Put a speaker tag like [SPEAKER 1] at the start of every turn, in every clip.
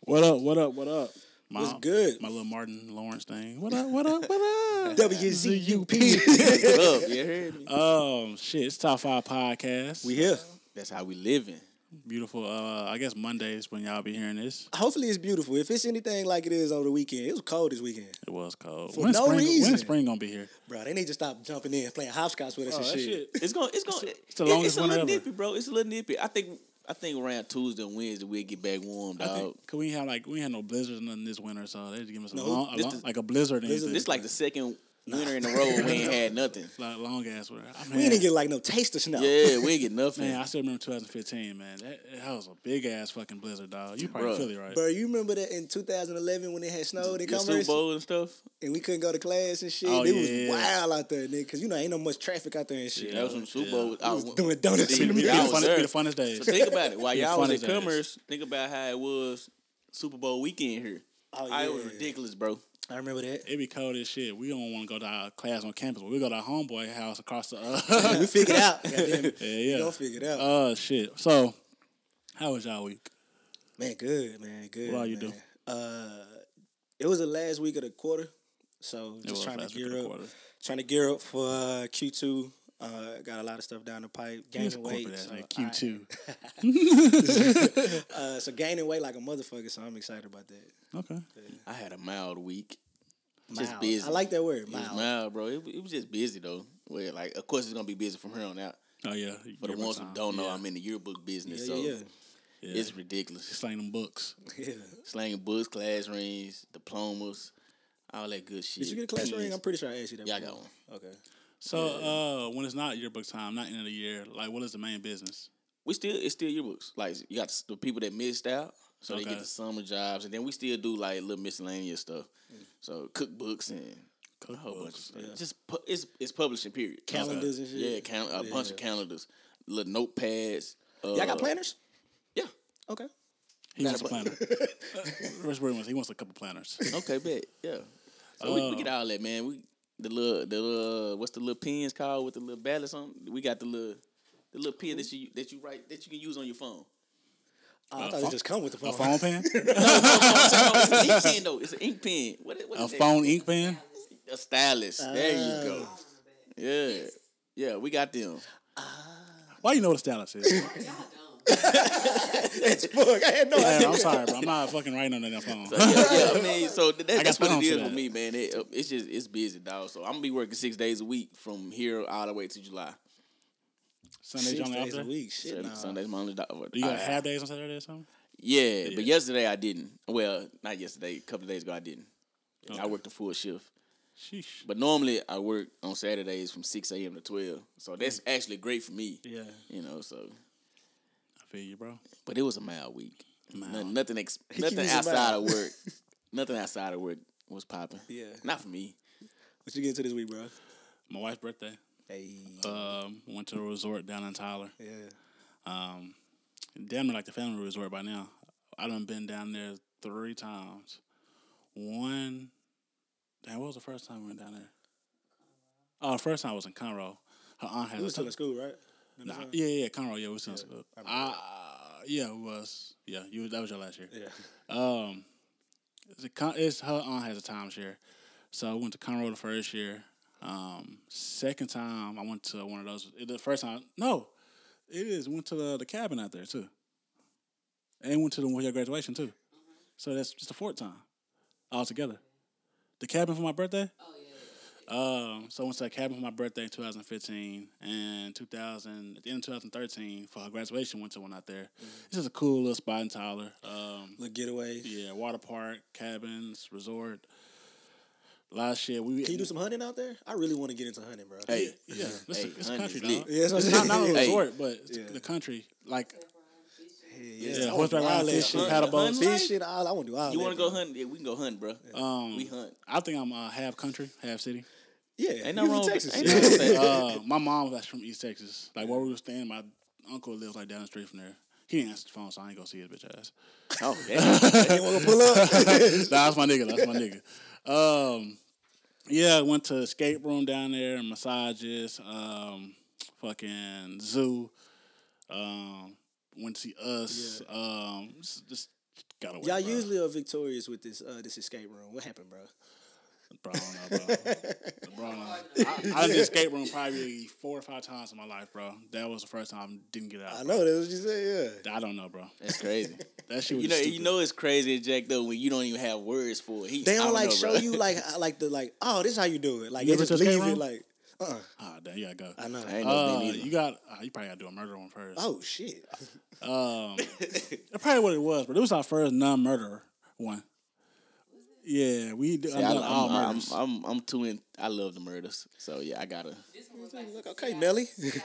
[SPEAKER 1] What up? What up? What up? My,
[SPEAKER 2] What's good?
[SPEAKER 1] My little Martin Lawrence thing. What up? What up? What up?
[SPEAKER 2] WZUP.
[SPEAKER 3] Up, you heard me?
[SPEAKER 1] Um, shit, it's top five podcast.
[SPEAKER 2] we here.
[SPEAKER 3] That's how we living.
[SPEAKER 1] beautiful. Uh, I guess Mondays when y'all be hearing this.
[SPEAKER 2] Hopefully it's beautiful. If it's anything like it is over the weekend, it was cold this weekend.
[SPEAKER 1] It was cold.
[SPEAKER 2] For no
[SPEAKER 1] spring,
[SPEAKER 2] reason.
[SPEAKER 1] When spring gonna be here?
[SPEAKER 2] Bro, they need to stop jumping in and playing hopscotch
[SPEAKER 1] Oh,
[SPEAKER 2] with us and Oh, shit.
[SPEAKER 3] It's gonna, it's gonna,
[SPEAKER 1] it's the
[SPEAKER 3] it-
[SPEAKER 1] longest
[SPEAKER 3] it's a
[SPEAKER 1] one
[SPEAKER 3] little
[SPEAKER 1] ever.
[SPEAKER 3] nippy, bro. It's a little nippy. I think, I think around Tuesday and Wednesday we'll get back warm,
[SPEAKER 1] I
[SPEAKER 3] dog.
[SPEAKER 1] think, 'cause we ain't have like we ain't had no blizzards or nothing this winter, so they just giving us a
[SPEAKER 2] No,
[SPEAKER 1] long, a
[SPEAKER 3] this
[SPEAKER 1] long-
[SPEAKER 3] is-
[SPEAKER 1] like a blizzard. And
[SPEAKER 2] this is-
[SPEAKER 1] anything.
[SPEAKER 3] This like the second winter in a row we ain't had nothing.
[SPEAKER 1] like long ass winter. I mean,
[SPEAKER 2] We didn't get like no taste of snow.
[SPEAKER 3] Yeah, we ain't get nothing.
[SPEAKER 1] Man, I still remember 2015, man. That, that was a big ass fucking blizzard, dog. You probably
[SPEAKER 3] Bruh.
[SPEAKER 1] feel it, right?
[SPEAKER 2] Bro, you remember that in 2011 when it had snowed in
[SPEAKER 3] the Super
[SPEAKER 2] Commerce
[SPEAKER 3] Bowl and stuff.
[SPEAKER 2] and we couldn't go to class and shit?
[SPEAKER 1] Oh,
[SPEAKER 2] it
[SPEAKER 1] yeah.
[SPEAKER 2] was wild out there, nigga, because you know, ain't no much traffic out there and shit.
[SPEAKER 3] Yeah, that was when the Super Bowl. was- I
[SPEAKER 2] was
[SPEAKER 3] went-
[SPEAKER 2] doing donuts in the
[SPEAKER 1] Be the,
[SPEAKER 3] Yeah, I
[SPEAKER 2] middle.
[SPEAKER 3] was
[SPEAKER 1] funnest,
[SPEAKER 3] there.
[SPEAKER 1] be the funnest
[SPEAKER 3] So
[SPEAKER 1] days.
[SPEAKER 3] think about it. While
[SPEAKER 1] Yeah,
[SPEAKER 3] y'all was
[SPEAKER 1] funny
[SPEAKER 3] in
[SPEAKER 1] that is.
[SPEAKER 3] Commerce, think about how it was Super Bowl weekend here.
[SPEAKER 2] Oh,
[SPEAKER 3] I was
[SPEAKER 2] yeah.
[SPEAKER 3] ridiculous, bro.
[SPEAKER 2] I remember that.
[SPEAKER 1] It be cold as shit. We don't want to go to our class on campus. We go to our homeboy house across the.
[SPEAKER 2] we
[SPEAKER 1] Uh,
[SPEAKER 2] figured it out. Goddamn it.
[SPEAKER 1] yeah,
[SPEAKER 2] We
[SPEAKER 1] yeah.
[SPEAKER 2] gonna figure it out.
[SPEAKER 1] Uh, shit. So, how was y'all week?
[SPEAKER 2] Man, good, man, good.
[SPEAKER 1] What all you
[SPEAKER 2] man.
[SPEAKER 1] do?
[SPEAKER 2] Uh, it was the last week of the quarter, so
[SPEAKER 1] It was
[SPEAKER 2] just trying to
[SPEAKER 1] last week of the
[SPEAKER 2] gear up,
[SPEAKER 1] quarter.
[SPEAKER 2] trying to gear up for uh, Q two. Uh, got a lot of stuff down the pipe,
[SPEAKER 1] He's a
[SPEAKER 2] gaining weight.
[SPEAKER 1] corporate ass,
[SPEAKER 2] so
[SPEAKER 1] like Q two.
[SPEAKER 2] I- uh, so gaining weight like a motherfucker. So I'm excited about that.
[SPEAKER 1] Okay.
[SPEAKER 3] I had a mild week. Just
[SPEAKER 2] Mild.
[SPEAKER 3] busy.
[SPEAKER 2] I like that word,
[SPEAKER 3] It was
[SPEAKER 2] mild.
[SPEAKER 3] mild, bro. It, it was just busy though. Well, like, of course, it's gonna be busy from here on out.
[SPEAKER 1] Oh yeah.
[SPEAKER 3] For the
[SPEAKER 1] Yearbook
[SPEAKER 3] ones who
[SPEAKER 1] time.
[SPEAKER 3] don't know,
[SPEAKER 1] Yeah.
[SPEAKER 3] I'm in the yearbook business,
[SPEAKER 2] Yeah,
[SPEAKER 3] so
[SPEAKER 2] yeah,
[SPEAKER 1] Yeah.
[SPEAKER 3] it's
[SPEAKER 1] It's
[SPEAKER 3] ridiculous.
[SPEAKER 1] just like them books.
[SPEAKER 2] yeah.
[SPEAKER 3] Slanging books, class rings, diplomas, all that good shit.
[SPEAKER 2] Did you get a class
[SPEAKER 3] Pins.
[SPEAKER 2] ring? I'm pretty sure I asked you that.
[SPEAKER 3] Yeah, I
[SPEAKER 2] before.
[SPEAKER 3] got one.
[SPEAKER 2] Okay.
[SPEAKER 1] So uh, when it's not yearbook time, not end of the year, like what is the main business?
[SPEAKER 3] we still it's still yearbooks. Like you got the people that missed out, so they
[SPEAKER 1] Okay.
[SPEAKER 3] get the summer jobs, and then we still do like little miscellaneous stuff.
[SPEAKER 2] Mm.
[SPEAKER 3] So cookbooks and a whole bunch of
[SPEAKER 1] Cookbooks.
[SPEAKER 3] stuff. Just pu- it's it's publishing period.
[SPEAKER 2] Calendars and
[SPEAKER 3] Yeah,
[SPEAKER 2] shit.
[SPEAKER 3] cal- a bunch of calendars, little notepads. Uh,
[SPEAKER 2] Y'all got planners?
[SPEAKER 3] Yeah.
[SPEAKER 2] Okay. Oh,
[SPEAKER 1] He wants a
[SPEAKER 3] a
[SPEAKER 1] planner. Rich Bird wants. He wants a couple planners.
[SPEAKER 3] Okay, bet. Yeah. So we, we get
[SPEAKER 1] Uh,
[SPEAKER 3] all that, man. We the little the little what's the little pins called with the little ballots on? We got the little the little pen that you that you write that you can use on your phone.
[SPEAKER 2] Oh, I thought it just come with the phone.
[SPEAKER 1] A phone pen.
[SPEAKER 3] it's an ink pen though. It's an ink pen. What, is- what
[SPEAKER 1] A
[SPEAKER 3] is that?
[SPEAKER 1] phone ink pen.
[SPEAKER 3] A stylist. there you go. Yeah. Yeah, we got them.
[SPEAKER 1] Why you know what a stylus is?
[SPEAKER 2] Fuck, I had no
[SPEAKER 1] Yeah,
[SPEAKER 2] idea.
[SPEAKER 1] I'm sorry, bro. I'm not fucking writing on that phone.
[SPEAKER 3] Yeah, yeah, I mean, so th- that, that's
[SPEAKER 1] got
[SPEAKER 3] what
[SPEAKER 1] plans
[SPEAKER 3] it
[SPEAKER 1] for
[SPEAKER 3] is
[SPEAKER 1] that.
[SPEAKER 3] with me, man. It, uh, it's just it's busy, dog. So I'm gonna be working six days a week from here all the way to July.
[SPEAKER 1] Sundays,
[SPEAKER 2] Six
[SPEAKER 1] y'all
[SPEAKER 2] days a
[SPEAKER 1] after. Do
[SPEAKER 2] week. Shit,
[SPEAKER 3] Saturday,
[SPEAKER 2] nah.
[SPEAKER 3] Sunday's my only dog.
[SPEAKER 1] you got half days on Saturday or something?
[SPEAKER 3] yeah, but yesterday I didn't. Well, not yesterday. A couple of days ago I didn't. I worked a full shift.
[SPEAKER 1] Sheesh.
[SPEAKER 3] But normally I work on Saturdays from six a.m. to twelve. So that's actually great for me.
[SPEAKER 1] Yeah.
[SPEAKER 3] You know, so
[SPEAKER 1] I feel you, bro.
[SPEAKER 3] But it was a mild week. No- Nothing, ex-
[SPEAKER 2] He
[SPEAKER 3] nothing
[SPEAKER 2] keeps it
[SPEAKER 3] outside
[SPEAKER 2] mild.
[SPEAKER 3] of work. nothing outside of work was popping.
[SPEAKER 2] Yeah.
[SPEAKER 3] Not for me.
[SPEAKER 2] What you get into this week, bro?
[SPEAKER 1] My wife's birthday.
[SPEAKER 2] Hey.
[SPEAKER 1] Um, went to a resort down in Tyler.
[SPEAKER 2] yeah.
[SPEAKER 1] Um, damn near like the family resort by now. I done been down there three times. One, damn, what was the first time we went down there? Oh, the first time was in Conroe. Her aunt has
[SPEAKER 2] You was
[SPEAKER 1] a
[SPEAKER 2] still in school, right?
[SPEAKER 1] Nah, yeah, yeah, Conroe. Yeah, we was in school. I, yeah, it was. Yeah, you. That was your last year.
[SPEAKER 2] Yeah.
[SPEAKER 1] Um, it's, a con- it's her aunt has a timeshare, so I went to Conroe the first year. Um, second time I went to one of those. The first time, no, it is went to the, the cabin out there too, and went to the one with your graduation too. So that's just the fourth time altogether. The cabin for my birthday. Um, so I went to that cabin for my birthday in 2015, and 2000 at the end of 2013 for her graduation went to one out there. It's just a cool little spot in Tyler. Um,
[SPEAKER 2] Little getaway.
[SPEAKER 1] yeah, water park, cabins, resort, a lot of shit. We
[SPEAKER 2] Can you do some hunting out there? I really want to get into hunting, bro.
[SPEAKER 3] Hey,
[SPEAKER 1] yeah, it's,
[SPEAKER 3] Hey,
[SPEAKER 1] it's
[SPEAKER 3] honey,
[SPEAKER 1] country
[SPEAKER 3] it's lit.
[SPEAKER 1] dog.
[SPEAKER 2] Yeah, that's what
[SPEAKER 1] it's
[SPEAKER 2] I'm
[SPEAKER 1] not, not a
[SPEAKER 2] saying.
[SPEAKER 3] Hey.
[SPEAKER 1] resort, but it's
[SPEAKER 2] Yeah.
[SPEAKER 1] the country. Like
[SPEAKER 2] yeah,
[SPEAKER 1] yeah,
[SPEAKER 2] I wanna do
[SPEAKER 1] horseback
[SPEAKER 2] all
[SPEAKER 1] riding,
[SPEAKER 2] that.
[SPEAKER 1] fishing,
[SPEAKER 2] Hunt-
[SPEAKER 1] paddle boats.
[SPEAKER 3] hunting.
[SPEAKER 2] Fish shit, all, I want to do all
[SPEAKER 3] you
[SPEAKER 2] that,
[SPEAKER 3] want to go
[SPEAKER 2] bro.
[SPEAKER 3] hunting? Yeah, we can go hunting, bro.
[SPEAKER 1] Um,
[SPEAKER 3] we hunt.
[SPEAKER 1] I think I'm uh, half country, half city.
[SPEAKER 2] Yeah,
[SPEAKER 3] Ain't no
[SPEAKER 2] you from
[SPEAKER 3] wrong. with-
[SPEAKER 2] Texas.
[SPEAKER 3] Ain't no wrong with that.
[SPEAKER 1] Uh, my mom was from East Texas. Like where we were staying, my uncle lives like down the street from there. He didn't answer the phone, so I ain't gonna see his bitch ass.
[SPEAKER 3] Oh, yeah.
[SPEAKER 2] you want to pull up?
[SPEAKER 1] Nah, that's my nigga. That's my nigga. Um, yeah, I went to escape room down there and massages. Um, fucking zoo. Um, went to see us. Um, s- just Gotta wait.
[SPEAKER 2] Y'all
[SPEAKER 1] bro.
[SPEAKER 2] usually are victorious with this uh, this escape room. What happened, bro?
[SPEAKER 1] Bro, I don't know, bro. bro I, don't know. I, I was in the escape room probably four or five times in my life, bro. That was the first time I didn't get out.
[SPEAKER 2] I know that's what you said. Yeah.
[SPEAKER 1] I don't know, bro.
[SPEAKER 3] That's crazy.
[SPEAKER 1] That shit was
[SPEAKER 3] you know,
[SPEAKER 1] stupid.
[SPEAKER 3] you know it's crazy, Jack. Though when you don't even have words for it, he,
[SPEAKER 2] They
[SPEAKER 3] I
[SPEAKER 2] don't, like
[SPEAKER 3] know,
[SPEAKER 2] show
[SPEAKER 3] bro.
[SPEAKER 2] you like I- like the like. Oh, this is how you do it. Like
[SPEAKER 1] You
[SPEAKER 2] they
[SPEAKER 1] ever
[SPEAKER 2] just
[SPEAKER 1] to escape
[SPEAKER 2] leave it
[SPEAKER 1] room?
[SPEAKER 2] like. Uh. uh
[SPEAKER 1] Ah, damn, you gotta go.
[SPEAKER 2] I know.
[SPEAKER 3] I ain't no
[SPEAKER 1] Uh,
[SPEAKER 3] thing either.
[SPEAKER 1] you got. Uh, you probably gotta do a murder one first.
[SPEAKER 2] Oh shit.
[SPEAKER 1] Um, that's probably what it was, but it was our first non-murder one. Yeah, we. did
[SPEAKER 3] Yeah,
[SPEAKER 1] I
[SPEAKER 3] I,
[SPEAKER 1] done all
[SPEAKER 3] am
[SPEAKER 1] murders.
[SPEAKER 3] I'm, I'm, I'm too in. I love the murders, so yeah, I gotta.
[SPEAKER 4] This one was like
[SPEAKER 2] Look,
[SPEAKER 4] some
[SPEAKER 2] okay,
[SPEAKER 4] CIA
[SPEAKER 2] Melly.
[SPEAKER 4] shit.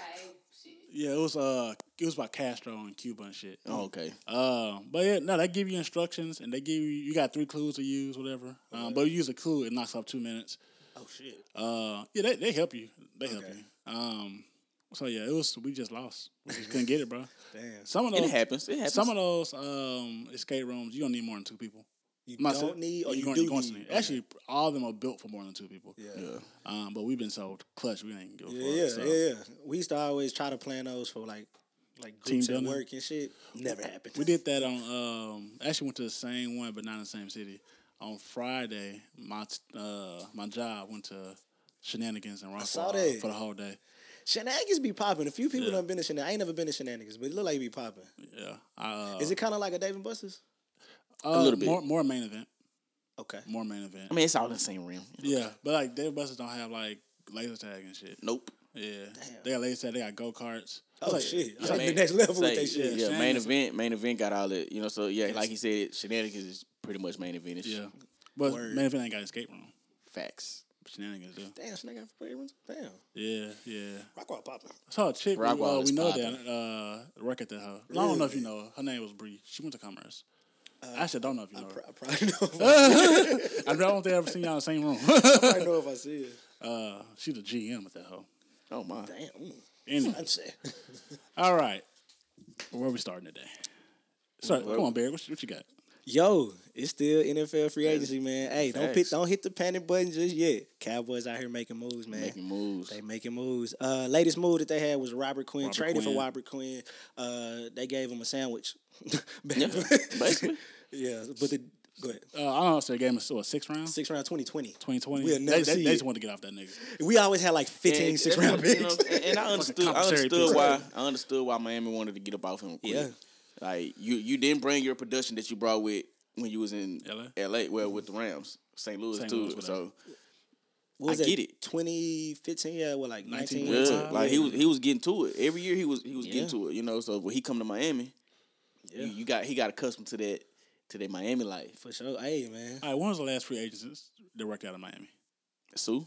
[SPEAKER 1] yeah, it was. Uh, it was about Castro and Cuba and shit.
[SPEAKER 3] oh, okay,
[SPEAKER 1] Uh, but yeah, no, they give you instructions and they give you. You got three clues to use, whatever. Um, but you use a clue, it knocks off two minutes.
[SPEAKER 2] Oh shit.
[SPEAKER 1] Uh, yeah, they, they help you. They help
[SPEAKER 2] Okay.
[SPEAKER 1] you. Um, so yeah, it was. We just lost. We just couldn't get it, bro.
[SPEAKER 2] Damn.
[SPEAKER 1] Some of
[SPEAKER 3] and it
[SPEAKER 1] those.
[SPEAKER 3] happens. It happens.
[SPEAKER 1] Some of those um escape rooms, you don't need more than two people.
[SPEAKER 2] You
[SPEAKER 1] My
[SPEAKER 2] don't
[SPEAKER 1] si-
[SPEAKER 2] need or
[SPEAKER 1] you're
[SPEAKER 2] you,
[SPEAKER 1] going-
[SPEAKER 2] do
[SPEAKER 1] you're going to
[SPEAKER 2] need.
[SPEAKER 1] need- Actually, all of them are built for more than two people.
[SPEAKER 2] Yeah.
[SPEAKER 3] yeah.
[SPEAKER 1] Um, but we've been so clutch, we ain't give a
[SPEAKER 2] Yeah, yeah,
[SPEAKER 1] fuck. so.
[SPEAKER 2] yeah, yeah. We used to always try to plan those for like like
[SPEAKER 1] Team
[SPEAKER 2] groups at
[SPEAKER 1] building?
[SPEAKER 2] work and shit. Never happened.
[SPEAKER 1] We did that on. Um, actually, went to the same one, but not in the same city. On Friday, my uh, my job went to shenanigans and
[SPEAKER 2] saw
[SPEAKER 1] Rockwall
[SPEAKER 2] that.
[SPEAKER 1] for the whole day.
[SPEAKER 2] Shenanigans be popping. A few people
[SPEAKER 1] Yeah.
[SPEAKER 2] done been to shenanigans. I ain't never been to shenanigans, but it look like it be popping.
[SPEAKER 1] Yeah, I, uh,
[SPEAKER 3] Oh.
[SPEAKER 2] Is it kind of like a Dave and Buster's?
[SPEAKER 1] uh,
[SPEAKER 3] little bit.
[SPEAKER 1] more more main event,
[SPEAKER 2] Okay.
[SPEAKER 1] more main event.
[SPEAKER 3] I mean, it's all in the same room.
[SPEAKER 1] yeah, but like Dave Buster's don't have like laser tag and shit.
[SPEAKER 3] Nope.
[SPEAKER 1] Yeah, they got laser tag. They got go karts.
[SPEAKER 2] Oh shit! It's like
[SPEAKER 3] main-
[SPEAKER 2] the next level with
[SPEAKER 3] say,
[SPEAKER 2] that shit.
[SPEAKER 3] Yeah,
[SPEAKER 1] Shane
[SPEAKER 3] main
[SPEAKER 1] is-
[SPEAKER 3] event. Main event got all it. You know, so yeah, like he said, shenanigans is pretty much main event. It's
[SPEAKER 1] Yeah, but
[SPEAKER 2] Word.
[SPEAKER 1] main event ain't got an escape room.
[SPEAKER 3] facts.
[SPEAKER 1] Shenanigans do.
[SPEAKER 2] Damn, Snake out for everyone's. Damn,
[SPEAKER 1] Yeah, yeah.
[SPEAKER 2] Rockwall popping.
[SPEAKER 1] I saw a chick we, uh,
[SPEAKER 3] Rockwall
[SPEAKER 1] we
[SPEAKER 3] is
[SPEAKER 1] know
[SPEAKER 3] poppin'.
[SPEAKER 1] that uh, work at the hoe. I don't know if you
[SPEAKER 2] Really?
[SPEAKER 1] know her. Her name was Bree. She went to Commerce. I actually don't know if you know her.
[SPEAKER 2] I probably know.
[SPEAKER 1] I don't think I ever seen y'all in the same room.
[SPEAKER 2] I probably know if I see it.
[SPEAKER 1] uh, she's the GM at that hoe.
[SPEAKER 3] Oh my.
[SPEAKER 2] Damn.
[SPEAKER 1] Anyway,
[SPEAKER 2] I'd say.
[SPEAKER 1] all right. Where we starting today? Sorry, come on, Barry. What you, what you got?
[SPEAKER 2] Yo, it's still NFL free agency, man. Hey, don't
[SPEAKER 3] Facts.
[SPEAKER 2] pick, don't hit the panic button just yet. Cowboys out here making moves, man.
[SPEAKER 3] Making moves.
[SPEAKER 2] They making moves. Uh, latest move that they had was Robert Quinn
[SPEAKER 1] Robert
[SPEAKER 2] traded
[SPEAKER 1] Quinn.
[SPEAKER 2] for Robert Quinn. Uh, they gave him a sandwich.
[SPEAKER 3] Yeah, basically.
[SPEAKER 2] yeah, but the go ahead.
[SPEAKER 1] Uh, I don't know if their game is still a six round,
[SPEAKER 2] six round twenty twenty.
[SPEAKER 1] 2020.
[SPEAKER 2] We'll
[SPEAKER 1] they,
[SPEAKER 2] never
[SPEAKER 1] they,
[SPEAKER 2] see
[SPEAKER 1] they
[SPEAKER 2] it.
[SPEAKER 1] just wanted to get off that nigga.
[SPEAKER 2] We always had like 15
[SPEAKER 3] And
[SPEAKER 2] six
[SPEAKER 3] that's
[SPEAKER 2] round
[SPEAKER 3] what-
[SPEAKER 2] picks.
[SPEAKER 3] you know, and, and I understood. I
[SPEAKER 1] compensatory
[SPEAKER 3] understood
[SPEAKER 1] picks.
[SPEAKER 3] why. I understood why Miami wanted to get up off him. Quick.
[SPEAKER 2] Yeah.
[SPEAKER 3] Like you, you didn't bring your production that you brought with when you was in
[SPEAKER 1] LA?
[SPEAKER 3] L.A. Well, with the Rams, St. Louis
[SPEAKER 1] St.
[SPEAKER 3] too.
[SPEAKER 1] Louis, whatever.
[SPEAKER 3] so
[SPEAKER 2] What was
[SPEAKER 3] I
[SPEAKER 2] that,
[SPEAKER 3] get it.
[SPEAKER 2] 2015, yeah, well, like 19.
[SPEAKER 1] 19,
[SPEAKER 3] yeah,
[SPEAKER 1] That's it.
[SPEAKER 3] like he was, he was getting to it every year. He was, he was
[SPEAKER 2] Yeah.
[SPEAKER 3] getting to it. You know. So when he come to Miami, you, you got he got accustomed to that to that Miami life.
[SPEAKER 2] For sure. Hey, man.
[SPEAKER 1] All right, when was the last free agents that worked out of Miami?
[SPEAKER 3] Sue,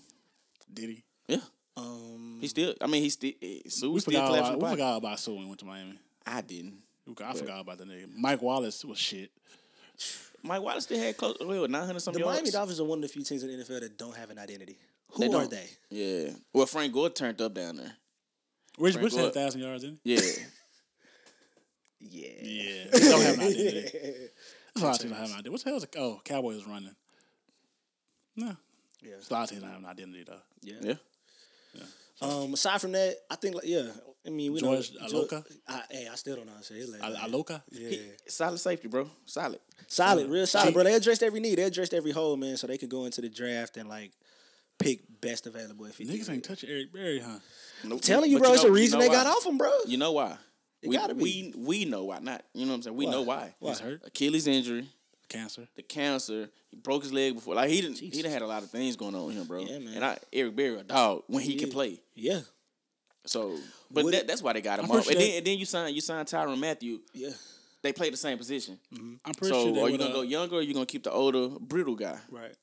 [SPEAKER 1] Did he?
[SPEAKER 3] yeah,
[SPEAKER 2] Um,
[SPEAKER 3] he still. I mean, he still eh, Sue
[SPEAKER 1] We
[SPEAKER 3] still
[SPEAKER 1] forgot,
[SPEAKER 3] collapsed.
[SPEAKER 1] about, we forgot about Sue when he went to Miami.
[SPEAKER 3] I didn't.
[SPEAKER 1] We- I forgot about the nigga. Mike Wallace was shit.
[SPEAKER 3] Mike Wallace still had close well nine hundred
[SPEAKER 2] the
[SPEAKER 3] something.
[SPEAKER 2] Miami
[SPEAKER 3] yards.
[SPEAKER 2] Dolphins are one of the few teams in the NFL that don't have an identity. Who
[SPEAKER 3] They
[SPEAKER 2] are
[SPEAKER 3] don't.
[SPEAKER 2] they?
[SPEAKER 3] Yeah. Well, Frank Gore turned up down there.
[SPEAKER 1] Rich
[SPEAKER 3] Frank
[SPEAKER 1] Bush had a
[SPEAKER 3] Gore.
[SPEAKER 1] thousand yards, didn't
[SPEAKER 3] Yeah.
[SPEAKER 2] Yeah.
[SPEAKER 1] he? Yeah. They don't have an identity. That's a lot of teams don't have an identity. What the hell is a, oh Cowboys is running? No.
[SPEAKER 2] Yeah.
[SPEAKER 1] It's a lot of teams don't have an identity though.
[SPEAKER 2] Yeah.
[SPEAKER 3] yeah.
[SPEAKER 2] Um, aside from that, I think, like, yeah, I mean, we
[SPEAKER 1] George
[SPEAKER 2] know. George-
[SPEAKER 1] Aloka?
[SPEAKER 2] I, hey, I still don't know how to say his last
[SPEAKER 1] I,
[SPEAKER 2] name.
[SPEAKER 1] I loca.
[SPEAKER 2] Yeah.
[SPEAKER 3] He- solid safety, bro. Solid.
[SPEAKER 2] Solid, real solid, bro. They addressed every need. They addressed every hole, man, so they could go into the draft and, like, pick best available if you
[SPEAKER 1] Niggas ain't touch Eric Berry, huh?
[SPEAKER 3] Nope.
[SPEAKER 2] Telling you,
[SPEAKER 3] But
[SPEAKER 2] bro, it's
[SPEAKER 3] know-
[SPEAKER 2] the reason
[SPEAKER 3] know
[SPEAKER 2] they got
[SPEAKER 3] why.
[SPEAKER 2] off him, bro.
[SPEAKER 3] You know why? we,
[SPEAKER 2] gotta be.
[SPEAKER 3] we we know why. Not you know what I'm saying. We know why.
[SPEAKER 2] Why?
[SPEAKER 1] He's hurt.
[SPEAKER 3] Achilles injury,
[SPEAKER 1] Cancer.
[SPEAKER 3] the cancer. He broke his leg before. Like he didn't. He done had a lot of things going on with him, bro.
[SPEAKER 2] Yeah, man.
[SPEAKER 3] And I Eric Berry a dog when he can
[SPEAKER 2] Yeah.
[SPEAKER 3] play.
[SPEAKER 2] Yeah.
[SPEAKER 3] So, but
[SPEAKER 2] Would
[SPEAKER 3] that,
[SPEAKER 2] it-
[SPEAKER 3] that's why they got him
[SPEAKER 1] I'm
[SPEAKER 3] off.
[SPEAKER 1] pretty
[SPEAKER 3] And
[SPEAKER 1] sure
[SPEAKER 3] then, and then you sign you sign Tyron Matthew.
[SPEAKER 2] Yeah.
[SPEAKER 3] They play the same position.
[SPEAKER 1] I'm pretty
[SPEAKER 3] So
[SPEAKER 1] sure they
[SPEAKER 3] are you
[SPEAKER 1] would,
[SPEAKER 3] gonna
[SPEAKER 1] uh,
[SPEAKER 3] go younger? or Are you gonna keep the older brittle guy?
[SPEAKER 2] Right.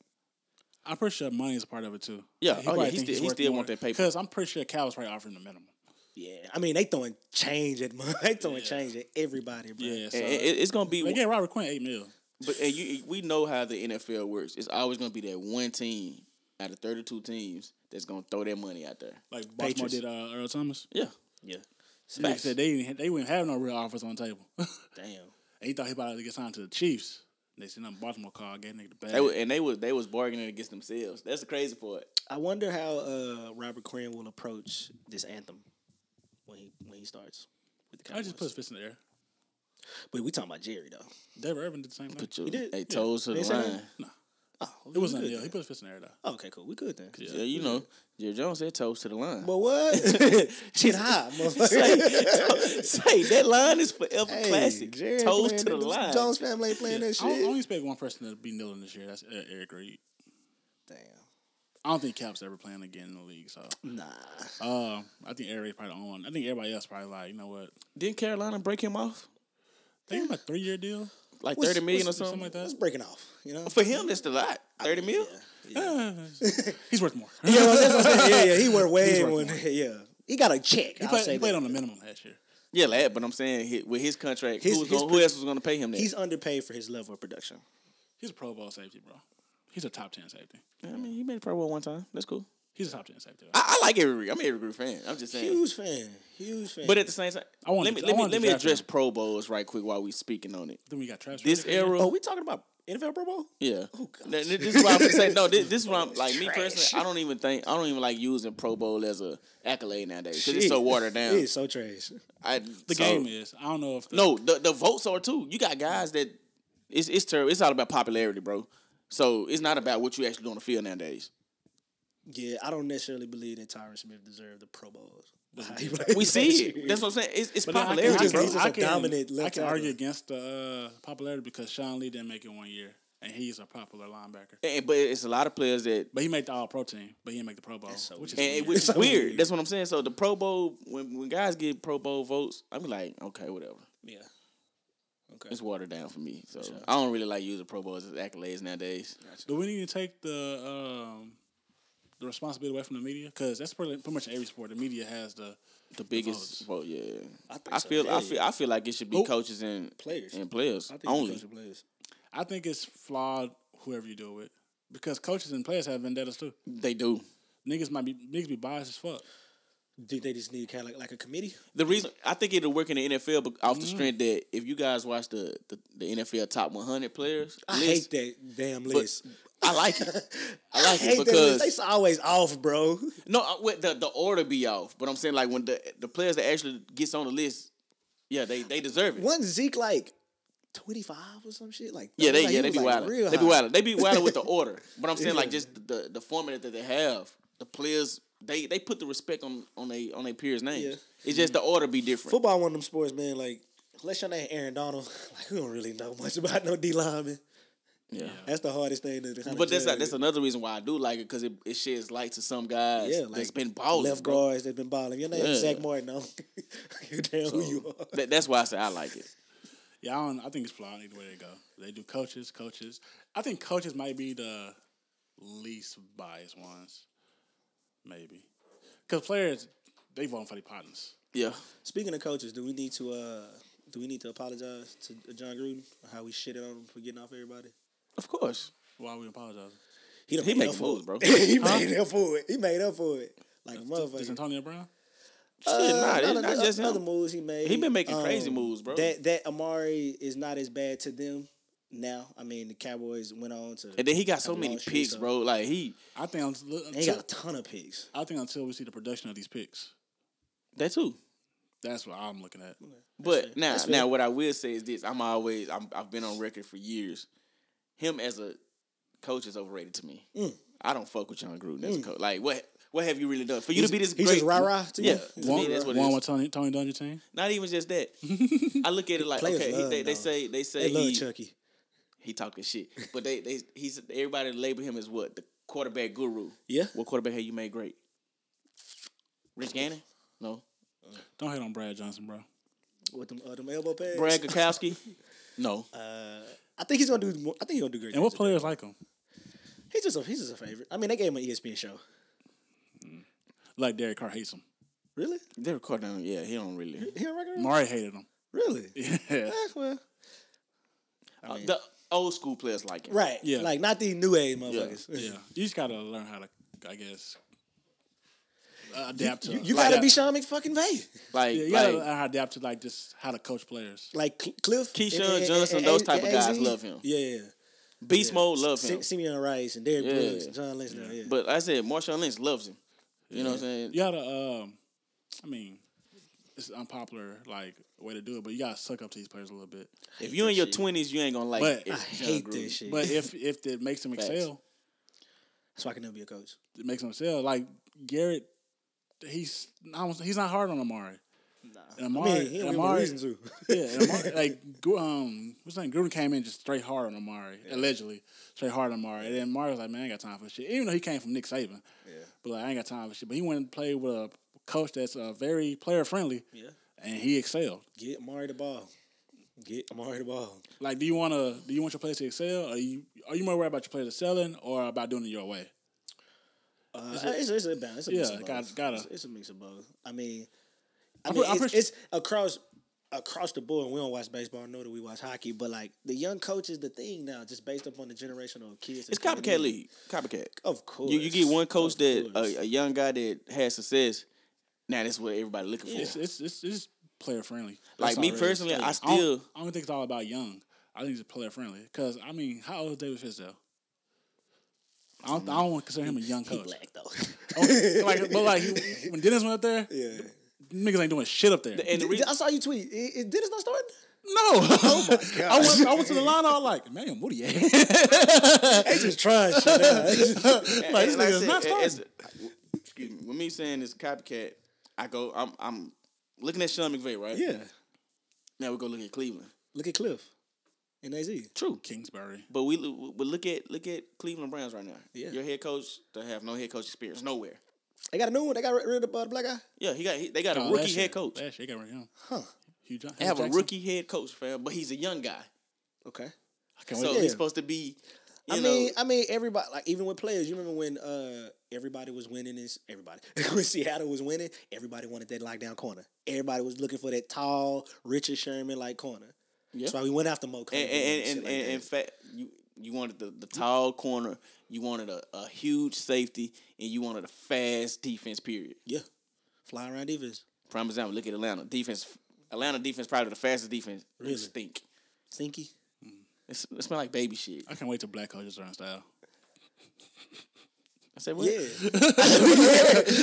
[SPEAKER 1] I'm pretty sure money is a part of it too.
[SPEAKER 3] Yeah, oh, yeah, he still- he still want that paper.
[SPEAKER 1] Because I'm pretty sure Cal was probably offering the minimum.
[SPEAKER 2] Yeah, I mean they throwing change at mon- they throwing change at everybody, bro.
[SPEAKER 1] Yeah, so
[SPEAKER 3] And it- it's gonna be
[SPEAKER 1] they gave Robert Quinn eight mil.
[SPEAKER 3] But and you, we know how the NFL works. It's always going to be that one team out of thirty-two teams that's going to throw their money out there.
[SPEAKER 1] Like Baltimore
[SPEAKER 2] Patriots.
[SPEAKER 1] did uh, Earl Thomas.
[SPEAKER 3] Yeah,
[SPEAKER 2] yeah.
[SPEAKER 1] Like I said, they didn't, they wouldn't have no real offers on the table. and
[SPEAKER 2] Damn.
[SPEAKER 1] he thought he about to get signed to the Chiefs. They sent him Baltimore call, gave nigga the bag.
[SPEAKER 3] they were, and they was they was bargaining against themselves. That's the crazy part.
[SPEAKER 2] I wonder how uh, Robert Quinn will approach this anthem when he when he starts with the
[SPEAKER 1] I
[SPEAKER 2] Cowboys.
[SPEAKER 1] just put his fist in the air.
[SPEAKER 2] But we talking about Jerry though.
[SPEAKER 1] David Irvin did the same thing.
[SPEAKER 3] Put your
[SPEAKER 2] He did?
[SPEAKER 3] hey, toes to
[SPEAKER 2] They
[SPEAKER 3] the
[SPEAKER 2] say
[SPEAKER 3] line.
[SPEAKER 2] that? Oh,
[SPEAKER 1] It wasn't
[SPEAKER 2] good
[SPEAKER 1] Neil. He
[SPEAKER 2] then.
[SPEAKER 1] put his fist in there though.
[SPEAKER 2] Oh, okay, cool. We good then.
[SPEAKER 3] Yeah, you know, Jerry Jones said toes to the line.
[SPEAKER 2] But what? Shit high,
[SPEAKER 3] say,
[SPEAKER 2] motherfucker.
[SPEAKER 3] say, that line is forever
[SPEAKER 2] Hey,
[SPEAKER 3] classic.
[SPEAKER 2] Jerry
[SPEAKER 3] toes
[SPEAKER 2] playing
[SPEAKER 3] to the
[SPEAKER 2] that-
[SPEAKER 3] line.
[SPEAKER 2] Jones family ain't playing that
[SPEAKER 1] I, don't, I
[SPEAKER 2] shit.
[SPEAKER 1] only expect one person to be kneeling this year. That's uh, Eric Reed.
[SPEAKER 2] Damn.
[SPEAKER 1] I don't think Cap's ever playing again in the league. So
[SPEAKER 2] Nah.
[SPEAKER 1] uh, I think Eric Reed's probably the only one. I think everybody else probably like, you know what?
[SPEAKER 3] Didn't Carolina break him off
[SPEAKER 1] They got a three year deal.
[SPEAKER 3] like
[SPEAKER 2] What's-
[SPEAKER 3] thirty million or
[SPEAKER 2] what's-
[SPEAKER 1] something
[SPEAKER 3] something?
[SPEAKER 1] like
[SPEAKER 2] That's
[SPEAKER 1] that.
[SPEAKER 2] breaking off, you know?
[SPEAKER 3] For him, that's a lot. Thirty mil.
[SPEAKER 1] Uh, he's worth more.
[SPEAKER 2] Yeah, well, that's what I'm saying. yeah, yeah. He went way
[SPEAKER 1] He's
[SPEAKER 2] more.
[SPEAKER 1] worth
[SPEAKER 2] than- Yeah. He got a check.
[SPEAKER 1] He
[SPEAKER 2] I'll
[SPEAKER 1] played,
[SPEAKER 2] say
[SPEAKER 1] he played
[SPEAKER 2] that.
[SPEAKER 1] on the minimum last year.
[SPEAKER 3] Yeah, lad. But I'm saying hi- with his contract,
[SPEAKER 2] His-
[SPEAKER 3] who, was
[SPEAKER 2] his
[SPEAKER 3] gonna,
[SPEAKER 2] pro-
[SPEAKER 3] who else was going to pay him that?
[SPEAKER 2] He's underpaid for his level of production.
[SPEAKER 1] He's a Pro Bowl safety, bro. He's a top ten safety.
[SPEAKER 3] I mean, he made a Pro Bowl one time. That's cool.
[SPEAKER 1] He's a top ten safety. I,
[SPEAKER 3] I, I like every. I'm an every group fan. I'm just saying.
[SPEAKER 2] Huge fan. Huge fan.
[SPEAKER 3] But at the same time,
[SPEAKER 1] I wanted
[SPEAKER 3] let me
[SPEAKER 1] to- I
[SPEAKER 3] let me
[SPEAKER 1] wanted
[SPEAKER 3] let
[SPEAKER 1] to
[SPEAKER 3] me
[SPEAKER 1] draft
[SPEAKER 3] address
[SPEAKER 1] him.
[SPEAKER 3] Pro Bowls right quick while we speaking on it.
[SPEAKER 1] then we Oh, got Travis.
[SPEAKER 3] This
[SPEAKER 1] Etienne.
[SPEAKER 3] era,
[SPEAKER 2] oh, we talking about NFL Pro Bowl?
[SPEAKER 3] yeah.
[SPEAKER 2] gosh.
[SPEAKER 3] Th- th- this is what I'm saying. No, this, this is what I'm like. Me
[SPEAKER 2] Trash.
[SPEAKER 3] personally, I don't even think I don't even like using Pro Bowl as a accolade nowadays because it's so watered down.
[SPEAKER 2] It is so trash.
[SPEAKER 3] I,
[SPEAKER 1] The
[SPEAKER 3] so-
[SPEAKER 1] game is. I don't know if the,
[SPEAKER 3] No, the the votes are too. You got guys that it's it's terrible. It's all about popularity, bro. So it's not about what you actually do on the field nowadays.
[SPEAKER 2] Yeah, I don't necessarily believe that Tyron Smith deserved the Pro Bowls.
[SPEAKER 3] We see it. That's what I'm saying. It's, it's
[SPEAKER 1] But then I can-
[SPEAKER 3] popularity,
[SPEAKER 1] I can,
[SPEAKER 3] bro.
[SPEAKER 2] He's just
[SPEAKER 1] I
[SPEAKER 2] a
[SPEAKER 1] can-
[SPEAKER 2] dominant
[SPEAKER 1] I
[SPEAKER 2] left
[SPEAKER 1] can
[SPEAKER 2] tackle.
[SPEAKER 1] argue against the uh, popularity because Sean Lee didn't make it one year, and he's a popular linebacker.
[SPEAKER 3] And- but it's a lot of players that
[SPEAKER 1] But he made the All Pro team, but he didn't make the Pro Bowl,
[SPEAKER 2] so
[SPEAKER 1] which is
[SPEAKER 3] And
[SPEAKER 1] weird.
[SPEAKER 3] it was
[SPEAKER 2] So
[SPEAKER 3] weird.
[SPEAKER 2] weird.
[SPEAKER 3] That's what I'm saying. So the Pro Bowl, when, when guys get Pro Bowl votes, I'm like, okay, whatever.
[SPEAKER 2] Yeah. Okay.
[SPEAKER 3] It's watered down for me. So I don't really like using Pro Bowls as accolades nowadays.
[SPEAKER 1] Do we need to take the um, the responsibility away from the media? Because that's pretty, pretty much in every sport. The media has the
[SPEAKER 3] The biggest vote, yeah. I,
[SPEAKER 2] I think so.
[SPEAKER 3] feel, I
[SPEAKER 2] Yeah.
[SPEAKER 3] feel, I feel like it should be
[SPEAKER 1] Oh.
[SPEAKER 3] coaches and
[SPEAKER 2] Players.
[SPEAKER 3] and players
[SPEAKER 2] I think
[SPEAKER 3] only.
[SPEAKER 2] Coach Blaze.
[SPEAKER 1] I think it's flawed whoever you do it with. Because coaches and players have vendettas too.
[SPEAKER 3] They do.
[SPEAKER 1] Niggas might be niggas be biased as fuck.
[SPEAKER 2] Do they just need kind of like, like a committee?
[SPEAKER 3] The reason I think it'll work in the NFL but off the
[SPEAKER 2] Mm.
[SPEAKER 3] strength that if you guys watch the the, the NFL top 100 players,
[SPEAKER 2] I
[SPEAKER 3] list,
[SPEAKER 2] hate that damn
[SPEAKER 3] but
[SPEAKER 2] list.
[SPEAKER 3] I like it. I like
[SPEAKER 2] hate
[SPEAKER 3] it
[SPEAKER 2] that list.
[SPEAKER 3] because
[SPEAKER 2] It's always off, bro.
[SPEAKER 3] No, I- wait, the the order be off, but I'm saying like when the the players that actually gets on the list, yeah, they they deserve it.
[SPEAKER 2] Wasn't Zeke like 25 or some shit? Like
[SPEAKER 3] Yeah, they
[SPEAKER 2] like,
[SPEAKER 3] yeah
[SPEAKER 2] he
[SPEAKER 3] they
[SPEAKER 2] was,
[SPEAKER 3] be
[SPEAKER 2] like,
[SPEAKER 3] wilder.
[SPEAKER 2] real
[SPEAKER 3] They be
[SPEAKER 2] high.
[SPEAKER 3] wilder. They be wilder with the order, but I'm saying like
[SPEAKER 2] Yeah.
[SPEAKER 3] just the the format that they have, the players they they put the respect on on they on their peers' names.
[SPEAKER 2] Yeah.
[SPEAKER 3] It's just the order be different.
[SPEAKER 2] Football one of them sports, man, like unless your name Aaron Donald, like we don't really know much about no D lineman.
[SPEAKER 3] Yeah.
[SPEAKER 2] That's the hardest thing to kinda
[SPEAKER 3] But that's
[SPEAKER 2] judge.
[SPEAKER 3] that's another reason why I do like it because it, it sheds light to some guys
[SPEAKER 2] Yeah, like
[SPEAKER 3] that's been balling.
[SPEAKER 2] left
[SPEAKER 3] bro.
[SPEAKER 2] guards that's been balling. Your name is
[SPEAKER 3] Yeah.
[SPEAKER 2] Zach Martin. No, you damn who you are.
[SPEAKER 3] That, that's why I say I like it.
[SPEAKER 1] Yeah, I don't I think it's flawed either way they go. They do coaches, coaches. I think coaches might be the least biased ones. Maybe. Cause players they vote for their partners.
[SPEAKER 3] Yeah,
[SPEAKER 2] Speaking of coaches, do we need to uh do we need to apologize to John Gruden for how we shitted on him for getting off everybody?
[SPEAKER 3] of course.
[SPEAKER 1] Why are we apologizing?
[SPEAKER 2] He done
[SPEAKER 3] He
[SPEAKER 2] made up
[SPEAKER 3] making
[SPEAKER 2] for
[SPEAKER 3] moves,
[SPEAKER 2] it.
[SPEAKER 3] bro.
[SPEAKER 2] he made up for it. He made up for it. Like a
[SPEAKER 1] Is
[SPEAKER 2] motherfucker.
[SPEAKER 1] Antonio Brown?
[SPEAKER 3] Shit,
[SPEAKER 2] Uh,
[SPEAKER 3] nah, it's
[SPEAKER 2] other-
[SPEAKER 3] not just him.
[SPEAKER 2] other moves he made. Um,
[SPEAKER 3] He been making crazy moves, bro.
[SPEAKER 2] That that Amari is not as bad to them now. I mean, the Cowboys went on to
[SPEAKER 3] And then he got so
[SPEAKER 2] have
[SPEAKER 3] many
[SPEAKER 2] lost
[SPEAKER 3] picks,
[SPEAKER 2] Teresa.
[SPEAKER 3] bro. Like he
[SPEAKER 1] I think until,
[SPEAKER 2] And he got a ton of picks.
[SPEAKER 1] I think until we see the production of these picks,
[SPEAKER 3] that too.
[SPEAKER 1] that's what I'm looking at.
[SPEAKER 3] But now,
[SPEAKER 2] That's fair.
[SPEAKER 3] now what I will say is this: I'm always I'm, I've been on record for years. Him as a coach is overrated to me.
[SPEAKER 2] Mm.
[SPEAKER 3] I don't fuck with John Gruden as a coach. Like what what have you really done for you to be this
[SPEAKER 2] he's
[SPEAKER 3] great?
[SPEAKER 2] just rah rah to
[SPEAKER 3] yeah,
[SPEAKER 2] you.
[SPEAKER 3] to
[SPEAKER 2] He's
[SPEAKER 3] me,
[SPEAKER 1] One,
[SPEAKER 3] that's what it
[SPEAKER 1] one
[SPEAKER 3] is.
[SPEAKER 1] with Tony Tony Dungy team.
[SPEAKER 3] Not even just that. I look at it like
[SPEAKER 2] Players
[SPEAKER 3] okay, he,
[SPEAKER 2] love
[SPEAKER 3] they,
[SPEAKER 2] him,
[SPEAKER 3] they
[SPEAKER 2] though.
[SPEAKER 3] say they say
[SPEAKER 2] They love
[SPEAKER 3] he,
[SPEAKER 2] Chucky.
[SPEAKER 3] he talking shit, but they they he's everybody label him as what the quarterback guru.
[SPEAKER 2] Yeah.
[SPEAKER 3] What quarterback have you made great? Rich Gannon? No.
[SPEAKER 1] Don't hate on Brad Johnson, bro.
[SPEAKER 2] With them, uh, them elbow pads.
[SPEAKER 3] Brad Gukowski? no.
[SPEAKER 2] Uh, I think he's gonna do. More, I think he's gonna do great.
[SPEAKER 1] And what
[SPEAKER 2] things.
[SPEAKER 1] players like him?
[SPEAKER 2] He's just a he's just a favorite. I mean, they gave him an E ESPN show.
[SPEAKER 1] Like Derek Carr hates him.
[SPEAKER 2] Really?
[SPEAKER 3] They're recording. Yeah, he don't really.
[SPEAKER 2] He a regular?
[SPEAKER 1] Mari hated him.
[SPEAKER 2] Really?
[SPEAKER 1] Yeah.
[SPEAKER 2] Eh, well,
[SPEAKER 3] Uh, the old school players like him.
[SPEAKER 2] right.
[SPEAKER 1] Yeah.
[SPEAKER 2] Like not these new age motherfuckers.
[SPEAKER 1] Yeah, you just gotta learn how to, I guess, adapt to.
[SPEAKER 2] You
[SPEAKER 1] like,
[SPEAKER 2] gotta be Sean McFucking Vay.
[SPEAKER 3] Like,
[SPEAKER 1] Yeah, you
[SPEAKER 3] like
[SPEAKER 1] gotta learn how to adapt to like just how to coach players.
[SPEAKER 2] Like Cl- Cliff,
[SPEAKER 3] Keyshawn Johnson, those type of guys
[SPEAKER 2] AZ.
[SPEAKER 3] love him.
[SPEAKER 2] Yeah, yeah.
[SPEAKER 1] uh,
[SPEAKER 3] Beast Mode love
[SPEAKER 2] Se-
[SPEAKER 3] him.
[SPEAKER 2] Simeon Rice and Derrick
[SPEAKER 3] Yeah.
[SPEAKER 2] Brooks and John Lynch. Yeah.
[SPEAKER 3] but like I said, Marshawn Lynch loves him. You know what I'm saying?
[SPEAKER 1] You gotta, um, I mean, it's unpopular like way to do it, but you gotta suck up to these players a little bit.
[SPEAKER 3] If you in your twenties, you ain't gonna like.
[SPEAKER 1] But-
[SPEAKER 3] it.
[SPEAKER 1] I
[SPEAKER 2] I
[SPEAKER 3] John
[SPEAKER 2] hate
[SPEAKER 3] Gruden.
[SPEAKER 2] this shit.
[SPEAKER 1] But if if it makes them
[SPEAKER 3] Facts.
[SPEAKER 1] excel,
[SPEAKER 2] That's why I can never be a coach.
[SPEAKER 1] it makes them excel. Like Garrett, he's not, he's not hard on Amari.
[SPEAKER 2] Nah.
[SPEAKER 1] And
[SPEAKER 2] I
[SPEAKER 1] Amari,
[SPEAKER 2] mean, he
[SPEAKER 1] and
[SPEAKER 2] don't give him a
[SPEAKER 1] Amari-
[SPEAKER 2] reason to.
[SPEAKER 1] yeah, and Amari, like Gu- um, what's his name? Gruden came in just straight hard on Amari, allegedly straight hard on Amari, and then Amari was like, "Man, I ain't got time for this shit." Even though he came from Nick Saban,
[SPEAKER 2] Yeah.
[SPEAKER 1] but like, I ain't got time for shit. But he went and played with a coach that's uh, very player friendly,
[SPEAKER 2] Yeah.
[SPEAKER 1] and he excelled.
[SPEAKER 2] Get Amari the ball. Get Amari the ball.
[SPEAKER 1] Like, do you want to? Do you want your players to excel? Or are you are you more worried about your players excelling or about doing it your way?
[SPEAKER 2] Uh, it's, a, it's, a, balance. It's a mix
[SPEAKER 1] Yeah,
[SPEAKER 2] of both.
[SPEAKER 1] gotta- gotta-
[SPEAKER 2] It's, it's a mix of both. I mean, I
[SPEAKER 1] I'm
[SPEAKER 2] mean,
[SPEAKER 1] pre- I'm
[SPEAKER 2] it's,
[SPEAKER 1] pretty-
[SPEAKER 2] it's across across the board. We don't watch baseball. I know that we watch hockey, but like the young coach is the thing now, just based upon the generation of kids.
[SPEAKER 3] It's
[SPEAKER 2] that's coming
[SPEAKER 3] copycat
[SPEAKER 2] in.
[SPEAKER 3] league. Copycat.
[SPEAKER 1] Oh,
[SPEAKER 2] Of course,
[SPEAKER 3] You, you get one coach
[SPEAKER 2] Of
[SPEAKER 3] that uh,
[SPEAKER 2] course.
[SPEAKER 3] a, a young guy that has success. Now that's what everybody looking for.
[SPEAKER 1] It's it's it's, it's player friendly.
[SPEAKER 3] like
[SPEAKER 1] That's
[SPEAKER 3] me
[SPEAKER 1] all it is.
[SPEAKER 3] personally, I
[SPEAKER 1] I don't,
[SPEAKER 3] still
[SPEAKER 1] I don't think it's all about young. I think it's player friendly. Because I mean, how old is David Fisdale? I don't, I don't want to consider him a young
[SPEAKER 2] he
[SPEAKER 1] coach.
[SPEAKER 2] black though.
[SPEAKER 1] Oh, like, but like he- when Dennis went up there,
[SPEAKER 2] yeah,
[SPEAKER 1] niggas ain't doing shit up there.
[SPEAKER 3] and the
[SPEAKER 2] Did-
[SPEAKER 3] reason
[SPEAKER 2] I saw you tweet. Is, is Dennis not starting?
[SPEAKER 1] no,
[SPEAKER 3] Oh
[SPEAKER 1] I went I went to the line. I was like, man, Moody, like this
[SPEAKER 2] They just trying shit. out.
[SPEAKER 3] and like I
[SPEAKER 1] nigga's
[SPEAKER 3] said,
[SPEAKER 1] not
[SPEAKER 3] as-
[SPEAKER 1] starting.
[SPEAKER 3] as- excuse me. With me saying it's copycat, I go. I'm I'm looking at Sean McVay, right?
[SPEAKER 1] Yeah,
[SPEAKER 3] Now we go look at Cleveland.
[SPEAKER 2] Look at Cliff and AZ.
[SPEAKER 3] True.
[SPEAKER 1] Kingsbury.
[SPEAKER 3] But we lo- but look at look at Cleveland Browns right now.
[SPEAKER 2] Yeah.
[SPEAKER 3] Your head coach they have no head coach experience nowhere.
[SPEAKER 2] They got a new one. They got rid of uh, the black guy.
[SPEAKER 3] Yeah, he got he, they got a
[SPEAKER 1] Oh,
[SPEAKER 3] rookie
[SPEAKER 1] last year-
[SPEAKER 3] head coach.
[SPEAKER 1] Last year, they got rid of him.
[SPEAKER 2] Huh.
[SPEAKER 1] Hugh John-
[SPEAKER 3] They have
[SPEAKER 1] Jackson.
[SPEAKER 3] a rookie head coach, fam, but he's a young guy.
[SPEAKER 2] Okay.
[SPEAKER 1] I can't
[SPEAKER 3] So
[SPEAKER 1] wait.
[SPEAKER 2] Oh, Yeah.
[SPEAKER 3] he's supposed to be you
[SPEAKER 2] I
[SPEAKER 3] know,
[SPEAKER 2] mean, I mean, everybody like even with players. You remember when uh everybody was winning this? Everybody when Seattle was winning, everybody wanted that lockdown corner. Everybody was looking for that tall Richard Sherman like corner.
[SPEAKER 3] Yeah.
[SPEAKER 2] That's why we went after Mo. Cumby
[SPEAKER 3] and and and,
[SPEAKER 2] shit
[SPEAKER 3] and,
[SPEAKER 2] like
[SPEAKER 3] and
[SPEAKER 2] that.
[SPEAKER 3] in fact you you wanted the, the tall corner, you wanted a, a huge safety, and you wanted a fast defense period.
[SPEAKER 2] yeah, fly around defense.
[SPEAKER 3] Prime example, look at Atlanta. Defense Atlanta defense probably the fastest defense. Really?
[SPEAKER 2] Really?
[SPEAKER 3] Stink.
[SPEAKER 2] Stinky.
[SPEAKER 3] It's, it smell like baby shit.
[SPEAKER 1] I can't wait till black coaches are in style.
[SPEAKER 3] I said, what?
[SPEAKER 2] Yeah.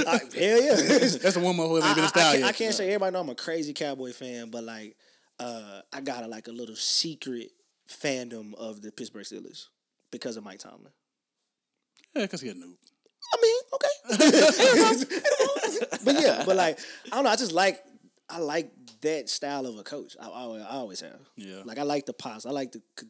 [SPEAKER 2] I- hell yeah.
[SPEAKER 1] That's the one more who
[SPEAKER 2] I,
[SPEAKER 1] hasn't been
[SPEAKER 2] I-
[SPEAKER 1] in
[SPEAKER 2] I
[SPEAKER 1] style
[SPEAKER 2] can't,
[SPEAKER 1] yet.
[SPEAKER 2] I can't say everybody know I'm a crazy Cowboy fan, but like, uh, I got a, like a little secret fandom of the Pittsburgh Steelers because of Mike Tomlin.
[SPEAKER 1] Yeah, because he a noob.
[SPEAKER 2] I mean, okay. but yeah, but like, I don't know. I just like, I like that style of a coach. I always, I always have.
[SPEAKER 1] Yeah.
[SPEAKER 2] Like, I like the pops. I like the c-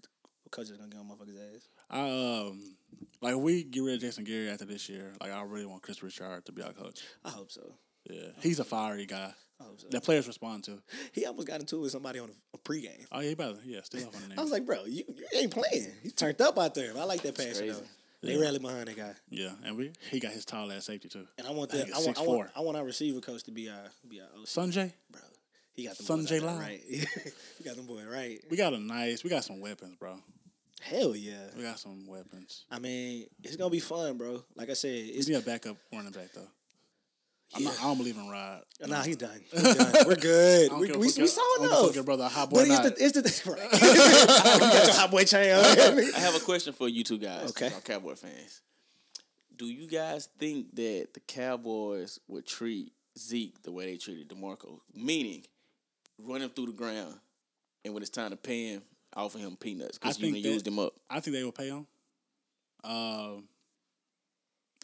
[SPEAKER 2] coach that's gonna get on motherfuckers' ass.
[SPEAKER 1] I um like if we get rid of Jason Gary after this year, like I really want Chris Richard to be our coach.
[SPEAKER 2] I hope so.
[SPEAKER 1] Yeah. He's a fiery guy.
[SPEAKER 2] I hope Oh, so.
[SPEAKER 1] That players respond to.
[SPEAKER 2] He almost got into it with somebody on a, a pregame.
[SPEAKER 1] Oh yeah, he about to- yeah, still off on the name.
[SPEAKER 2] I was like, bro, you, you ain't playing. He turned up out there. But I like that passion
[SPEAKER 3] crazy.
[SPEAKER 2] though. They rally behind that guy.
[SPEAKER 1] yeah, and we he got his tall ass safety too.
[SPEAKER 2] And I want
[SPEAKER 1] I
[SPEAKER 2] that.
[SPEAKER 1] think
[SPEAKER 2] I
[SPEAKER 1] it's
[SPEAKER 2] want, I want.
[SPEAKER 1] 6'4".
[SPEAKER 2] I want our receiver coach to be our be our OC,
[SPEAKER 1] Sunjay,
[SPEAKER 2] bro. He got the
[SPEAKER 1] Son
[SPEAKER 2] boys out
[SPEAKER 1] Jay
[SPEAKER 2] there
[SPEAKER 1] Lyle.
[SPEAKER 2] right. he got them boy right.
[SPEAKER 1] we got a nice we got some weapons, bro.
[SPEAKER 2] Hell yeah.
[SPEAKER 1] We got some weapons.
[SPEAKER 2] I mean, it's gonna be fun, bro. Like I said,
[SPEAKER 1] Is
[SPEAKER 2] it's
[SPEAKER 1] he a backup running back though? I'm not, I don't believe in Rod.
[SPEAKER 2] nah. He's done. He's done. We're good.
[SPEAKER 1] I don't
[SPEAKER 2] We,
[SPEAKER 1] care
[SPEAKER 2] we, we
[SPEAKER 1] if fuck your- I
[SPEAKER 2] saw
[SPEAKER 1] don't give a fuck
[SPEAKER 2] enough.
[SPEAKER 1] your brother a hot boy.
[SPEAKER 2] But
[SPEAKER 1] or
[SPEAKER 2] it's
[SPEAKER 1] not.
[SPEAKER 2] the it's the right. you got your hot boy chain on.
[SPEAKER 3] I have a question for you two guys.
[SPEAKER 2] Okay.
[SPEAKER 3] y'all Cowboy fans. Do you guys think that the Cowboys would treat Zeke the way they treated DeMarco? Meaning, run him through the ground, and when it's time to pay him, offer him peanuts because
[SPEAKER 1] I
[SPEAKER 3] you
[SPEAKER 1] think
[SPEAKER 3] done
[SPEAKER 1] that-
[SPEAKER 3] used him up.
[SPEAKER 1] I think they will pay him. Um,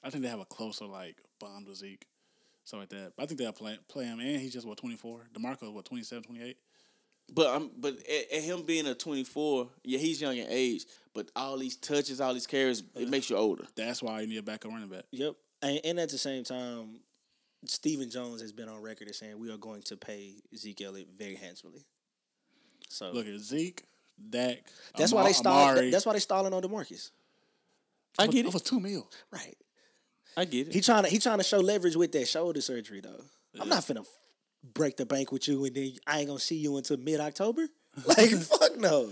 [SPEAKER 1] I think they have a closer like bomb to Zeke, something like that. But I think they'll play play him, and he's just what twenty four. Demarco is what 27, 28?
[SPEAKER 3] But I'm but at, at him being a 24, yeah, he's young in age, but all these touches, all these carries, it makes you older.
[SPEAKER 1] That's why you need a backup running back.
[SPEAKER 2] Yep. And, and at the same time, Stephen Jones has been on record as saying we are going to pay Zeke Elliott very handsomely. So
[SPEAKER 1] Look at Zeke, Dak.
[SPEAKER 2] that's
[SPEAKER 1] Ama-
[SPEAKER 2] why they stalled.
[SPEAKER 1] Amari.
[SPEAKER 2] That's why they stalling on Demarcus.
[SPEAKER 3] I
[SPEAKER 1] For-
[SPEAKER 3] get it.
[SPEAKER 1] For two mil.
[SPEAKER 2] Right.
[SPEAKER 3] I get it.
[SPEAKER 2] He trying to he trying to show leverage with that shoulder surgery though. I'm not finna break the bank with you and then I ain't gonna see you until mid October. Like fuck no.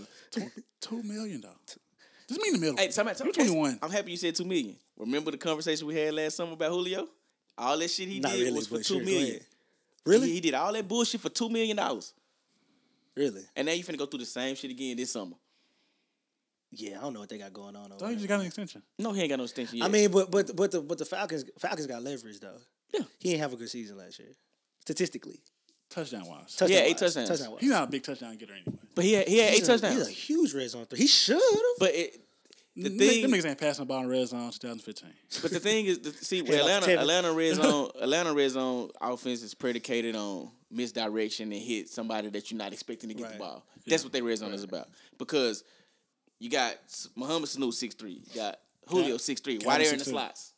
[SPEAKER 1] Two million though. Just mean the middle.
[SPEAKER 3] Hey, somebody,
[SPEAKER 1] You're 21.
[SPEAKER 3] I'm happy you said two million. Remember the conversation we had last summer about Julio? All that shit he did was for
[SPEAKER 2] but
[SPEAKER 3] two
[SPEAKER 2] sure,
[SPEAKER 3] million.
[SPEAKER 2] go ahead. Really?
[SPEAKER 3] He, he did all that bullshit for two million dollars,
[SPEAKER 2] Really?
[SPEAKER 3] and now you finna go through the same shit again this summer.
[SPEAKER 2] Yeah, I don't know what they got going on. over
[SPEAKER 1] Thought you
[SPEAKER 2] there.
[SPEAKER 1] just got an extension.
[SPEAKER 3] No, he ain't got no extension yet.
[SPEAKER 2] I mean, but but but the but the Falcons Falcons got leverage though.
[SPEAKER 3] Yeah.
[SPEAKER 2] He didn't have a good season last year, statistically.
[SPEAKER 1] touchdown wise.
[SPEAKER 2] Touchdown
[SPEAKER 3] Yeah, eight
[SPEAKER 2] wise.
[SPEAKER 3] touchdowns.
[SPEAKER 2] Touchdown wise.
[SPEAKER 1] He's not a big touchdown getter anyway.
[SPEAKER 3] But he had, he had eight
[SPEAKER 2] He's a-
[SPEAKER 3] touchdowns.
[SPEAKER 2] He's a huge red zone threat. He should have.
[SPEAKER 3] but it, the
[SPEAKER 1] N-
[SPEAKER 3] thing,
[SPEAKER 1] them niggas ain't passing the ball in red zone since 2015.
[SPEAKER 3] but the thing is, the, see, with
[SPEAKER 2] Yeah, like
[SPEAKER 3] Atlanta,
[SPEAKER 2] Tevin.
[SPEAKER 3] Atlanta red zone, Atlanta red zone offense is predicated on misdirection and hit somebody that you're not expecting to get the
[SPEAKER 2] Right.
[SPEAKER 3] ball. That's what their red zone is about. Because you got S- Muhammad Sanu six three, you got Julio
[SPEAKER 1] Yeah.
[SPEAKER 3] six three.
[SPEAKER 1] Got
[SPEAKER 3] Why
[SPEAKER 1] him
[SPEAKER 3] they're in the
[SPEAKER 1] 6'3".
[SPEAKER 3] slots?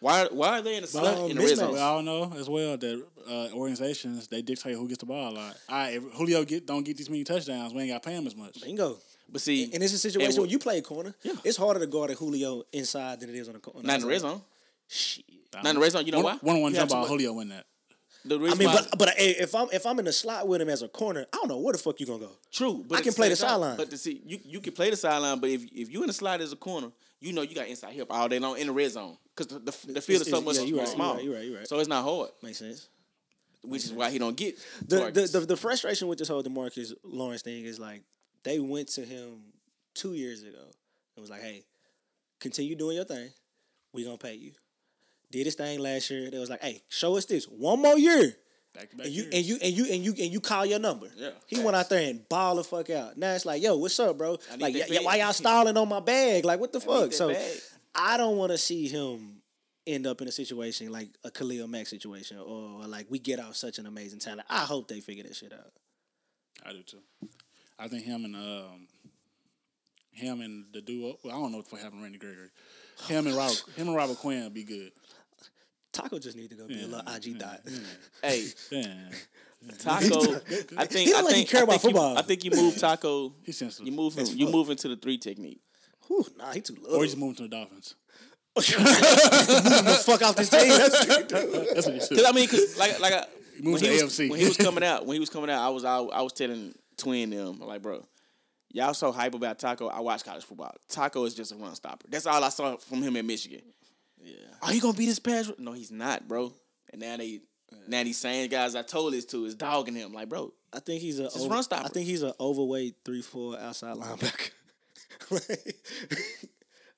[SPEAKER 3] Why why are they in the slot
[SPEAKER 2] Mm-hmm. um,
[SPEAKER 3] in the red
[SPEAKER 2] mismatch.
[SPEAKER 1] We
[SPEAKER 3] zone?
[SPEAKER 1] all know as well that uh, organizations they dictate who gets the ball a lot. All right, if Julio get don't get these many touchdowns, we ain't got to pay him as much.
[SPEAKER 2] Bingo.
[SPEAKER 3] But see,
[SPEAKER 2] And it's a situation
[SPEAKER 3] and wh-
[SPEAKER 2] when you play corner.
[SPEAKER 3] Yeah.
[SPEAKER 2] It's harder to guard a Julio inside than it is on a corner.
[SPEAKER 3] not in the red zone.
[SPEAKER 2] Shit.
[SPEAKER 3] Not in the red zone. You know why?
[SPEAKER 1] One on one
[SPEAKER 3] You
[SPEAKER 1] jump
[SPEAKER 3] have
[SPEAKER 1] ball,
[SPEAKER 3] to-
[SPEAKER 1] Julio win that.
[SPEAKER 3] The
[SPEAKER 2] I
[SPEAKER 3] reason
[SPEAKER 2] mean,
[SPEAKER 3] why-
[SPEAKER 2] but uh, but hey, if I'm if I'm in the slot with him as a corner, I don't know where the fuck you gonna go.
[SPEAKER 3] True, but
[SPEAKER 2] I
[SPEAKER 3] at
[SPEAKER 2] can play
[SPEAKER 3] same
[SPEAKER 2] the
[SPEAKER 3] time-
[SPEAKER 2] sideline.
[SPEAKER 3] But to see, you you can play the sideline, but if if you in the slide as a corner, you know you got inside help all day long in the red zone because the, the the
[SPEAKER 2] It's-
[SPEAKER 3] field is so
[SPEAKER 2] it's-
[SPEAKER 3] much
[SPEAKER 2] yeah, you right, you
[SPEAKER 3] smaller.
[SPEAKER 2] right, you right, you right.
[SPEAKER 3] So it's not hard,
[SPEAKER 2] Makes sense.
[SPEAKER 3] which is why he don't get
[SPEAKER 2] The, the
[SPEAKER 3] targets.
[SPEAKER 2] the the frustration with this whole Demarcus Lawrence thing is like they went to him two years ago and was like, "Hey, continue doing your thing. We gonna pay you." Did his thing last year. They was like, "Hey, show us this one more year."
[SPEAKER 1] Back to back
[SPEAKER 2] And you
[SPEAKER 1] years.
[SPEAKER 2] and you and you and you and you call your number.
[SPEAKER 3] Yeah,
[SPEAKER 2] He
[SPEAKER 3] facts.
[SPEAKER 2] went out there and ball the fuck out. Now it's like, yo, what's up, bro?
[SPEAKER 3] I need
[SPEAKER 2] Like,
[SPEAKER 3] that
[SPEAKER 2] y- y- why
[SPEAKER 3] bag.
[SPEAKER 2] y'all stalling on my bag? Like, what the fuck?
[SPEAKER 3] that
[SPEAKER 2] So,
[SPEAKER 3] bag.
[SPEAKER 2] I don't want to see him end up in a situation like a Khalil Mack situation, or like we get off such an amazing talent. I hope they figure that shit out.
[SPEAKER 1] I do too. I think him and um, him and the duo. Well, I don't know what happened to Randy Gregory. Him and Robert, him and Robert Quinn be good.
[SPEAKER 2] Taco just need to go be a
[SPEAKER 3] Mm-hmm.
[SPEAKER 2] little IG dot.
[SPEAKER 3] hey
[SPEAKER 1] Damn,
[SPEAKER 3] Taco, I think
[SPEAKER 2] He
[SPEAKER 3] I
[SPEAKER 2] don't like he
[SPEAKER 3] think
[SPEAKER 2] care
[SPEAKER 3] I
[SPEAKER 2] about
[SPEAKER 3] think you-
[SPEAKER 2] football.
[SPEAKER 3] I think you move Taco.
[SPEAKER 1] he's sensitive.
[SPEAKER 3] You move him. You move into the three technique.
[SPEAKER 2] Whew, nah, he too little.
[SPEAKER 1] or he's moving to the Dolphins.
[SPEAKER 2] the fuck out this team. That's what he do.
[SPEAKER 1] That's what he should.
[SPEAKER 3] Cause I mean, cause like like I,
[SPEAKER 1] moves
[SPEAKER 3] when,
[SPEAKER 1] to
[SPEAKER 3] he was,
[SPEAKER 1] AFC.
[SPEAKER 3] when he was coming out, when he was coming out, I was I, I was telling Twin them I'm like, bro, y'all so hype about Taco. I watch college football. Taco is just a run stopper. That's all I saw from him at Michigan. Yeah. Are you gonna be this pass? ru- No, he's not, bro. And now they now these same guys I told this to is dogging him. Like, bro,
[SPEAKER 2] I think he's a
[SPEAKER 3] a run stopper.
[SPEAKER 2] I think he's an overweight three four outside linebacker. like,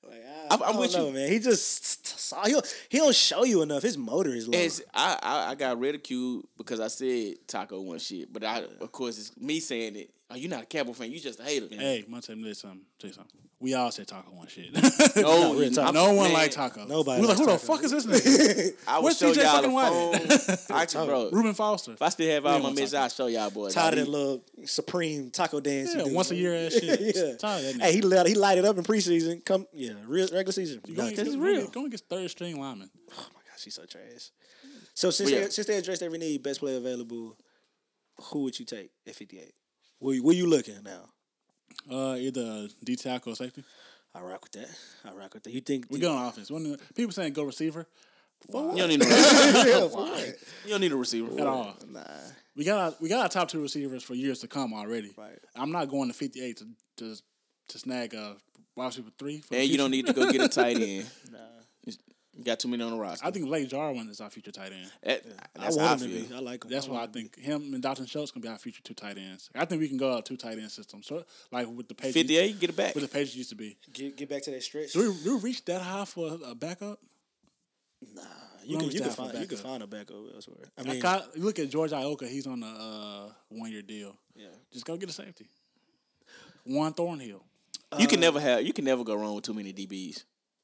[SPEAKER 2] like, I,
[SPEAKER 3] I'm- I'm
[SPEAKER 2] I don't
[SPEAKER 3] with you.
[SPEAKER 2] know, man. He just he he don't show you enough. His motor is low.
[SPEAKER 3] it's, I, I I got ridiculed because I said Taco one shit, but I of course it's me saying it. Oh, you're not a Cowboy fan. You just a hater.
[SPEAKER 1] Hey, I'm gonna tell you something. Tell you something. We all say Taco one shit.
[SPEAKER 3] No,
[SPEAKER 2] real talk.
[SPEAKER 1] no one like
[SPEAKER 3] likes
[SPEAKER 1] Taco.
[SPEAKER 2] Nobody
[SPEAKER 1] We was like,
[SPEAKER 2] likes
[SPEAKER 1] who the
[SPEAKER 2] Taco.
[SPEAKER 1] fuck is this nigga?
[SPEAKER 3] I will
[SPEAKER 1] Where's
[SPEAKER 3] show
[SPEAKER 1] TJ
[SPEAKER 3] y'all the
[SPEAKER 1] fucking White?
[SPEAKER 3] phone. I can, bro.
[SPEAKER 1] Ruben Foster.
[SPEAKER 3] If I still have
[SPEAKER 1] We
[SPEAKER 3] all
[SPEAKER 1] ain't
[SPEAKER 3] my
[SPEAKER 1] gonna
[SPEAKER 3] misses,
[SPEAKER 1] talk
[SPEAKER 3] I'll show y'all boys.
[SPEAKER 2] tired
[SPEAKER 3] Like,
[SPEAKER 2] of that little supreme taco dance. he
[SPEAKER 1] Yeah,
[SPEAKER 2] do.
[SPEAKER 1] once a year ass shit.
[SPEAKER 2] yeah.
[SPEAKER 1] Tired of that
[SPEAKER 2] Hey, he lit, he light it up in preseason. Come, yeah, real regular season.
[SPEAKER 1] You gonna
[SPEAKER 2] Nuts.
[SPEAKER 1] get-
[SPEAKER 3] is
[SPEAKER 1] you
[SPEAKER 3] real.
[SPEAKER 1] Gonna get, gonna get third string lineman.
[SPEAKER 2] Oh my gosh, he's so trash. So since
[SPEAKER 3] But yeah.
[SPEAKER 2] they, since they addressed every need, best player available, who would you take at fifty eight? Where, you- where you looking now?
[SPEAKER 1] Uh, either D tackle or safety.
[SPEAKER 2] I rock with that. I rock with that. You think
[SPEAKER 1] We good on offense. One of the- people saying go receiver
[SPEAKER 3] you don't need no receiver.
[SPEAKER 2] Yeah, for what?
[SPEAKER 3] you don't need a receiver.
[SPEAKER 1] at all.
[SPEAKER 2] Nah,
[SPEAKER 1] We got our, we got our top two receivers for years to come already.
[SPEAKER 2] Right.
[SPEAKER 1] I'm not going to 58 to to, to snag a wide receiver three. For the
[SPEAKER 3] And you don't
[SPEAKER 1] future.
[SPEAKER 3] need to go get a tight end.
[SPEAKER 2] nah.
[SPEAKER 3] You got too many on the roster.
[SPEAKER 1] I think Blake Jarwin is our future tight end.
[SPEAKER 3] That-
[SPEAKER 2] I
[SPEAKER 3] that's how I
[SPEAKER 2] want him
[SPEAKER 3] feel.
[SPEAKER 2] to be. I like him.
[SPEAKER 1] That's
[SPEAKER 2] I
[SPEAKER 1] why I
[SPEAKER 2] want him.
[SPEAKER 1] think him and Dalton Schultz gonna be our future two tight ends. I think we can go out two tight end system. So like with the Patriots,
[SPEAKER 3] Fifty eight, get it back.
[SPEAKER 1] with the Patriots used to be.
[SPEAKER 2] Get, get back to that stretch.
[SPEAKER 1] Do we, do we reach that high for a backup?
[SPEAKER 2] Nah, you
[SPEAKER 1] Long
[SPEAKER 2] can
[SPEAKER 1] as
[SPEAKER 2] you can
[SPEAKER 1] that for
[SPEAKER 2] find you can
[SPEAKER 1] backup.
[SPEAKER 2] find a backup elsewhere. I
[SPEAKER 1] I
[SPEAKER 2] mean,
[SPEAKER 1] got- look at George Ioka. He's on a uh, one year deal.
[SPEAKER 2] yeah.
[SPEAKER 1] Just go get a safety. Juan Thornhill.
[SPEAKER 3] you
[SPEAKER 2] uh,
[SPEAKER 3] can never have. You can never go wrong with too many DBs.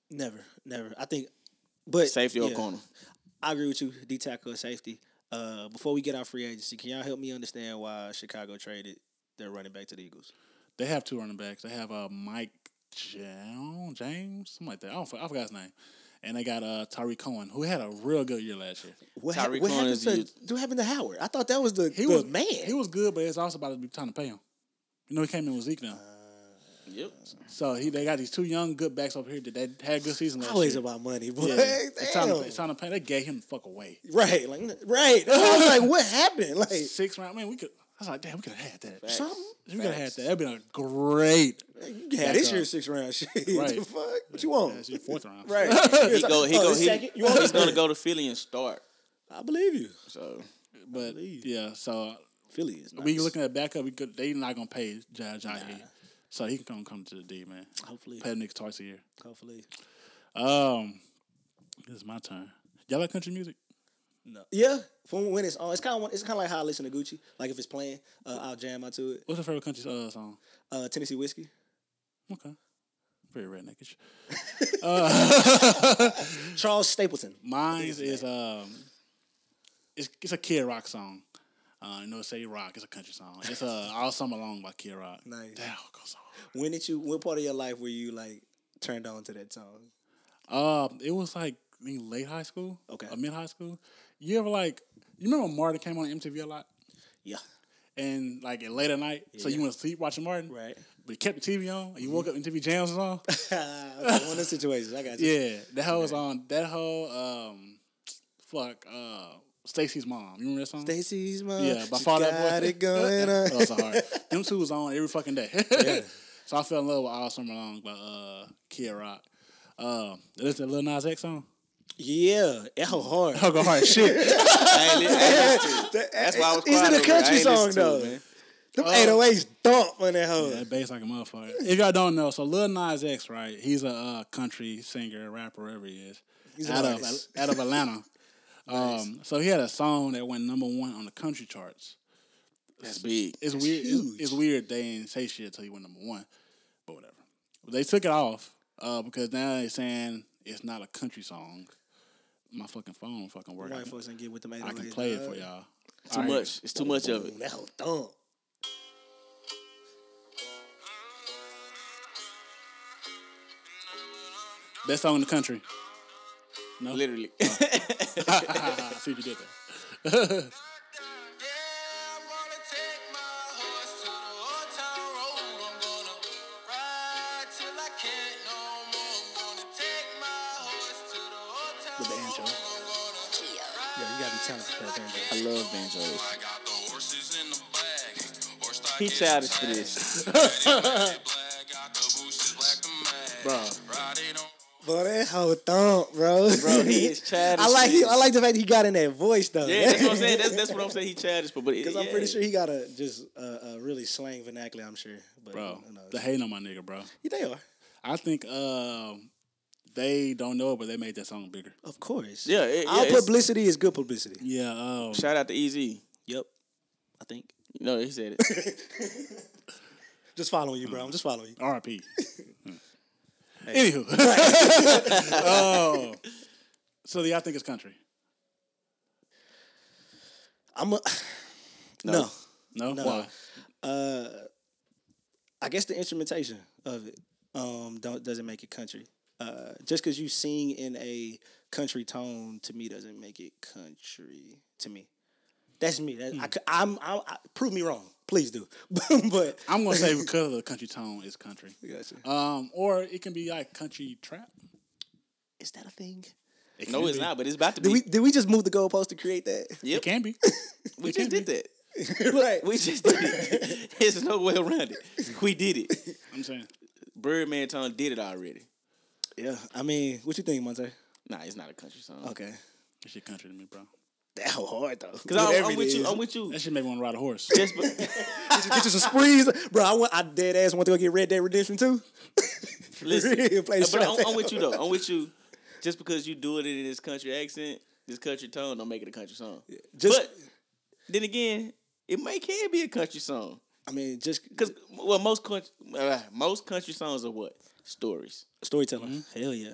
[SPEAKER 2] Never, never. I think, but
[SPEAKER 3] Safety or
[SPEAKER 2] yeah,
[SPEAKER 3] corner.
[SPEAKER 2] I agree with you. D tackle or safety. Uh, before we get our free agency, can y'all help me understand why Chicago traded their running back to the Eagles?
[SPEAKER 1] They have two running backs. They have uh, Mike Jown, James, something like that. I, don't, I forgot his name. And they got uh, Tyreek Cohen, who had a real good year last year.
[SPEAKER 2] What,
[SPEAKER 3] Tyreek
[SPEAKER 2] hap- what
[SPEAKER 3] Cohen
[SPEAKER 2] happened
[SPEAKER 3] is
[SPEAKER 2] to
[SPEAKER 3] used-
[SPEAKER 2] what happened to Howard? I thought that was the,
[SPEAKER 1] He
[SPEAKER 2] the
[SPEAKER 1] was
[SPEAKER 2] man.
[SPEAKER 1] He was good, but it's also about to be time to pay him. You know, he came in with Zeke now.
[SPEAKER 2] Uh.
[SPEAKER 3] Yep.
[SPEAKER 1] So he, they got these two young good backs over here that they had good season last
[SPEAKER 2] always
[SPEAKER 1] year.
[SPEAKER 2] about money, boy.
[SPEAKER 1] Yeah, it's, time
[SPEAKER 2] Damn.
[SPEAKER 1] to, it's time to pay. They gave him the fuck away.
[SPEAKER 2] right, like right. I was like, what happened? Like
[SPEAKER 1] Six round, man. We could. I was like, damn, we could have had that.
[SPEAKER 3] Facts.
[SPEAKER 2] something.
[SPEAKER 1] We could have had that. That'd been a great.
[SPEAKER 2] You had this
[SPEAKER 1] Backup.
[SPEAKER 2] year's six round shit.
[SPEAKER 1] Right.
[SPEAKER 2] the fuck? What you want?
[SPEAKER 1] That's your fourth round.
[SPEAKER 2] Right.
[SPEAKER 3] He go. He
[SPEAKER 2] Oh,
[SPEAKER 3] go.
[SPEAKER 2] this
[SPEAKER 3] He,
[SPEAKER 2] second? You want
[SPEAKER 3] he's
[SPEAKER 2] this?
[SPEAKER 3] gonna go to Philly and start.
[SPEAKER 2] I believe you.
[SPEAKER 3] So
[SPEAKER 1] But yeah, so
[SPEAKER 2] Philly is nice.
[SPEAKER 1] we looking at backup. We could, they not gonna pay Jai Jai so he can come come to the D man.
[SPEAKER 2] Hopefully,
[SPEAKER 1] Pay them niggas twice a year.
[SPEAKER 2] hopefully.
[SPEAKER 1] Um, this is my turn. Y'all like country music? No.
[SPEAKER 2] Yeah, from when it's on, it's kind of it's kind of like how I listen to Gucci. Like if it's playing, uh, I'll jam out to it.
[SPEAKER 1] What's your favorite country uh, song?
[SPEAKER 2] Uh, Tennessee whiskey.
[SPEAKER 1] Okay. Pretty redneckish. uh,
[SPEAKER 2] Charles Stapleton.
[SPEAKER 1] mine's is um, it's it's a Kid Rock song. Uh, you know, say rock. It's a country song. It's uh, all summer long by Kid Rock.
[SPEAKER 2] Nice.
[SPEAKER 1] That goes song.
[SPEAKER 2] When did you? What part of your life were you like turned on to that song?
[SPEAKER 1] Um, it was like I mean, late high school,
[SPEAKER 2] Okay.
[SPEAKER 1] or mid high school. You ever like you remember Martin came on MTV a lot,
[SPEAKER 2] Yeah.
[SPEAKER 1] and like at late at night, so you went to sleep watching Martin,
[SPEAKER 2] Right. Mm-hmm.
[SPEAKER 1] But you kept the TV on, and you woke up and TV jams was on.
[SPEAKER 2] okay, one of the situations. I got you.
[SPEAKER 1] yeah, that whole was on. That whole um, fuck, uh, Stacy's mom. You remember that song?
[SPEAKER 2] Stacy's mom.
[SPEAKER 1] Yeah, by
[SPEAKER 2] she
[SPEAKER 1] far that boy.
[SPEAKER 2] got it going
[SPEAKER 1] Oh,
[SPEAKER 2] on.
[SPEAKER 1] that's so hard. Them two was on every fucking day. So I fell in love with All Summer Long by uh, Kid Rock. Um, that's that Lil Nas X song.
[SPEAKER 2] Yeah, that whole hard.
[SPEAKER 1] Oh, go hard shit.
[SPEAKER 3] I ain't li- I ain't listen to it. That's why I was
[SPEAKER 2] Is
[SPEAKER 3] crying
[SPEAKER 2] it a
[SPEAKER 3] over
[SPEAKER 2] country
[SPEAKER 3] I ain't
[SPEAKER 2] song,
[SPEAKER 3] listen to it,
[SPEAKER 2] though?
[SPEAKER 3] man. Oh.
[SPEAKER 2] Them 808s thump on that hoe.
[SPEAKER 1] that bass like a motherfucker. If y'all don't know, so Lil Nas X, right? He's a uh, country singer, rapper, whatever he is.
[SPEAKER 2] He's an
[SPEAKER 1] out of
[SPEAKER 2] artist.
[SPEAKER 1] out of Atlanta. Um, so he had a song that went number one on the country charts.
[SPEAKER 3] That's big.
[SPEAKER 1] It's weird. It's,
[SPEAKER 2] huge.
[SPEAKER 1] it's weird they didn't say shit until he went number one, but whatever. They took it off uh, because now they're saying it's not a country song. My fucking phone fucking working.
[SPEAKER 2] White folks ain't get with them 808s.
[SPEAKER 1] I can play it
[SPEAKER 2] dog.
[SPEAKER 1] for y'all.
[SPEAKER 3] Too
[SPEAKER 1] All right.
[SPEAKER 3] much. It's too much of it.
[SPEAKER 2] That hoe thump.
[SPEAKER 1] Best song in the country.
[SPEAKER 3] Literally.
[SPEAKER 1] I see what you did there.
[SPEAKER 2] With the intro. Yeah, you gotta be talented for that banjo.
[SPEAKER 3] I love banjos.
[SPEAKER 4] He
[SPEAKER 3] He
[SPEAKER 4] childish
[SPEAKER 3] childish
[SPEAKER 4] for
[SPEAKER 3] for
[SPEAKER 4] this.
[SPEAKER 1] Bro.
[SPEAKER 2] Bro, that whole thump, bro.
[SPEAKER 3] Bro, he is childish.
[SPEAKER 2] I like he,
[SPEAKER 3] man.
[SPEAKER 2] I like the fact that he got in that voice though.
[SPEAKER 3] Yeah, that's what I'm saying. That's, that's what I'm saying. He childish for, but
[SPEAKER 2] Because
[SPEAKER 3] yeah.
[SPEAKER 2] I'm pretty sure he got a just a, a really slang vernacular. I'm sure, but
[SPEAKER 1] Bro,
[SPEAKER 2] you know,
[SPEAKER 1] the hating on my nigga, bro.
[SPEAKER 2] yeah, they are,
[SPEAKER 1] I think um, they don't know it, but they made that song bigger.
[SPEAKER 2] of course.
[SPEAKER 3] Yeah, it-
[SPEAKER 2] all
[SPEAKER 3] yeah, it's-
[SPEAKER 2] publicity is good publicity.
[SPEAKER 1] Yeah. Um,
[SPEAKER 3] Shout out to E Easy.
[SPEAKER 2] Yep, I think.
[SPEAKER 3] No, he said it.
[SPEAKER 2] Just following you, bro. I'm just following you.
[SPEAKER 1] R.I.P. Hmm. Anywho, oh, so do y'all think it's country?
[SPEAKER 2] I'm a no.
[SPEAKER 1] No,
[SPEAKER 2] No.
[SPEAKER 1] why?
[SPEAKER 2] Uh, I guess the instrumentation of it um don't doesn't make it country. Uh, just because you sing in a country tone to me doesn't make it country to me. That's me. That, I, cou- I'm. I, I, prove me wrong, please do. but
[SPEAKER 1] I'm gonna say because of the country tone is country.
[SPEAKER 2] Gotcha.
[SPEAKER 1] Um, or it can be like country trap.
[SPEAKER 2] Is that a thing?
[SPEAKER 1] It
[SPEAKER 3] No,
[SPEAKER 1] can
[SPEAKER 3] it's
[SPEAKER 1] be.
[SPEAKER 3] not, but it's about to be.
[SPEAKER 2] Did we did we just move the goalpost to create that?
[SPEAKER 1] It
[SPEAKER 3] Yep.
[SPEAKER 1] can be.
[SPEAKER 3] we just did that.
[SPEAKER 2] right.
[SPEAKER 3] We just did it. There's no way around it. We did it.
[SPEAKER 1] I'm saying
[SPEAKER 3] Birdman Tone did it already.
[SPEAKER 2] yeah. I mean, what you think, Monte?
[SPEAKER 3] Nah, it's not a country song.
[SPEAKER 2] Okay.
[SPEAKER 1] that shit country to me, bro.
[SPEAKER 2] That hoe hard though.
[SPEAKER 3] Because I'm,
[SPEAKER 2] Whatever
[SPEAKER 3] I'm
[SPEAKER 2] it
[SPEAKER 3] with
[SPEAKER 2] is.
[SPEAKER 3] you. I'm with you.
[SPEAKER 1] That shit make me want to ride a horse.
[SPEAKER 3] Just be-
[SPEAKER 2] Get you some sprees, bro. I want. I dead ass want to go get Red Dead Redemption too.
[SPEAKER 3] Listen,
[SPEAKER 2] Real play
[SPEAKER 3] but I'm,
[SPEAKER 2] straight
[SPEAKER 3] I'm with you though. I'm with you. Just because you do it in this country accent, this country tone, don't make it a country song.
[SPEAKER 2] Just-
[SPEAKER 3] but then again, it may can be a country song
[SPEAKER 2] I mean, just
[SPEAKER 3] because well, most country uh, most country songs are what stories.
[SPEAKER 2] storytelling. Hell yeah.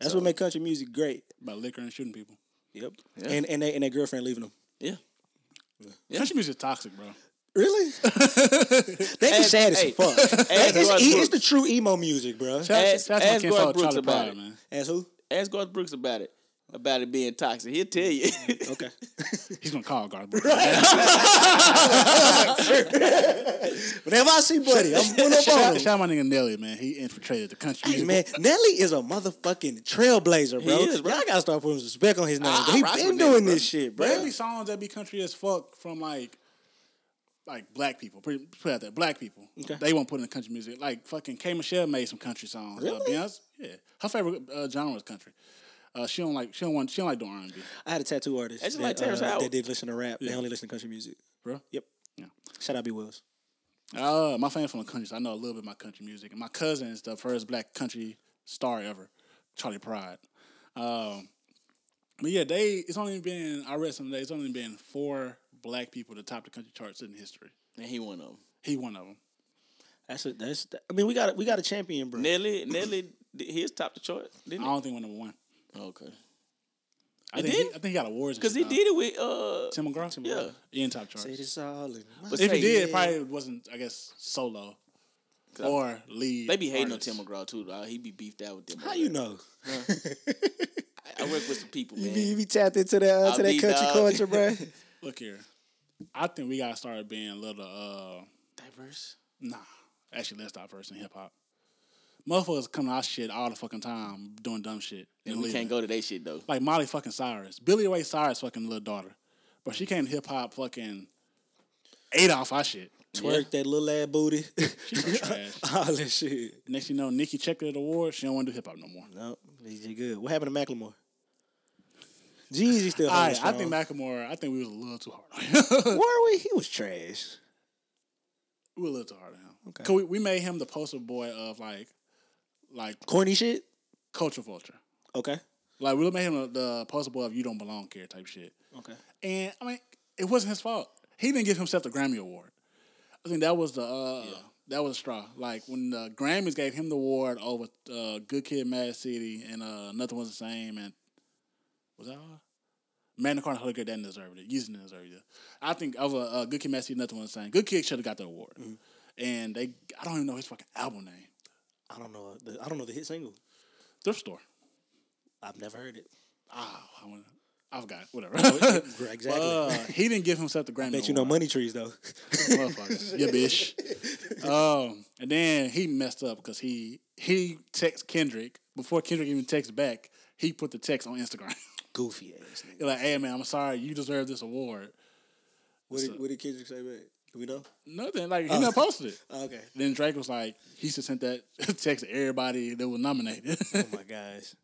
[SPEAKER 2] That's what make country music great.
[SPEAKER 1] About liquor and shooting people.
[SPEAKER 2] Yep.
[SPEAKER 3] Yeah.
[SPEAKER 2] And and they, and their girlfriend leaving them.
[SPEAKER 3] Yeah,
[SPEAKER 1] Country music toxic, bro.
[SPEAKER 2] Really? they be
[SPEAKER 3] Ask-
[SPEAKER 2] sad as
[SPEAKER 3] hey,
[SPEAKER 2] fuck.
[SPEAKER 3] ask
[SPEAKER 2] It's,
[SPEAKER 3] Garth
[SPEAKER 2] e- it's
[SPEAKER 3] Brooks.
[SPEAKER 2] the true emo music, bro.
[SPEAKER 1] Shout out
[SPEAKER 3] Ask-
[SPEAKER 1] to- shout out to my
[SPEAKER 3] ask
[SPEAKER 1] kinfolk,
[SPEAKER 3] Garth Brooks
[SPEAKER 1] Charlie
[SPEAKER 3] about
[SPEAKER 1] Pride,
[SPEAKER 3] it.
[SPEAKER 1] man.
[SPEAKER 2] As who?
[SPEAKER 3] Ask Garth Brooks about it, about it being toxic. He'll tell you.
[SPEAKER 2] Mm-hmm. Okay.
[SPEAKER 1] He's gonna call Garth Brooks.
[SPEAKER 2] Whenever I see Buddy, I'm pulling up on
[SPEAKER 1] shout,
[SPEAKER 2] him.
[SPEAKER 1] shout out my nigga Nelly, man. He infiltrated the country
[SPEAKER 2] Hey,
[SPEAKER 1] music.
[SPEAKER 2] man, Nelly is a motherfucking trailblazer, bro.
[SPEAKER 3] He is, bro.
[SPEAKER 2] Y'all gotta start putting some respect on his name.
[SPEAKER 3] I- I
[SPEAKER 2] he
[SPEAKER 3] rocks
[SPEAKER 2] been
[SPEAKER 3] with
[SPEAKER 2] doing
[SPEAKER 3] Nelly,
[SPEAKER 2] this shit, bro.
[SPEAKER 1] But every songs that be country as fuck from like like black people. Pretty, put out there, black people.
[SPEAKER 2] Okay.
[SPEAKER 1] They won't put in the country music. Like fucking K Michelle made some country songs. Uh,
[SPEAKER 2] Really?
[SPEAKER 1] Beyonce, yeah. Her favorite uh, genre is country. Uh, she don't like she don't want she don't like doing R and B,
[SPEAKER 2] I had a tattoo artist
[SPEAKER 3] That's just like
[SPEAKER 2] that,
[SPEAKER 3] Terrence
[SPEAKER 2] uh,
[SPEAKER 3] Howard.
[SPEAKER 2] that did listen to rap. They only listen to country music.
[SPEAKER 1] bro.
[SPEAKER 2] Yep.
[SPEAKER 1] Yeah.
[SPEAKER 2] Shout out B Wills.
[SPEAKER 1] Uh, my fans from the country, so I know a little bit of my country music. And my cousin is the first black country star ever, Charlie Pride. Um, But yeah, they it's only been I read some days. It's only been four black people to top the country charts in history.
[SPEAKER 3] And he one of them.
[SPEAKER 1] He one of them.
[SPEAKER 2] That's a, that's. I mean, we got a, we got a champion, bro.
[SPEAKER 3] Nelly, Nelly, did his top the chart,
[SPEAKER 1] I
[SPEAKER 3] didn't
[SPEAKER 1] don't think he went number one.
[SPEAKER 3] he?
[SPEAKER 2] Um,
[SPEAKER 3] Okay.
[SPEAKER 1] I
[SPEAKER 3] It
[SPEAKER 1] think
[SPEAKER 3] didn't?
[SPEAKER 1] He, I think he got awards
[SPEAKER 3] Because he did it with uh
[SPEAKER 1] Tim McGraw. Tim
[SPEAKER 3] McGraw.
[SPEAKER 1] in top charts.
[SPEAKER 2] Say this all in my
[SPEAKER 3] But
[SPEAKER 1] if he
[SPEAKER 3] say-
[SPEAKER 1] did, it
[SPEAKER 2] yeah.
[SPEAKER 1] probably wasn't. I guess solo or lead.
[SPEAKER 3] They be hating
[SPEAKER 1] artist.
[SPEAKER 3] on Tim McGraw too. Dog. He be beefed out with them.
[SPEAKER 2] How you know?
[SPEAKER 3] I, I work with some people,
[SPEAKER 2] You be, you
[SPEAKER 3] man.
[SPEAKER 2] be tapped into that uh,
[SPEAKER 3] I
[SPEAKER 2] to that
[SPEAKER 3] be,
[SPEAKER 2] country
[SPEAKER 3] dog.
[SPEAKER 2] culture, bro.
[SPEAKER 1] Look here, I think we gotta start being a little. uh
[SPEAKER 3] Diverse.
[SPEAKER 1] Nah, actually, let's stop first in hip hop. Motherfuckers come to our shit all the fucking time doing dumb shit.
[SPEAKER 3] And we
[SPEAKER 1] leaving.
[SPEAKER 3] can't go to that shit though.
[SPEAKER 1] Like Molly fucking Cyrus, Billy Ray Cyrus fucking little daughter, but she came hip hop fucking ate off our shit.
[SPEAKER 2] Twerk that little ass booty,
[SPEAKER 1] Trash.
[SPEAKER 2] all that shit.
[SPEAKER 1] Next you know, Nicki checked her at the award. She don't want to do hip hop no more.
[SPEAKER 2] No, he's good. What happened to Macklemore? Jeezy still.
[SPEAKER 1] All right,
[SPEAKER 2] holding
[SPEAKER 1] I
[SPEAKER 2] strong.
[SPEAKER 1] think Macklemore. I think we was a little too hard. on him.
[SPEAKER 2] Were we? He was trash.
[SPEAKER 1] we were a little too hard on him.
[SPEAKER 2] Okay.
[SPEAKER 1] 'Cause we, we made him the poster boy of like, like
[SPEAKER 2] Corny shit.
[SPEAKER 1] culture vulture.
[SPEAKER 2] Okay.
[SPEAKER 1] Like we made him the, the poster boy of you don't belong care type shit.
[SPEAKER 2] Okay.
[SPEAKER 1] And I mean, it wasn't his fault. He didn't give himself the Grammy award. I think that was the uh, that was a straw. Like when the Grammys gave him the award over uh, Good Kid, Mad City, and uh, Nothing Was the Same, and was that all? Magna Carta Holy Grail, that didn't deserve it. Using didn't deserve it. I think over uh, Good Kid, Mad City, Nothing Was the Same. Good Kid should have got the award.
[SPEAKER 2] Mm-hmm.
[SPEAKER 1] And they, I don't even know his fucking album name.
[SPEAKER 2] I don't know. The, I don't know the hit single.
[SPEAKER 1] Thrift Store.
[SPEAKER 2] I've never heard it.
[SPEAKER 1] Ah, I, wanna, I forgot. Whatever.
[SPEAKER 2] Exactly.
[SPEAKER 1] uh, he didn't give himself the Grammy.
[SPEAKER 2] Oh, Bet you know
[SPEAKER 1] award.
[SPEAKER 2] money trees though.
[SPEAKER 1] motherfuckers. yeah, bitch. Um, and then he messed up because he he texts Kendrick before Kendrick even texts back. He put the text on Instagram.
[SPEAKER 2] Goofy ass nigga.
[SPEAKER 1] like, hey man, I'm sorry, you deserve this award.
[SPEAKER 2] What did, what did Kendrick say back? Do we know? Oh,
[SPEAKER 1] Nothing like he never not posted it.
[SPEAKER 2] Okay.
[SPEAKER 1] Then Drake was like, he should sent that text to everybody that was nominated.
[SPEAKER 2] Oh my gosh.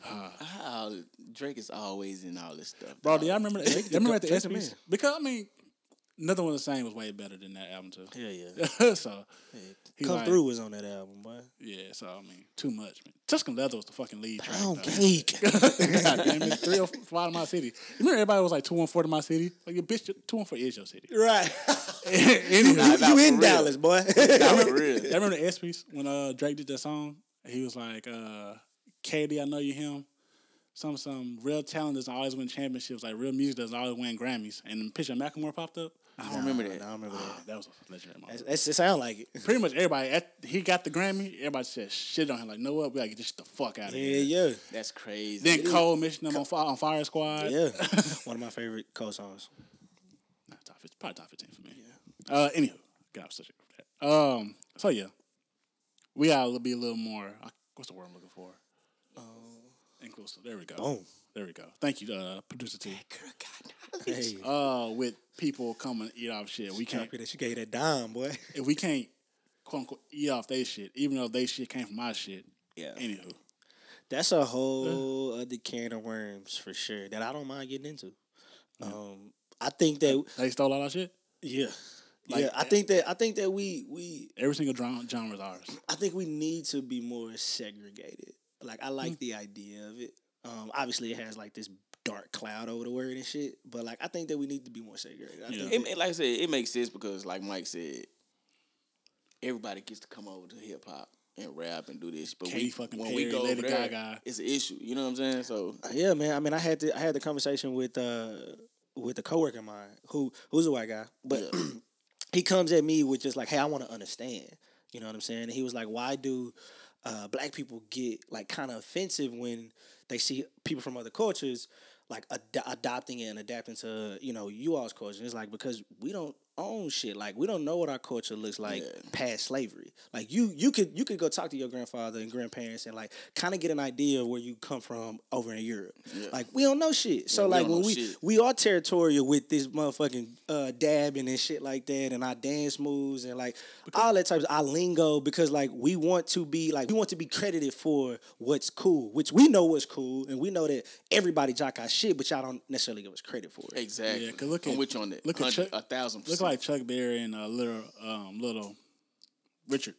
[SPEAKER 3] How Drake is always in all this stuff.
[SPEAKER 1] Bro,
[SPEAKER 3] dog.
[SPEAKER 1] do y'all remember? That? Y'all remember at the
[SPEAKER 2] Drake's the
[SPEAKER 1] ESPYS?
[SPEAKER 2] man.
[SPEAKER 1] Because I mean, nothing was the same was way better than that album too.
[SPEAKER 2] Yeah, yeah.
[SPEAKER 1] so he
[SPEAKER 2] Come
[SPEAKER 1] like-
[SPEAKER 2] through was on that album, boy.
[SPEAKER 1] Yeah, so I mean, too much, man. Tuscan Leather was the fucking lead track.
[SPEAKER 2] Pound
[SPEAKER 1] though.
[SPEAKER 2] cake.
[SPEAKER 1] God damn it. 305 to my city. Remember everybody was like 214 to my city? Like, your bitch, your 214 is your city.
[SPEAKER 2] right.
[SPEAKER 1] Anyway,
[SPEAKER 3] Nah,
[SPEAKER 2] you
[SPEAKER 3] nah,
[SPEAKER 2] you
[SPEAKER 3] for
[SPEAKER 2] in
[SPEAKER 3] real.
[SPEAKER 2] Dallas, boy.
[SPEAKER 3] Nah, for real.
[SPEAKER 1] I remember the S piece when uh, Drake did that song? He was like, uh, Katie, I know you him. Some some real talent doesn't always win championships. Like, real music doesn't always win Grammys. And the picture of Macklemore popped up.
[SPEAKER 3] I don't remember that.
[SPEAKER 2] Nah, I don't remember that.
[SPEAKER 1] That was a legendary moment.
[SPEAKER 2] Uh-huh. That's, that's, it sound like it.
[SPEAKER 1] Pretty much everybody, at, he got the Grammy. Everybody said shit on him. Like, know what? We gotta get this shit the fuck out of
[SPEAKER 2] Yeah,
[SPEAKER 1] here.
[SPEAKER 2] yeah.
[SPEAKER 3] That's crazy.
[SPEAKER 1] Then Cole mentioned him on, Fi- on Fire Squad.
[SPEAKER 2] Yeah. One of my favorite co songs.
[SPEAKER 1] Nah, top 15, probably top 15 for me. Yeah. Uh, anywho, got off subject with that. Um, so yeah, we gotta be a little more. Uh, what's the word I'm looking for? Inclusive. There we go.
[SPEAKER 2] Boom.
[SPEAKER 1] There we go. Thank you, uh, producer T.
[SPEAKER 2] Hey.
[SPEAKER 1] Uh, with people coming eat off shit, we can't.
[SPEAKER 2] Copy that. She gave that dime, boy.
[SPEAKER 1] If we can't, quote unquote, eat off they shit, even though they shit came from my shit.
[SPEAKER 3] Yeah.
[SPEAKER 1] Anywho,
[SPEAKER 2] That's a whole other can of worms for sure that I don't mind getting into. Um, I think that
[SPEAKER 1] they stole all our shit.
[SPEAKER 2] yeah,
[SPEAKER 1] Like-
[SPEAKER 2] yeah. I think that I think that we we
[SPEAKER 1] Every single drum, genre is ours.
[SPEAKER 2] I think we need to be more segregated. Like I like the idea of it. Um, obviously, it has like this dark cloud over the word and shit. But like, I think that we need to be more segregated. I
[SPEAKER 1] Yeah.
[SPEAKER 2] think
[SPEAKER 3] It, ma- like I said, it makes sense because, like Mike said, everybody gets to come over to hip hop and rap and do this. But
[SPEAKER 1] Katy
[SPEAKER 3] we,
[SPEAKER 1] fucking
[SPEAKER 3] when
[SPEAKER 1] Perry,
[SPEAKER 3] we go
[SPEAKER 1] Lady
[SPEAKER 3] over there,
[SPEAKER 1] Gaga.
[SPEAKER 3] it's an issue. You know what I'm saying? So
[SPEAKER 2] Yeah, man. I mean, I had the I had the conversation with uh with a coworker of mine who who's a white guy, but he comes at me with just like, "Hey, I want to understand." You know what I'm saying? And he was like, "Why do uh, black people get like kind of offensive when they see people from other cultures like ad- adopting it and adapting to you know you all's culture?" And it's like because we don't own shit. Like we don't know what our culture looks like
[SPEAKER 3] Yeah.
[SPEAKER 2] past slavery. Like you you could you could go talk to your grandfather and grandparents and like kind of get an idea of where you come from over in Europe. Like we don't know shit. So
[SPEAKER 3] we
[SPEAKER 2] like
[SPEAKER 3] don't
[SPEAKER 2] when
[SPEAKER 3] know
[SPEAKER 2] we
[SPEAKER 3] shit.
[SPEAKER 2] we are territorial with this motherfucking uh, dabbing and shit like that and our dance moves and like all that types of our lingo because like we want to be like we want to be credited for what's cool, which we know what's cool and we know that everybody jock our shit, but y'all don't necessarily give us credit for it.
[SPEAKER 3] exactly.
[SPEAKER 1] Yeah, 'cause look
[SPEAKER 3] I'm
[SPEAKER 1] at-
[SPEAKER 3] with you on that.
[SPEAKER 1] look at Chuck-
[SPEAKER 3] Hundred- a thousand.
[SPEAKER 1] Look
[SPEAKER 3] Percent.
[SPEAKER 1] like Chuck Berry and uh, little um, little Richard.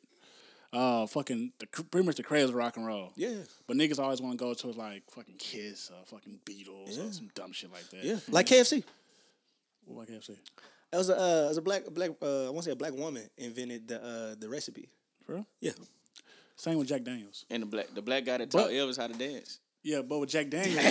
[SPEAKER 1] uh, fucking the, cr- pretty much the craze of rock and roll.
[SPEAKER 2] Yeah.
[SPEAKER 1] But niggas always want to go to like fucking Kiss or fucking Beatles or some dumb shit like that.
[SPEAKER 2] Yeah. Like KFC.
[SPEAKER 1] What about KFC?
[SPEAKER 2] That was a uh, it was a black black uh, I want to say a black woman invented the uh, the recipe.
[SPEAKER 1] For real?
[SPEAKER 2] Yeah.
[SPEAKER 1] Same with Jack Daniels.
[SPEAKER 3] And the black the black guy that taught Elvis how to dance.
[SPEAKER 1] Yeah, but with Jack Daniels.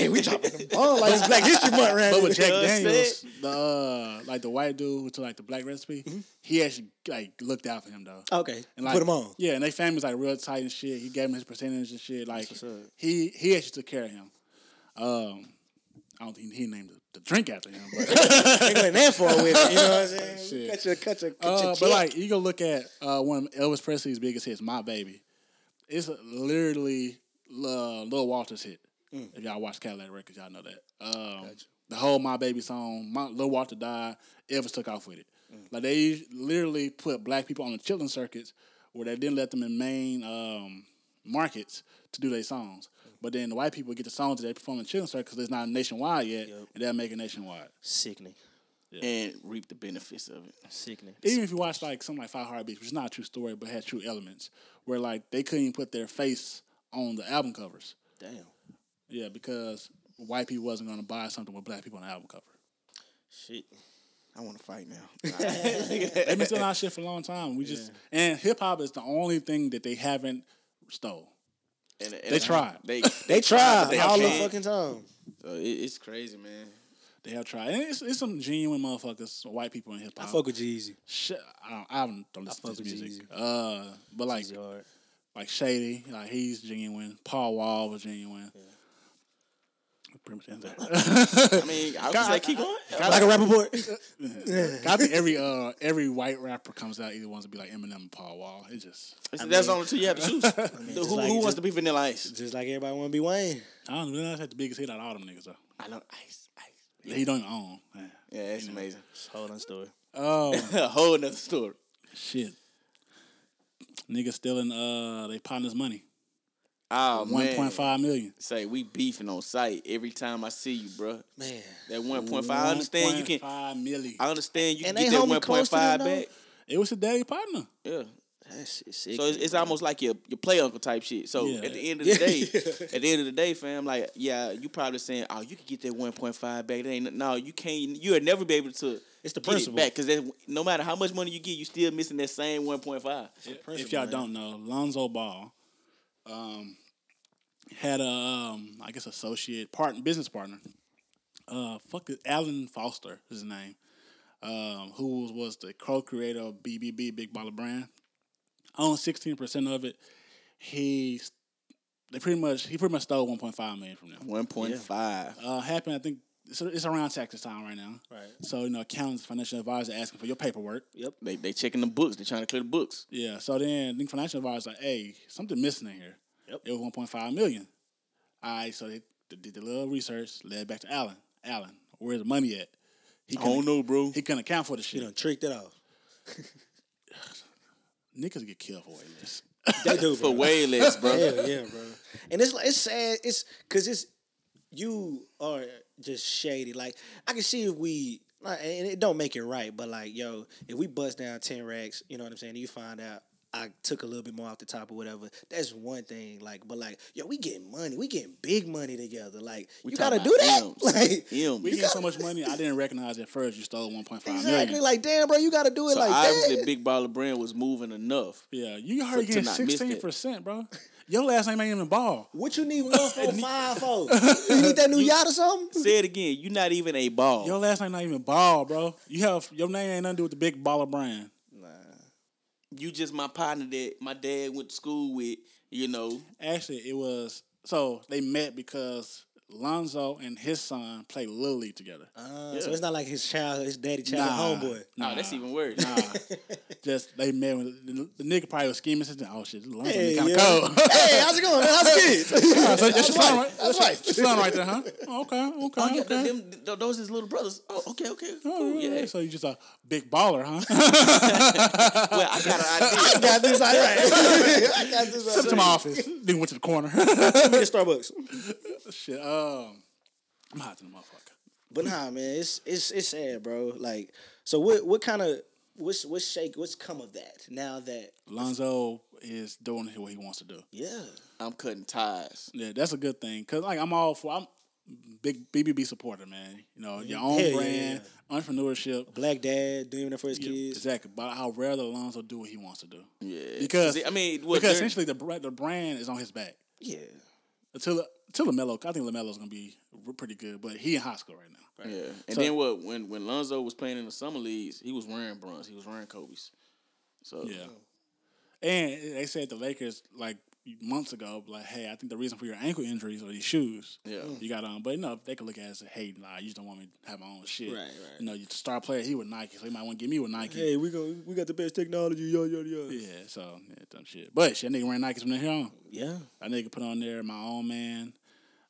[SPEAKER 2] Oh, like it's Black History Month, right?
[SPEAKER 1] But with Jack
[SPEAKER 3] what I'm
[SPEAKER 1] Daniels, Mm-hmm. the uh, like the white dude who took like the black recipe, he actually like looked out for him though.
[SPEAKER 2] Okay.
[SPEAKER 1] And like,
[SPEAKER 2] Put them on.
[SPEAKER 1] Yeah, and they family's like real tight and shit. He gave him his percentage and shit. Like he he actually took care of him. Um, I don't think he named the, the drink after him, but
[SPEAKER 2] They went there for it with it. You know what I'm saying?
[SPEAKER 1] Shit.
[SPEAKER 2] Cut your cut your cut your
[SPEAKER 1] uh,
[SPEAKER 2] check.
[SPEAKER 1] but like you go look at uh, one of Elvis Presley's biggest hits, "My Baby." It's literally uh, Lil Walter's hit. If y'all watch Cadillac Records, y'all know that. Um, The whole "My Baby" song, my, Lil Walter died. Elvis took off with it. Like they literally put black people on the chilling circuits where they didn't let them in main um, markets to do their songs. But then the white people get the songs that they perform in chilling circuits. 'cause It's not nationwide yet, and they'll make it nationwide.
[SPEAKER 2] sickening.
[SPEAKER 3] And reap the benefits of it.
[SPEAKER 2] Sickening.
[SPEAKER 1] even if you watch like something like Five Heartbeats, which is not a true story but had true elements, where like they couldn't even put their face on the album covers.
[SPEAKER 2] Damn.
[SPEAKER 1] Yeah, because white people wasn't gonna buy something with black people on the album cover.
[SPEAKER 2] Shit.
[SPEAKER 3] I want to fight now.
[SPEAKER 2] Eh,
[SPEAKER 1] They've been stealing our shit for a long time. We just and hip hop is the only thing that they haven't stole.
[SPEAKER 3] And- and-
[SPEAKER 1] They tried.
[SPEAKER 3] They
[SPEAKER 2] They tried
[SPEAKER 3] They
[SPEAKER 2] all the
[SPEAKER 3] can't.
[SPEAKER 2] fucking time.
[SPEAKER 3] So it, it's crazy, man.
[SPEAKER 1] They have tried. And it's, it's some genuine motherfuckers, white people in hip
[SPEAKER 2] I
[SPEAKER 1] hop.
[SPEAKER 2] fuck with Jeezy.
[SPEAKER 1] Shit, I don't, I don't, don't listen
[SPEAKER 2] fuck
[SPEAKER 1] to
[SPEAKER 2] with
[SPEAKER 1] his music. Uh, but like,
[SPEAKER 2] Jeezy hard.
[SPEAKER 1] like Shady, like he's genuine. Paul Wall was genuine. Pretty much ends there.
[SPEAKER 3] I mean, I was just like, keep going.
[SPEAKER 2] Like a rapper boy.
[SPEAKER 1] I think every uh every white rapper comes out either wants to be like Eminem and Paul Wall. It's just
[SPEAKER 3] That's- that's the only two you have to choose. The-
[SPEAKER 2] just
[SPEAKER 3] who
[SPEAKER 2] like-
[SPEAKER 3] who wants
[SPEAKER 2] just-
[SPEAKER 3] to be Vanilla Ice?
[SPEAKER 2] Just like everybody wanna be Wayne.
[SPEAKER 1] I don't know. That's like the biggest hit out of all them niggas though.
[SPEAKER 3] I know Ice. Ice.
[SPEAKER 1] That He don't even own. man.
[SPEAKER 3] Yeah, that's amazing.
[SPEAKER 2] Hold on story.
[SPEAKER 1] Oh
[SPEAKER 3] A whole nother story.
[SPEAKER 1] shit. Niggas stealing uh they partner's money.
[SPEAKER 3] Oh
[SPEAKER 1] One
[SPEAKER 3] man.
[SPEAKER 1] point five million.
[SPEAKER 3] Say we beefing on site every time I see you, bruh.
[SPEAKER 2] Man.
[SPEAKER 3] That one point five. I understand you can.
[SPEAKER 1] five million.
[SPEAKER 3] I understand you can
[SPEAKER 2] And
[SPEAKER 3] get
[SPEAKER 2] they
[SPEAKER 3] that
[SPEAKER 2] homie
[SPEAKER 3] one point
[SPEAKER 2] close to them,
[SPEAKER 3] five
[SPEAKER 2] though?
[SPEAKER 3] back.
[SPEAKER 1] It was a daddy partner.
[SPEAKER 3] Yeah.
[SPEAKER 2] That shit
[SPEAKER 3] So it's, it's almost like your your play uncle type shit. So
[SPEAKER 1] Yeah.
[SPEAKER 3] at the end of the day, at the end of the day, fam, like yeah, you probably saying, oh, you can get that one point five back. That ain't no, you can't. You'll never be able to.
[SPEAKER 2] It's the
[SPEAKER 3] get it
[SPEAKER 2] principle.
[SPEAKER 3] back because no matter how much money you get, you still missing that same one point five.
[SPEAKER 1] If y'all don't know, Lonzo Ball um had a um I guess associate partner business partner. Uh fuck it, Alan Foster is his name. um, who was the co-creator of BBB Big Baller Brand, owned sixteen percent of it. He they pretty much he pretty much stole one point five million from them.
[SPEAKER 3] One point five.
[SPEAKER 1] Uh, happened, I think it's, it's around taxes time right now.
[SPEAKER 2] Right.
[SPEAKER 1] So you know, accountants, financial advisors asking for your paperwork.
[SPEAKER 3] They they checking the books. They trying to clear the books.
[SPEAKER 1] Yeah. So then the financial advisor like, hey, something missing in here.
[SPEAKER 2] Yep.
[SPEAKER 1] It was one point five million. All right. So they, they did the little research, led back to Allen. Allen, where's the money at? He
[SPEAKER 3] I don't
[SPEAKER 1] couldn't,
[SPEAKER 3] know, bro.
[SPEAKER 1] he couldn't account for the shit.
[SPEAKER 2] You done tricked it off.
[SPEAKER 1] Niggas get killed for waiting lists.
[SPEAKER 2] They do
[SPEAKER 3] For
[SPEAKER 2] bro.
[SPEAKER 3] way less, bro.
[SPEAKER 2] Hell yeah, bro. And it's like it's sad. It's because it's you are just shady. Like I can see if we like, and it don't make it right, but like yo, if we bust down ten racks, you know what I'm saying? And you find out. I took a little bit more off the top or whatever. That's one thing. Like, but like, yo, we getting money. We getting big money together. Like, you gotta
[SPEAKER 3] talking
[SPEAKER 2] do that.
[SPEAKER 3] about
[SPEAKER 2] Like,
[SPEAKER 3] M's.
[SPEAKER 1] We get so much money, I didn't recognize at first you stole one point five million.
[SPEAKER 2] exactly. Like, damn, bro, you gotta do it
[SPEAKER 3] So
[SPEAKER 2] like
[SPEAKER 3] obviously,
[SPEAKER 2] that.
[SPEAKER 3] Big Baller Brand was moving enough.
[SPEAKER 1] yeah, you already
[SPEAKER 3] to
[SPEAKER 1] getting
[SPEAKER 3] not miss that.
[SPEAKER 1] sixteen percent, bro. Your last name ain't even ball.
[SPEAKER 2] What you need one for five for? You need that new yacht or something?
[SPEAKER 3] Say it again. You're not even a ball.
[SPEAKER 1] Your last name not even ball, bro. You have your name ain't nothing to do with the big baller brand.
[SPEAKER 3] you just my partner that my dad went to school with. You know,
[SPEAKER 1] Actually, it was so they met because Lonzo and his son played Little League together.
[SPEAKER 2] Uh, So it's not like his child, his daddy child,
[SPEAKER 1] Nah.
[SPEAKER 2] homeboy.
[SPEAKER 3] nah,
[SPEAKER 1] Nah.
[SPEAKER 3] that's even worse.
[SPEAKER 1] Just they met when the, the nigga probably was scheming since then. Oh shit, this Lonzo
[SPEAKER 2] Hey,
[SPEAKER 1] kind of
[SPEAKER 2] yeah.
[SPEAKER 1] cold.
[SPEAKER 2] hey, how's it going? man? How's the kids?
[SPEAKER 1] so that's your son, right? That's your- your son right there, huh? Okay, okay,
[SPEAKER 3] Oh, yeah,
[SPEAKER 1] okay.
[SPEAKER 3] them, th- those his little brothers. Oh, okay, okay,
[SPEAKER 1] Oh,
[SPEAKER 2] Mm-hmm.
[SPEAKER 3] cool,
[SPEAKER 1] yeah,
[SPEAKER 3] yeah.
[SPEAKER 1] So you just a big baller, huh?
[SPEAKER 3] Well, I got an idea.
[SPEAKER 2] got this all right. I got this uh, all
[SPEAKER 1] Come
[SPEAKER 2] right.
[SPEAKER 1] to my office. Then went to the corner.
[SPEAKER 2] Give me the Starbucks.
[SPEAKER 1] Shit, um, I'm hot to the motherfucker.
[SPEAKER 2] But nah, man, it's it's it's sad, bro. Like, so what what kind of what's what's shake what's come of that now that
[SPEAKER 1] Lonzo is doing what he wants to do.
[SPEAKER 2] yeah
[SPEAKER 3] I'm cutting ties.
[SPEAKER 1] Yeah, that's a good thing. Cause like I'm all for I'm big BBB supporter, man. You know your own
[SPEAKER 2] Hell yeah,
[SPEAKER 1] brand, entrepreneurship.
[SPEAKER 2] black dad doing it for his
[SPEAKER 1] Yeah,
[SPEAKER 2] kids
[SPEAKER 1] exactly. But how rare the Alonzo do what he wants to do.
[SPEAKER 3] Yeah,
[SPEAKER 1] Because-
[SPEAKER 3] I mean, what
[SPEAKER 1] because
[SPEAKER 3] they're-
[SPEAKER 1] essentially the bra- the brand is on his back.
[SPEAKER 2] yeah
[SPEAKER 1] Until until Lamelo, I think Lamelo's gonna be r- pretty good, but he in high school right now.
[SPEAKER 3] Yeah, and
[SPEAKER 1] So-
[SPEAKER 3] then what? When when Lonzo was playing in the summer leagues, he was wearing bronze. He was wearing Kobe's. So
[SPEAKER 1] Yeah. And they said the Lakers like months ago, like, hey, I think the reason for your ankle injuries are these shoes.
[SPEAKER 3] yeah,
[SPEAKER 2] Mm.
[SPEAKER 1] You got um, but no, they could look at it as, hey, nah, you just don't want me to have my own shit.
[SPEAKER 2] Right, right.
[SPEAKER 1] You know, you star player, he with Nike, so he might want to get me with Nike.
[SPEAKER 2] hey we go we got the best technology yo yo yo
[SPEAKER 1] Yeah, so yeah, dumb shit. But shit, that nigga ran Nikes from here on.
[SPEAKER 2] yeah
[SPEAKER 1] That nigga put on there my own man,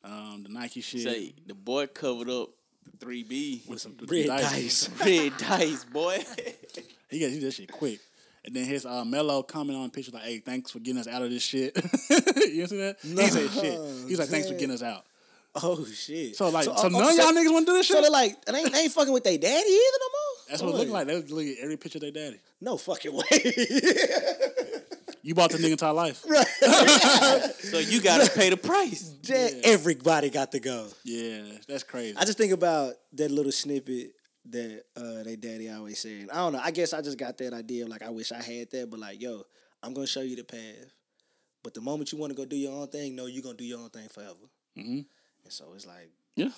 [SPEAKER 1] um, the Nike shit.
[SPEAKER 3] Say the boy covered up the three B with
[SPEAKER 1] some
[SPEAKER 2] red dice
[SPEAKER 3] red dice, boy.
[SPEAKER 1] He got he did that shit quick. And then his uh, Mello comment on pictures like, "Hey, thanks for getting us out of this shit." you see that? he said shit. He's like, "Thanks for
[SPEAKER 2] damn.
[SPEAKER 1] getting us out."
[SPEAKER 2] oh shit
[SPEAKER 1] So like, so,
[SPEAKER 2] oh,
[SPEAKER 1] none
[SPEAKER 2] oh,
[SPEAKER 1] of
[SPEAKER 2] so-
[SPEAKER 1] y'all niggas want to do this shit.
[SPEAKER 2] so they're like they ain't, they ain't fucking with their daddy either no more
[SPEAKER 1] That's what it looked
[SPEAKER 2] Boy,
[SPEAKER 1] like. They look at every picture of their daddy.
[SPEAKER 2] no fucking way
[SPEAKER 1] You bought the nigga entire life.
[SPEAKER 3] so you gotta pay the price.
[SPEAKER 2] Yeah, everybody got to go
[SPEAKER 1] Yeah, that's crazy.
[SPEAKER 2] I just think about that little snippet that uh they daddy always said. I don't know. I guess I just got that idea of like I wish I had that, but like, yo, I'm gonna show you the path. But the moment you wanna go do your own thing, no, you're gonna do your own thing forever.
[SPEAKER 3] Mm-hmm.
[SPEAKER 1] Mhm.
[SPEAKER 2] And so it's like
[SPEAKER 3] Yeah,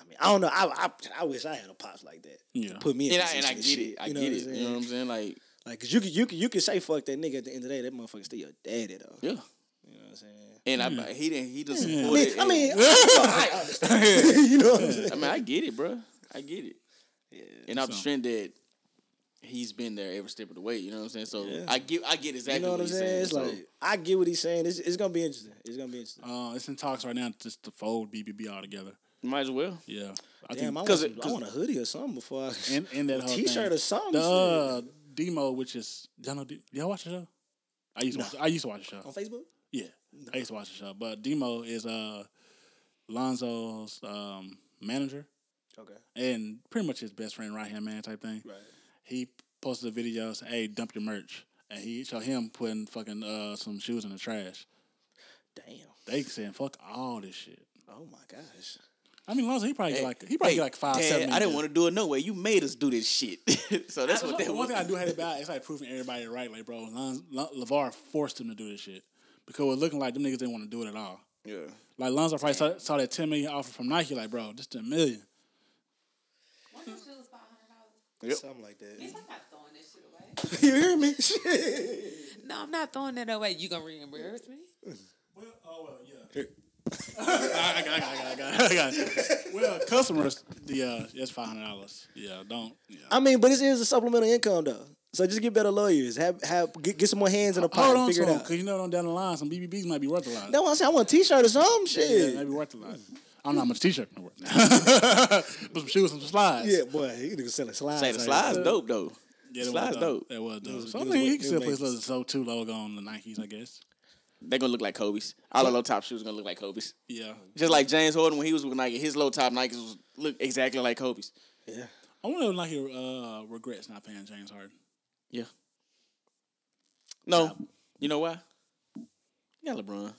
[SPEAKER 2] I mean, I don't know. I, I, I wish I had a pops like that.
[SPEAKER 1] Yeah.
[SPEAKER 2] Put me in
[SPEAKER 3] and I,
[SPEAKER 2] position
[SPEAKER 3] and I
[SPEAKER 2] to
[SPEAKER 3] get
[SPEAKER 2] shit,
[SPEAKER 3] it. I
[SPEAKER 2] you know
[SPEAKER 3] get
[SPEAKER 2] what
[SPEAKER 3] it.
[SPEAKER 2] I'm
[SPEAKER 3] You know what I'm
[SPEAKER 2] saying?
[SPEAKER 3] saying? Like
[SPEAKER 2] Like, cause you can, you can, you can say fuck that nigga at the end of the day. That motherfucker still your daddy though.
[SPEAKER 3] yeah,
[SPEAKER 2] You know what I'm saying?
[SPEAKER 3] and I but he didn't he just
[SPEAKER 2] I
[SPEAKER 3] support
[SPEAKER 2] mean,
[SPEAKER 3] it.
[SPEAKER 2] I,
[SPEAKER 3] and-
[SPEAKER 2] mean, I understand. you know what I'm saying?
[SPEAKER 3] I mean, I get it, bro. I get it.
[SPEAKER 2] Yeah.
[SPEAKER 3] And I'm
[SPEAKER 1] So-
[SPEAKER 3] strength that he's been there every step of the way. You know what I'm saying? So
[SPEAKER 2] Yeah.
[SPEAKER 3] I get I get exactly
[SPEAKER 2] You know what, I'm
[SPEAKER 3] he's
[SPEAKER 2] saying? It's
[SPEAKER 3] so-
[SPEAKER 2] like I get what he's saying. It's, it's gonna be interesting. It's gonna be interesting.
[SPEAKER 1] uh, it's in talks right now just to fold BBB all together.
[SPEAKER 3] might as well.
[SPEAKER 1] Yeah, I
[SPEAKER 2] Damn, I want,
[SPEAKER 3] 'cause
[SPEAKER 2] some-
[SPEAKER 3] it-
[SPEAKER 2] I
[SPEAKER 3] 'cause-
[SPEAKER 2] want a hoodie or something before I
[SPEAKER 1] in, in that
[SPEAKER 2] a
[SPEAKER 1] whole
[SPEAKER 2] t-shirt
[SPEAKER 1] thing.
[SPEAKER 2] or something.
[SPEAKER 1] The
[SPEAKER 2] shit.
[SPEAKER 1] uh, demo, which is y'all know, D- y'all watch the show? I used to watch. I used to watch the show.
[SPEAKER 2] on Facebook.
[SPEAKER 1] Yeah, I used to watch the show. But Demo is uh Lonzo's um, manager
[SPEAKER 2] Okay,
[SPEAKER 1] and pretty much his best friend, right hand man type thing.
[SPEAKER 2] right.
[SPEAKER 1] He posted a video saying, "Hey, dump your merch," and he showed him putting fucking uh, some shoes in the trash.
[SPEAKER 2] Damn.
[SPEAKER 1] They saying fuck all this shit.
[SPEAKER 2] Oh my gosh.
[SPEAKER 1] I mean, Lonzo, he probably get like he probably
[SPEAKER 3] hey,
[SPEAKER 1] get like five,
[SPEAKER 3] Dad,
[SPEAKER 1] seven.
[SPEAKER 3] I didn't
[SPEAKER 1] minutes.
[SPEAKER 3] want to do it no way. You made us do this shit. so
[SPEAKER 1] That's
[SPEAKER 3] that's what that
[SPEAKER 1] one
[SPEAKER 3] was.
[SPEAKER 1] thing I do hate about it. It's like proving everybody right. Like, bro, Lon, Lon, LeVar forced him to do this shit because it was looking like them niggas didn't want to do it at all.
[SPEAKER 3] Yeah.
[SPEAKER 1] Like Lonzo probably saw, saw that ten million offer from Nike. Like, bro, just a million.
[SPEAKER 4] One of those shoes is five hundred dollars.
[SPEAKER 3] Yep.
[SPEAKER 2] Something like that.
[SPEAKER 4] Bitch, I'm not throwing this shit away.
[SPEAKER 2] you hear me?
[SPEAKER 4] No, I'm not throwing that away. You gonna reimburse me?
[SPEAKER 1] Well, oh well, yeah. I, I got, I got, I got, I got. it. Well, customers, the uh, it's five hundred dollars. Yeah, don't. Yeah.
[SPEAKER 2] I mean, but this is a supplemental income though. So just get better lawyers. Have have get, get some more hands in the pot.
[SPEAKER 1] Hold
[SPEAKER 2] and
[SPEAKER 1] on to
[SPEAKER 2] Figure it
[SPEAKER 1] them,
[SPEAKER 2] out.
[SPEAKER 1] cause you know down the line some BBBs might be worth a lot.
[SPEAKER 2] That's why I said I want a T-shirt or some
[SPEAKER 1] yeah,
[SPEAKER 2] shit. Yeah,
[SPEAKER 1] might be worth a lot. I don't know how much T-shirt can worth. Put some shoes, some slides.
[SPEAKER 2] boy, you niggas selling slides.
[SPEAKER 3] Say the
[SPEAKER 2] out
[SPEAKER 3] slides
[SPEAKER 2] here.
[SPEAKER 3] dope though.
[SPEAKER 1] Yeah, that was
[SPEAKER 3] slides dope.
[SPEAKER 1] That was dope.
[SPEAKER 2] was-
[SPEAKER 1] So I
[SPEAKER 2] it was
[SPEAKER 1] mean,
[SPEAKER 2] what-
[SPEAKER 1] he can
[SPEAKER 2] it was
[SPEAKER 1] still put
[SPEAKER 2] amazing.
[SPEAKER 1] his Zo two logo on the Nikes, I guess.
[SPEAKER 3] They're gonna look like Kobe's. All of low top shoes are gonna look like Kobe's.
[SPEAKER 1] Yeah,
[SPEAKER 3] Just like James Harden when he was with Nike, his low top Nikes was, look exactly like Kobe's.
[SPEAKER 2] Yeah.
[SPEAKER 1] I wonder if Nike uh, regrets not paying James Harden.
[SPEAKER 3] Yeah. No, you know why? You got LeBron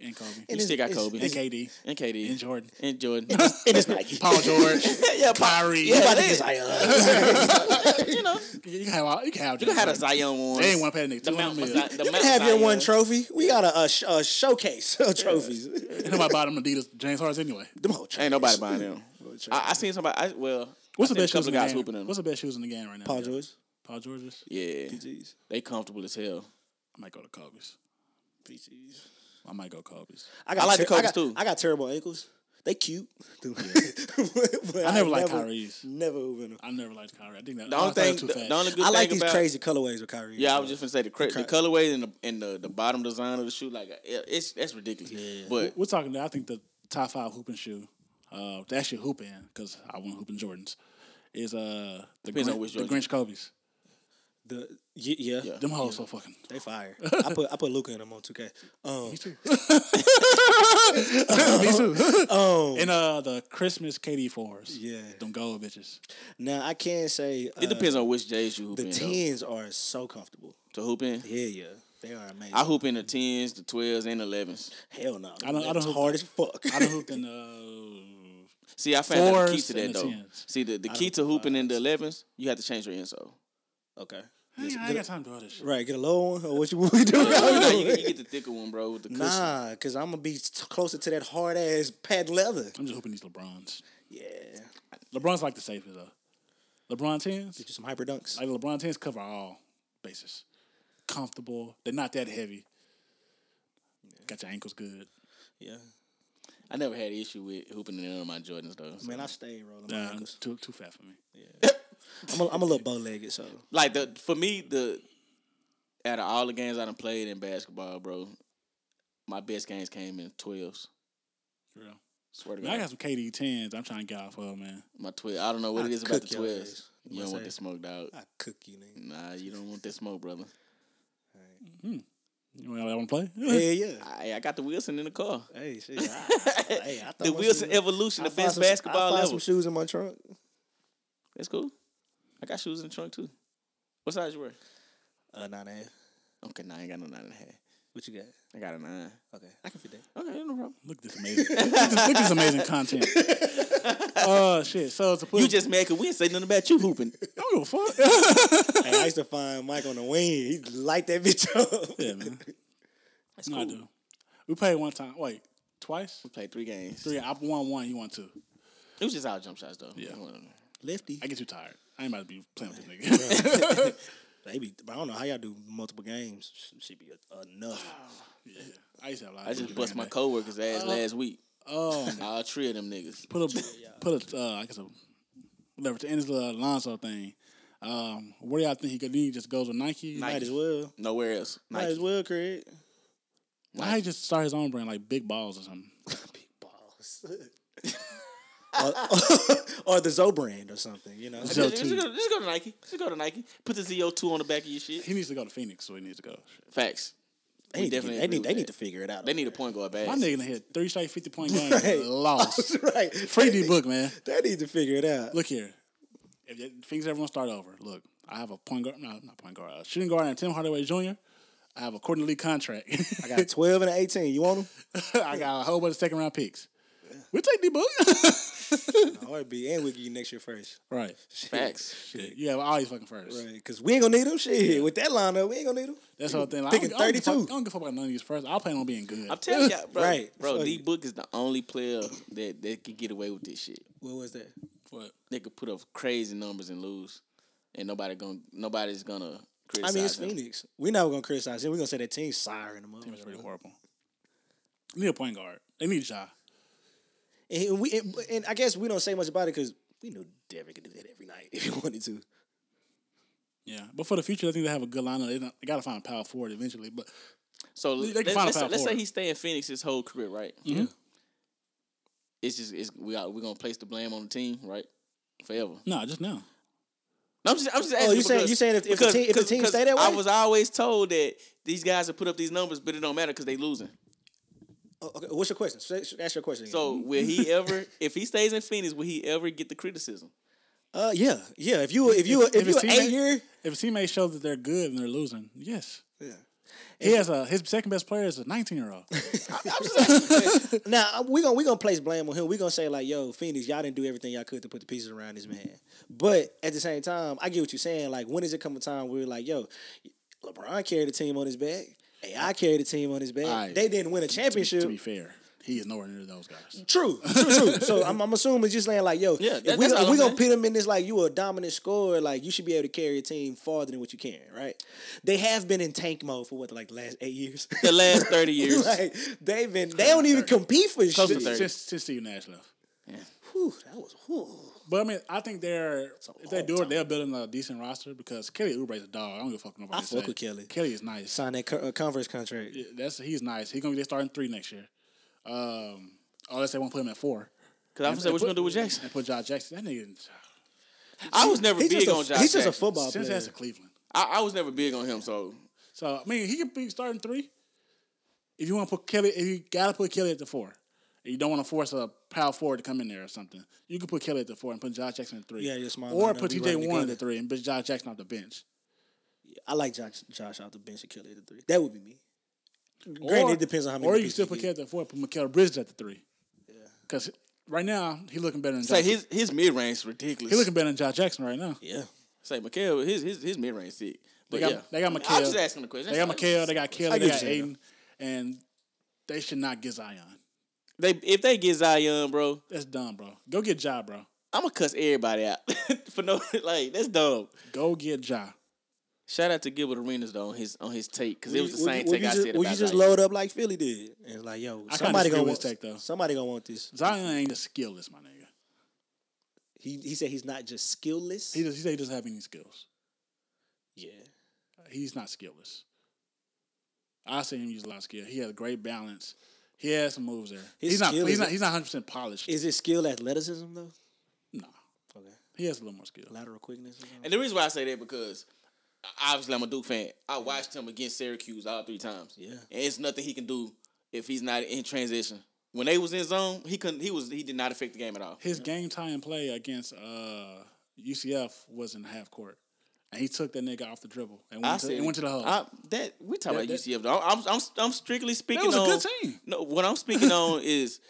[SPEAKER 1] and Kobe
[SPEAKER 2] And
[SPEAKER 1] and,
[SPEAKER 2] it's-
[SPEAKER 3] still got
[SPEAKER 2] it's-
[SPEAKER 3] Kobe.
[SPEAKER 2] it's-
[SPEAKER 1] KD
[SPEAKER 3] and KD
[SPEAKER 1] and Jordan,
[SPEAKER 3] and Jordan.
[SPEAKER 2] It is Nike.
[SPEAKER 1] Paul George,
[SPEAKER 3] yeah, pop.
[SPEAKER 1] Kyrie.
[SPEAKER 3] Yeah,
[SPEAKER 2] Nobody
[SPEAKER 3] they-
[SPEAKER 2] gets like, uh,
[SPEAKER 3] you know,
[SPEAKER 1] You can have all, you can have
[SPEAKER 3] you could
[SPEAKER 1] James
[SPEAKER 3] have a
[SPEAKER 1] Harden.
[SPEAKER 3] Zion one.
[SPEAKER 1] They ain't want to pay that nigga
[SPEAKER 3] the
[SPEAKER 1] two
[SPEAKER 3] Mount,
[SPEAKER 1] hundred
[SPEAKER 3] Zi-
[SPEAKER 1] million.
[SPEAKER 3] the
[SPEAKER 2] You
[SPEAKER 3] Mount
[SPEAKER 2] can have your one
[SPEAKER 3] Zion.
[SPEAKER 2] trophy. We got a, a, sh- a showcase of trophies.
[SPEAKER 1] Ain't Nobody bought them Adidas James Harden anyway.
[SPEAKER 2] Them whole trophies.
[SPEAKER 3] Ain't nobody buying them.
[SPEAKER 2] What's
[SPEAKER 3] I, I seen somebody. I, well,
[SPEAKER 1] What's
[SPEAKER 3] I
[SPEAKER 1] the best
[SPEAKER 3] seen a
[SPEAKER 1] shoes in
[SPEAKER 3] couple of
[SPEAKER 1] the
[SPEAKER 3] guys
[SPEAKER 1] game?
[SPEAKER 3] hooping them.
[SPEAKER 1] What's the best shoes in the game right now?
[SPEAKER 2] Paul George.
[SPEAKER 1] Paul George's.
[SPEAKER 3] Yeah,
[SPEAKER 2] PGs.
[SPEAKER 3] they comfortable as hell.
[SPEAKER 1] I might go to Kobe's.
[SPEAKER 2] PGs.
[SPEAKER 1] I might go Kobe's.
[SPEAKER 2] I, got
[SPEAKER 3] I like the
[SPEAKER 2] I
[SPEAKER 3] Kobe's
[SPEAKER 2] got,
[SPEAKER 3] too.
[SPEAKER 2] I got terrible ankles. They cute. But
[SPEAKER 1] I never liked Kyrie's.
[SPEAKER 2] Never been
[SPEAKER 1] I never liked Kyrie. I think that
[SPEAKER 3] The only
[SPEAKER 1] I thought it
[SPEAKER 3] thing,
[SPEAKER 1] was too
[SPEAKER 3] the,
[SPEAKER 1] fast.
[SPEAKER 3] the only good
[SPEAKER 2] I like
[SPEAKER 3] thing
[SPEAKER 2] these
[SPEAKER 3] about-
[SPEAKER 2] crazy colorways with Kyrie.
[SPEAKER 3] Yeah, I was just gonna say the cra- the
[SPEAKER 2] Okay.
[SPEAKER 3] colorway and the and the, the bottom design of the shoe, like it- it's that's ridiculous. But
[SPEAKER 1] We're talking. I think the top five hooping shoe, uh, the actual hooping because I want hooping Jordans, is uh the,
[SPEAKER 3] Depends on
[SPEAKER 1] Grinch,
[SPEAKER 3] which
[SPEAKER 1] the
[SPEAKER 3] Jordan.
[SPEAKER 1] Grinch Kobe's.
[SPEAKER 2] the yeah, yeah,
[SPEAKER 3] Yeah.
[SPEAKER 1] Them hoes so fucking.
[SPEAKER 2] They fire. I put I put Luca in them on 2K. Um,
[SPEAKER 1] Me too.
[SPEAKER 2] Oh,
[SPEAKER 1] and uh, the Christmas KD fours.
[SPEAKER 2] yeah.
[SPEAKER 1] Them gold bitches.
[SPEAKER 2] Now I can say uh,
[SPEAKER 3] It depends on which J's you hoop
[SPEAKER 2] The
[SPEAKER 3] in. though.
[SPEAKER 2] tens are so comfortable.
[SPEAKER 3] To hoop in,
[SPEAKER 2] Yeah, yeah, they are amazing.
[SPEAKER 3] I hoop in the tens, the twelves, and elevens.
[SPEAKER 2] Hell no,
[SPEAKER 1] I don't- I
[SPEAKER 2] That's
[SPEAKER 1] don't-
[SPEAKER 2] hard as fuck.
[SPEAKER 1] I done hooped in
[SPEAKER 2] uh,
[SPEAKER 1] the.
[SPEAKER 3] See, I found out the key
[SPEAKER 1] Fours
[SPEAKER 3] to
[SPEAKER 1] and
[SPEAKER 3] that
[SPEAKER 1] the
[SPEAKER 3] though.
[SPEAKER 1] 10s.
[SPEAKER 3] See, the, the
[SPEAKER 2] I
[SPEAKER 3] key
[SPEAKER 2] hoop
[SPEAKER 3] to
[SPEAKER 2] in
[SPEAKER 3] hooping in the
[SPEAKER 2] fives.
[SPEAKER 3] elevens, you have to change your insole.
[SPEAKER 2] okay,
[SPEAKER 1] I ain't, I ain't got time to do all this shit.
[SPEAKER 2] right, get a low one or what you want to do?
[SPEAKER 3] No, you, you get the thicker one, bro. With the cushion.
[SPEAKER 2] Nah, cause I'm gonna be t- closer to that hard ass patent leather.
[SPEAKER 1] I'm just hooping these LeBrons.
[SPEAKER 2] Yeah,
[SPEAKER 1] LeBron's like the safest though. LeBron tens,
[SPEAKER 2] get you some hyper dunks.
[SPEAKER 1] like LeBron tens, cover all bases. Comfortable. They're not that heavy. Got your ankles good.
[SPEAKER 2] Yeah,
[SPEAKER 3] I never had an issue with hooping in none of my Jordans though. so.
[SPEAKER 2] man, I stay rolling my
[SPEAKER 1] Nah,
[SPEAKER 2] ankles.
[SPEAKER 1] too too fat for me.
[SPEAKER 2] I'm a, I'm a little bow legged, so
[SPEAKER 3] like the for me the out of all the games I done played in basketball, bro, my best games came in twelves.
[SPEAKER 1] For real.
[SPEAKER 3] Swear to
[SPEAKER 1] Man, I
[SPEAKER 3] God,
[SPEAKER 1] got some KD tens. I'm trying to get off of man.
[SPEAKER 3] my twelve. I don't know what
[SPEAKER 2] I
[SPEAKER 3] it is about the
[SPEAKER 2] cook your ass.
[SPEAKER 3] twelves. You
[SPEAKER 2] Must
[SPEAKER 3] don't want
[SPEAKER 2] say.
[SPEAKER 3] the smoke, dog.
[SPEAKER 2] I cook you, nigga.
[SPEAKER 3] Nah, you don't want that smoke, brother.
[SPEAKER 1] You want to play?
[SPEAKER 2] Hey, yeah.
[SPEAKER 3] I, I got the Wilson in the car.
[SPEAKER 2] Hey, shit. I, hey, I thought
[SPEAKER 3] The
[SPEAKER 2] my
[SPEAKER 3] Wilson
[SPEAKER 2] shoes-
[SPEAKER 3] Evolution,
[SPEAKER 2] I
[SPEAKER 3] the
[SPEAKER 2] found
[SPEAKER 3] best
[SPEAKER 2] some- I
[SPEAKER 3] basketball
[SPEAKER 2] found
[SPEAKER 3] ever.
[SPEAKER 2] some shoes in my trunk.
[SPEAKER 3] That's cool. I got shoes in the trunk too. What size you wear?
[SPEAKER 2] Uh, nine and a half.
[SPEAKER 3] Okay, nah, I ain't got no nine and a half.
[SPEAKER 2] What you got?
[SPEAKER 3] I got a nine.
[SPEAKER 2] Okay, I can fit that.
[SPEAKER 3] Okay, no problem.
[SPEAKER 1] Look at this amazing. look, at this, look at this amazing content. Oh shit! So to put
[SPEAKER 3] You just mad because we ain't say nothing about you hooping.
[SPEAKER 1] I don't give a fuck.
[SPEAKER 2] hey, I used to find Mike on the wing. He light that bitch up.
[SPEAKER 1] yeah, man.
[SPEAKER 3] That's
[SPEAKER 1] No, I do. We played one time. Wait, twice?
[SPEAKER 3] We played three games.
[SPEAKER 1] Three. I won one. You won two.
[SPEAKER 3] It was just all jump shots though.
[SPEAKER 1] Yeah.
[SPEAKER 2] Lefty.
[SPEAKER 1] I get too tired. I ain't about to be playing with this nigga.
[SPEAKER 2] They be, I don't know how y'all do multiple games. Should be enough.
[SPEAKER 1] yeah. I used to have a lot.
[SPEAKER 3] I
[SPEAKER 1] of
[SPEAKER 3] just
[SPEAKER 1] fun
[SPEAKER 3] bust my
[SPEAKER 1] back
[SPEAKER 3] coworkers'
[SPEAKER 2] Uh,
[SPEAKER 3] ass last week.
[SPEAKER 1] in
[SPEAKER 2] oh.
[SPEAKER 1] the day.
[SPEAKER 3] All three of them
[SPEAKER 1] Oh,
[SPEAKER 3] niggas.
[SPEAKER 1] put a put a uh, I guess a whatever to end this little Alonso thing. Um, where do y'all think he could? Then he just goes with Nike.
[SPEAKER 2] Might as well.
[SPEAKER 3] Nowhere else.
[SPEAKER 2] Might as
[SPEAKER 3] Nike.
[SPEAKER 2] well, Craig.
[SPEAKER 1] Why he just start his own brand like Big Balls or something?
[SPEAKER 2] Big balls. or, or the Zo brand or something, you know.
[SPEAKER 1] Zo-
[SPEAKER 3] Just, just go, just go to Nike. Just go to Nike. Put the ZO2 on the back of your shit.
[SPEAKER 1] He needs to go to Phoenix. So he needs to go.
[SPEAKER 3] Facts.
[SPEAKER 2] They need, to, get-
[SPEAKER 3] definitely
[SPEAKER 2] they,
[SPEAKER 3] agree
[SPEAKER 2] need,
[SPEAKER 3] with
[SPEAKER 2] they need
[SPEAKER 3] that.
[SPEAKER 2] to figure it out.
[SPEAKER 3] They need a point guard bad.
[SPEAKER 1] My nigga done hit three straight fifty point games.
[SPEAKER 2] Right.
[SPEAKER 1] Lost.
[SPEAKER 2] right.
[SPEAKER 1] Free D book, man.
[SPEAKER 2] They need to figure it out.
[SPEAKER 1] Look here. If you- things everyone start over. Look, I have a point guard. No, not point guard. A shooting guard and Tim Hardaway Jr. I have a quarterly contract.
[SPEAKER 2] I got 12 and an 18. You want
[SPEAKER 1] I got a whole bunch of second round picks. We'll take D book.
[SPEAKER 2] them? no, it'd be, and we'll give you next year first.
[SPEAKER 1] right.
[SPEAKER 3] Facts.
[SPEAKER 1] Shit. You have all these fucking firsts.
[SPEAKER 2] Right. Because we ain't going to need them. Shit. With that lineup, we ain't going to need them.
[SPEAKER 1] That's the whole thing. Like,
[SPEAKER 2] Picking
[SPEAKER 1] I, don't, give a fuck-
[SPEAKER 2] 32.
[SPEAKER 1] I don't give a fuck about none of these firsts. I plan on being good.
[SPEAKER 3] I'm telling y'all, bro.
[SPEAKER 2] Right.
[SPEAKER 3] Bro,
[SPEAKER 2] Fuck
[SPEAKER 3] D
[SPEAKER 2] it.
[SPEAKER 3] Book is the only player that, that can get away with this shit.
[SPEAKER 2] What was that?
[SPEAKER 1] But
[SPEAKER 3] They could put up crazy numbers and lose. And nobody gonna nobody's gonna
[SPEAKER 2] I
[SPEAKER 3] criticize.
[SPEAKER 2] mean, it's
[SPEAKER 3] them.
[SPEAKER 2] Phoenix. We're not going to criticize him. We're going to say that team's siren him up.
[SPEAKER 1] it's pretty horrible. They need a point guard. They need Ja.
[SPEAKER 2] And, we, and, and I guess we don't say much about it because we knew Devin could do that every night if he wanted to.
[SPEAKER 1] Yeah. But for the future, I think they have a good lineup. They, they got to find a power forward eventually. But
[SPEAKER 3] So
[SPEAKER 1] They can
[SPEAKER 3] let's,
[SPEAKER 1] find a
[SPEAKER 3] let's,
[SPEAKER 1] path
[SPEAKER 3] let's say
[SPEAKER 1] forward.
[SPEAKER 3] he stay in Phoenix his whole career, right? Yeah. It's just it's we are we gonna place the blame on the team, right? Forever.
[SPEAKER 1] no, just now.
[SPEAKER 3] No, I'm just I'm just asking.
[SPEAKER 2] Oh, you saying-
[SPEAKER 3] because-
[SPEAKER 2] you saying if- if the team- if the team stay that
[SPEAKER 3] I
[SPEAKER 2] way?
[SPEAKER 3] was always told that these guys have put up these numbers, but it don't matter because they losing.
[SPEAKER 2] Oh, okay, what's your question? Say- Ask your question. again.
[SPEAKER 3] So will he ever? if he stays in Phoenix, will he ever get the criticism?
[SPEAKER 2] uh, yeah, yeah. If you if you if,
[SPEAKER 1] if
[SPEAKER 2] you
[SPEAKER 1] his
[SPEAKER 2] an
[SPEAKER 1] teammate-
[SPEAKER 2] eight year,
[SPEAKER 1] If a teammate shows that they're good and they're losing, yes.
[SPEAKER 2] yeah.
[SPEAKER 1] He has a his second best player is a nineteen year old.
[SPEAKER 2] Now we gonna we gonna place blame on him. We gonna say like, yo, Phoenix, y'all didn't do everything y'all could to put the pieces around this man. But at the same time, I get what you're saying. Like, when is it come a time where we're like, yo, LeBron carried the team on his back. AI carried the team on his back.
[SPEAKER 1] Aight.
[SPEAKER 2] They didn't win a championship.
[SPEAKER 1] to be fair, he is nowhere near those guys.
[SPEAKER 2] True, true, true. So I'm, I'm assuming just saying like, yo,
[SPEAKER 3] Yeah, that-
[SPEAKER 2] if we,
[SPEAKER 3] that's all
[SPEAKER 2] if we
[SPEAKER 3] I'm
[SPEAKER 2] gonna
[SPEAKER 3] saying.
[SPEAKER 2] pit him in this like you a dominant scorer, like you should be able to carry a team farther than what you can, right? They have been in tank mode for what like the last eight years.
[SPEAKER 3] The last thirty years.
[SPEAKER 2] like they've been, they don't even compete for
[SPEAKER 3] Close to
[SPEAKER 2] shit.
[SPEAKER 3] thirty.
[SPEAKER 1] Since since Steve Nash left,
[SPEAKER 2] Whew, that was whew.
[SPEAKER 1] but I mean, I think they're
[SPEAKER 2] a
[SPEAKER 1] if they
[SPEAKER 2] long
[SPEAKER 1] do
[SPEAKER 2] time
[SPEAKER 1] it, they'll build a decent roster because Kelly Oubre is a dog. I don't give a fuck what nobody.
[SPEAKER 2] I fuck
[SPEAKER 1] say.
[SPEAKER 2] with Kelly.
[SPEAKER 1] Kelly is nice.
[SPEAKER 2] signed that co- uh, Converse contract.
[SPEAKER 1] Yeah, That's he's nice. He's gonna be their starting three next year. Um, unless they won't put him at four.
[SPEAKER 3] Because I was saying, what you gonna do with Jackson?
[SPEAKER 1] And put John Jackson. That nigga
[SPEAKER 3] I was never
[SPEAKER 2] He's
[SPEAKER 3] big
[SPEAKER 2] just, a,
[SPEAKER 3] on Josh.
[SPEAKER 2] he's just a
[SPEAKER 3] Jackson.
[SPEAKER 2] football
[SPEAKER 1] since
[SPEAKER 2] player.
[SPEAKER 1] that's to Cleveland.
[SPEAKER 3] I, I was never big on him. So
[SPEAKER 1] So I mean, he could be starting three. If you want to put Kelly, if you gotta put Kelly at the four, And you don't want to force a power forward to come in there or something. You could put Kelly at the four and put Josh Jackson at three.
[SPEAKER 2] Yeah, your small
[SPEAKER 1] Or
[SPEAKER 2] lineup,
[SPEAKER 1] put
[SPEAKER 2] we
[SPEAKER 1] TJ
[SPEAKER 2] running
[SPEAKER 1] Warren at
[SPEAKER 2] together.
[SPEAKER 1] the three and put Josh Jackson off the bench.
[SPEAKER 2] I like Josh, Josh off the bench and Kelly at the three. That would be me. Granted,
[SPEAKER 1] or,
[SPEAKER 2] it depends on how many.
[SPEAKER 1] Or you
[SPEAKER 2] pieces
[SPEAKER 1] still put
[SPEAKER 2] get.
[SPEAKER 1] Kelly at the four and put Mikael Bridges at the three. Because right now, he looking better than
[SPEAKER 3] Say
[SPEAKER 1] Josh.
[SPEAKER 3] his his mid range ridiculous.
[SPEAKER 1] he looking better than Josh Jackson right now.
[SPEAKER 2] Yeah,
[SPEAKER 3] Say Mikael, his his his mid range sick.
[SPEAKER 1] They
[SPEAKER 3] But
[SPEAKER 1] got,
[SPEAKER 3] yeah,
[SPEAKER 1] they got
[SPEAKER 3] I
[SPEAKER 1] Mikael.
[SPEAKER 3] was just asking the question.
[SPEAKER 1] They got Mikael, they got Kelly,
[SPEAKER 2] I
[SPEAKER 1] they
[SPEAKER 2] get
[SPEAKER 1] got
[SPEAKER 2] you saying
[SPEAKER 1] Aiden, and they should not get Zion.
[SPEAKER 3] They if they get Zion, bro,
[SPEAKER 1] That's dumb, bro. Go get Ja, bro.
[SPEAKER 3] I'm gonna cuss everybody out for no like that's dumb.
[SPEAKER 1] Go get Ja.
[SPEAKER 3] Shout out to Gilbert Arenas though on his on his take because it was the
[SPEAKER 2] Would you-
[SPEAKER 3] same
[SPEAKER 2] would
[SPEAKER 3] take
[SPEAKER 2] you
[SPEAKER 3] I
[SPEAKER 2] just,
[SPEAKER 3] said
[SPEAKER 2] Would
[SPEAKER 3] about
[SPEAKER 2] you just
[SPEAKER 3] Zion.
[SPEAKER 2] load up like Philly did? And it's like, yo,
[SPEAKER 1] I kinda
[SPEAKER 2] somebody
[SPEAKER 1] disagree
[SPEAKER 2] gonna
[SPEAKER 1] with
[SPEAKER 2] want
[SPEAKER 1] his take, though.
[SPEAKER 2] Somebody gonna want this.
[SPEAKER 1] Zion ain't as skillless, my nigga.
[SPEAKER 2] He he said he's not just skillless.
[SPEAKER 1] He, does, he said he doesn't have any skills.
[SPEAKER 2] yeah,
[SPEAKER 1] He's not skillless. I seen him use a lot of skill. He has great balance. He has some moves there.
[SPEAKER 2] His
[SPEAKER 1] he's not.
[SPEAKER 2] skill
[SPEAKER 1] He's
[SPEAKER 2] is-
[SPEAKER 1] not. He's not hundred percent polished.
[SPEAKER 2] is it skill athleticism though?
[SPEAKER 1] No,
[SPEAKER 2] Okay,
[SPEAKER 1] he has a little more skill.
[SPEAKER 2] lateral quickness. Or something?
[SPEAKER 3] And the reason why I say that because obviously I'm a Duke fan. I watched him against Syracuse all three times.
[SPEAKER 2] Yeah.
[SPEAKER 3] and it's nothing he can do if he's not in transition. When they was in zone, he couldn't. He was he did not affect the game at all.
[SPEAKER 1] His game time play against uh, UCF was in half court, and he took that nigga off the dribble and
[SPEAKER 3] I
[SPEAKER 1] went, to,
[SPEAKER 3] said
[SPEAKER 1] and went to the hole.
[SPEAKER 3] I, that we talking
[SPEAKER 1] That-
[SPEAKER 3] about
[SPEAKER 1] that-
[SPEAKER 3] UCF. Though. I'm, I'm I'm strictly speaking.
[SPEAKER 1] was a
[SPEAKER 3] on,
[SPEAKER 1] good team.
[SPEAKER 3] No, what I'm speaking on is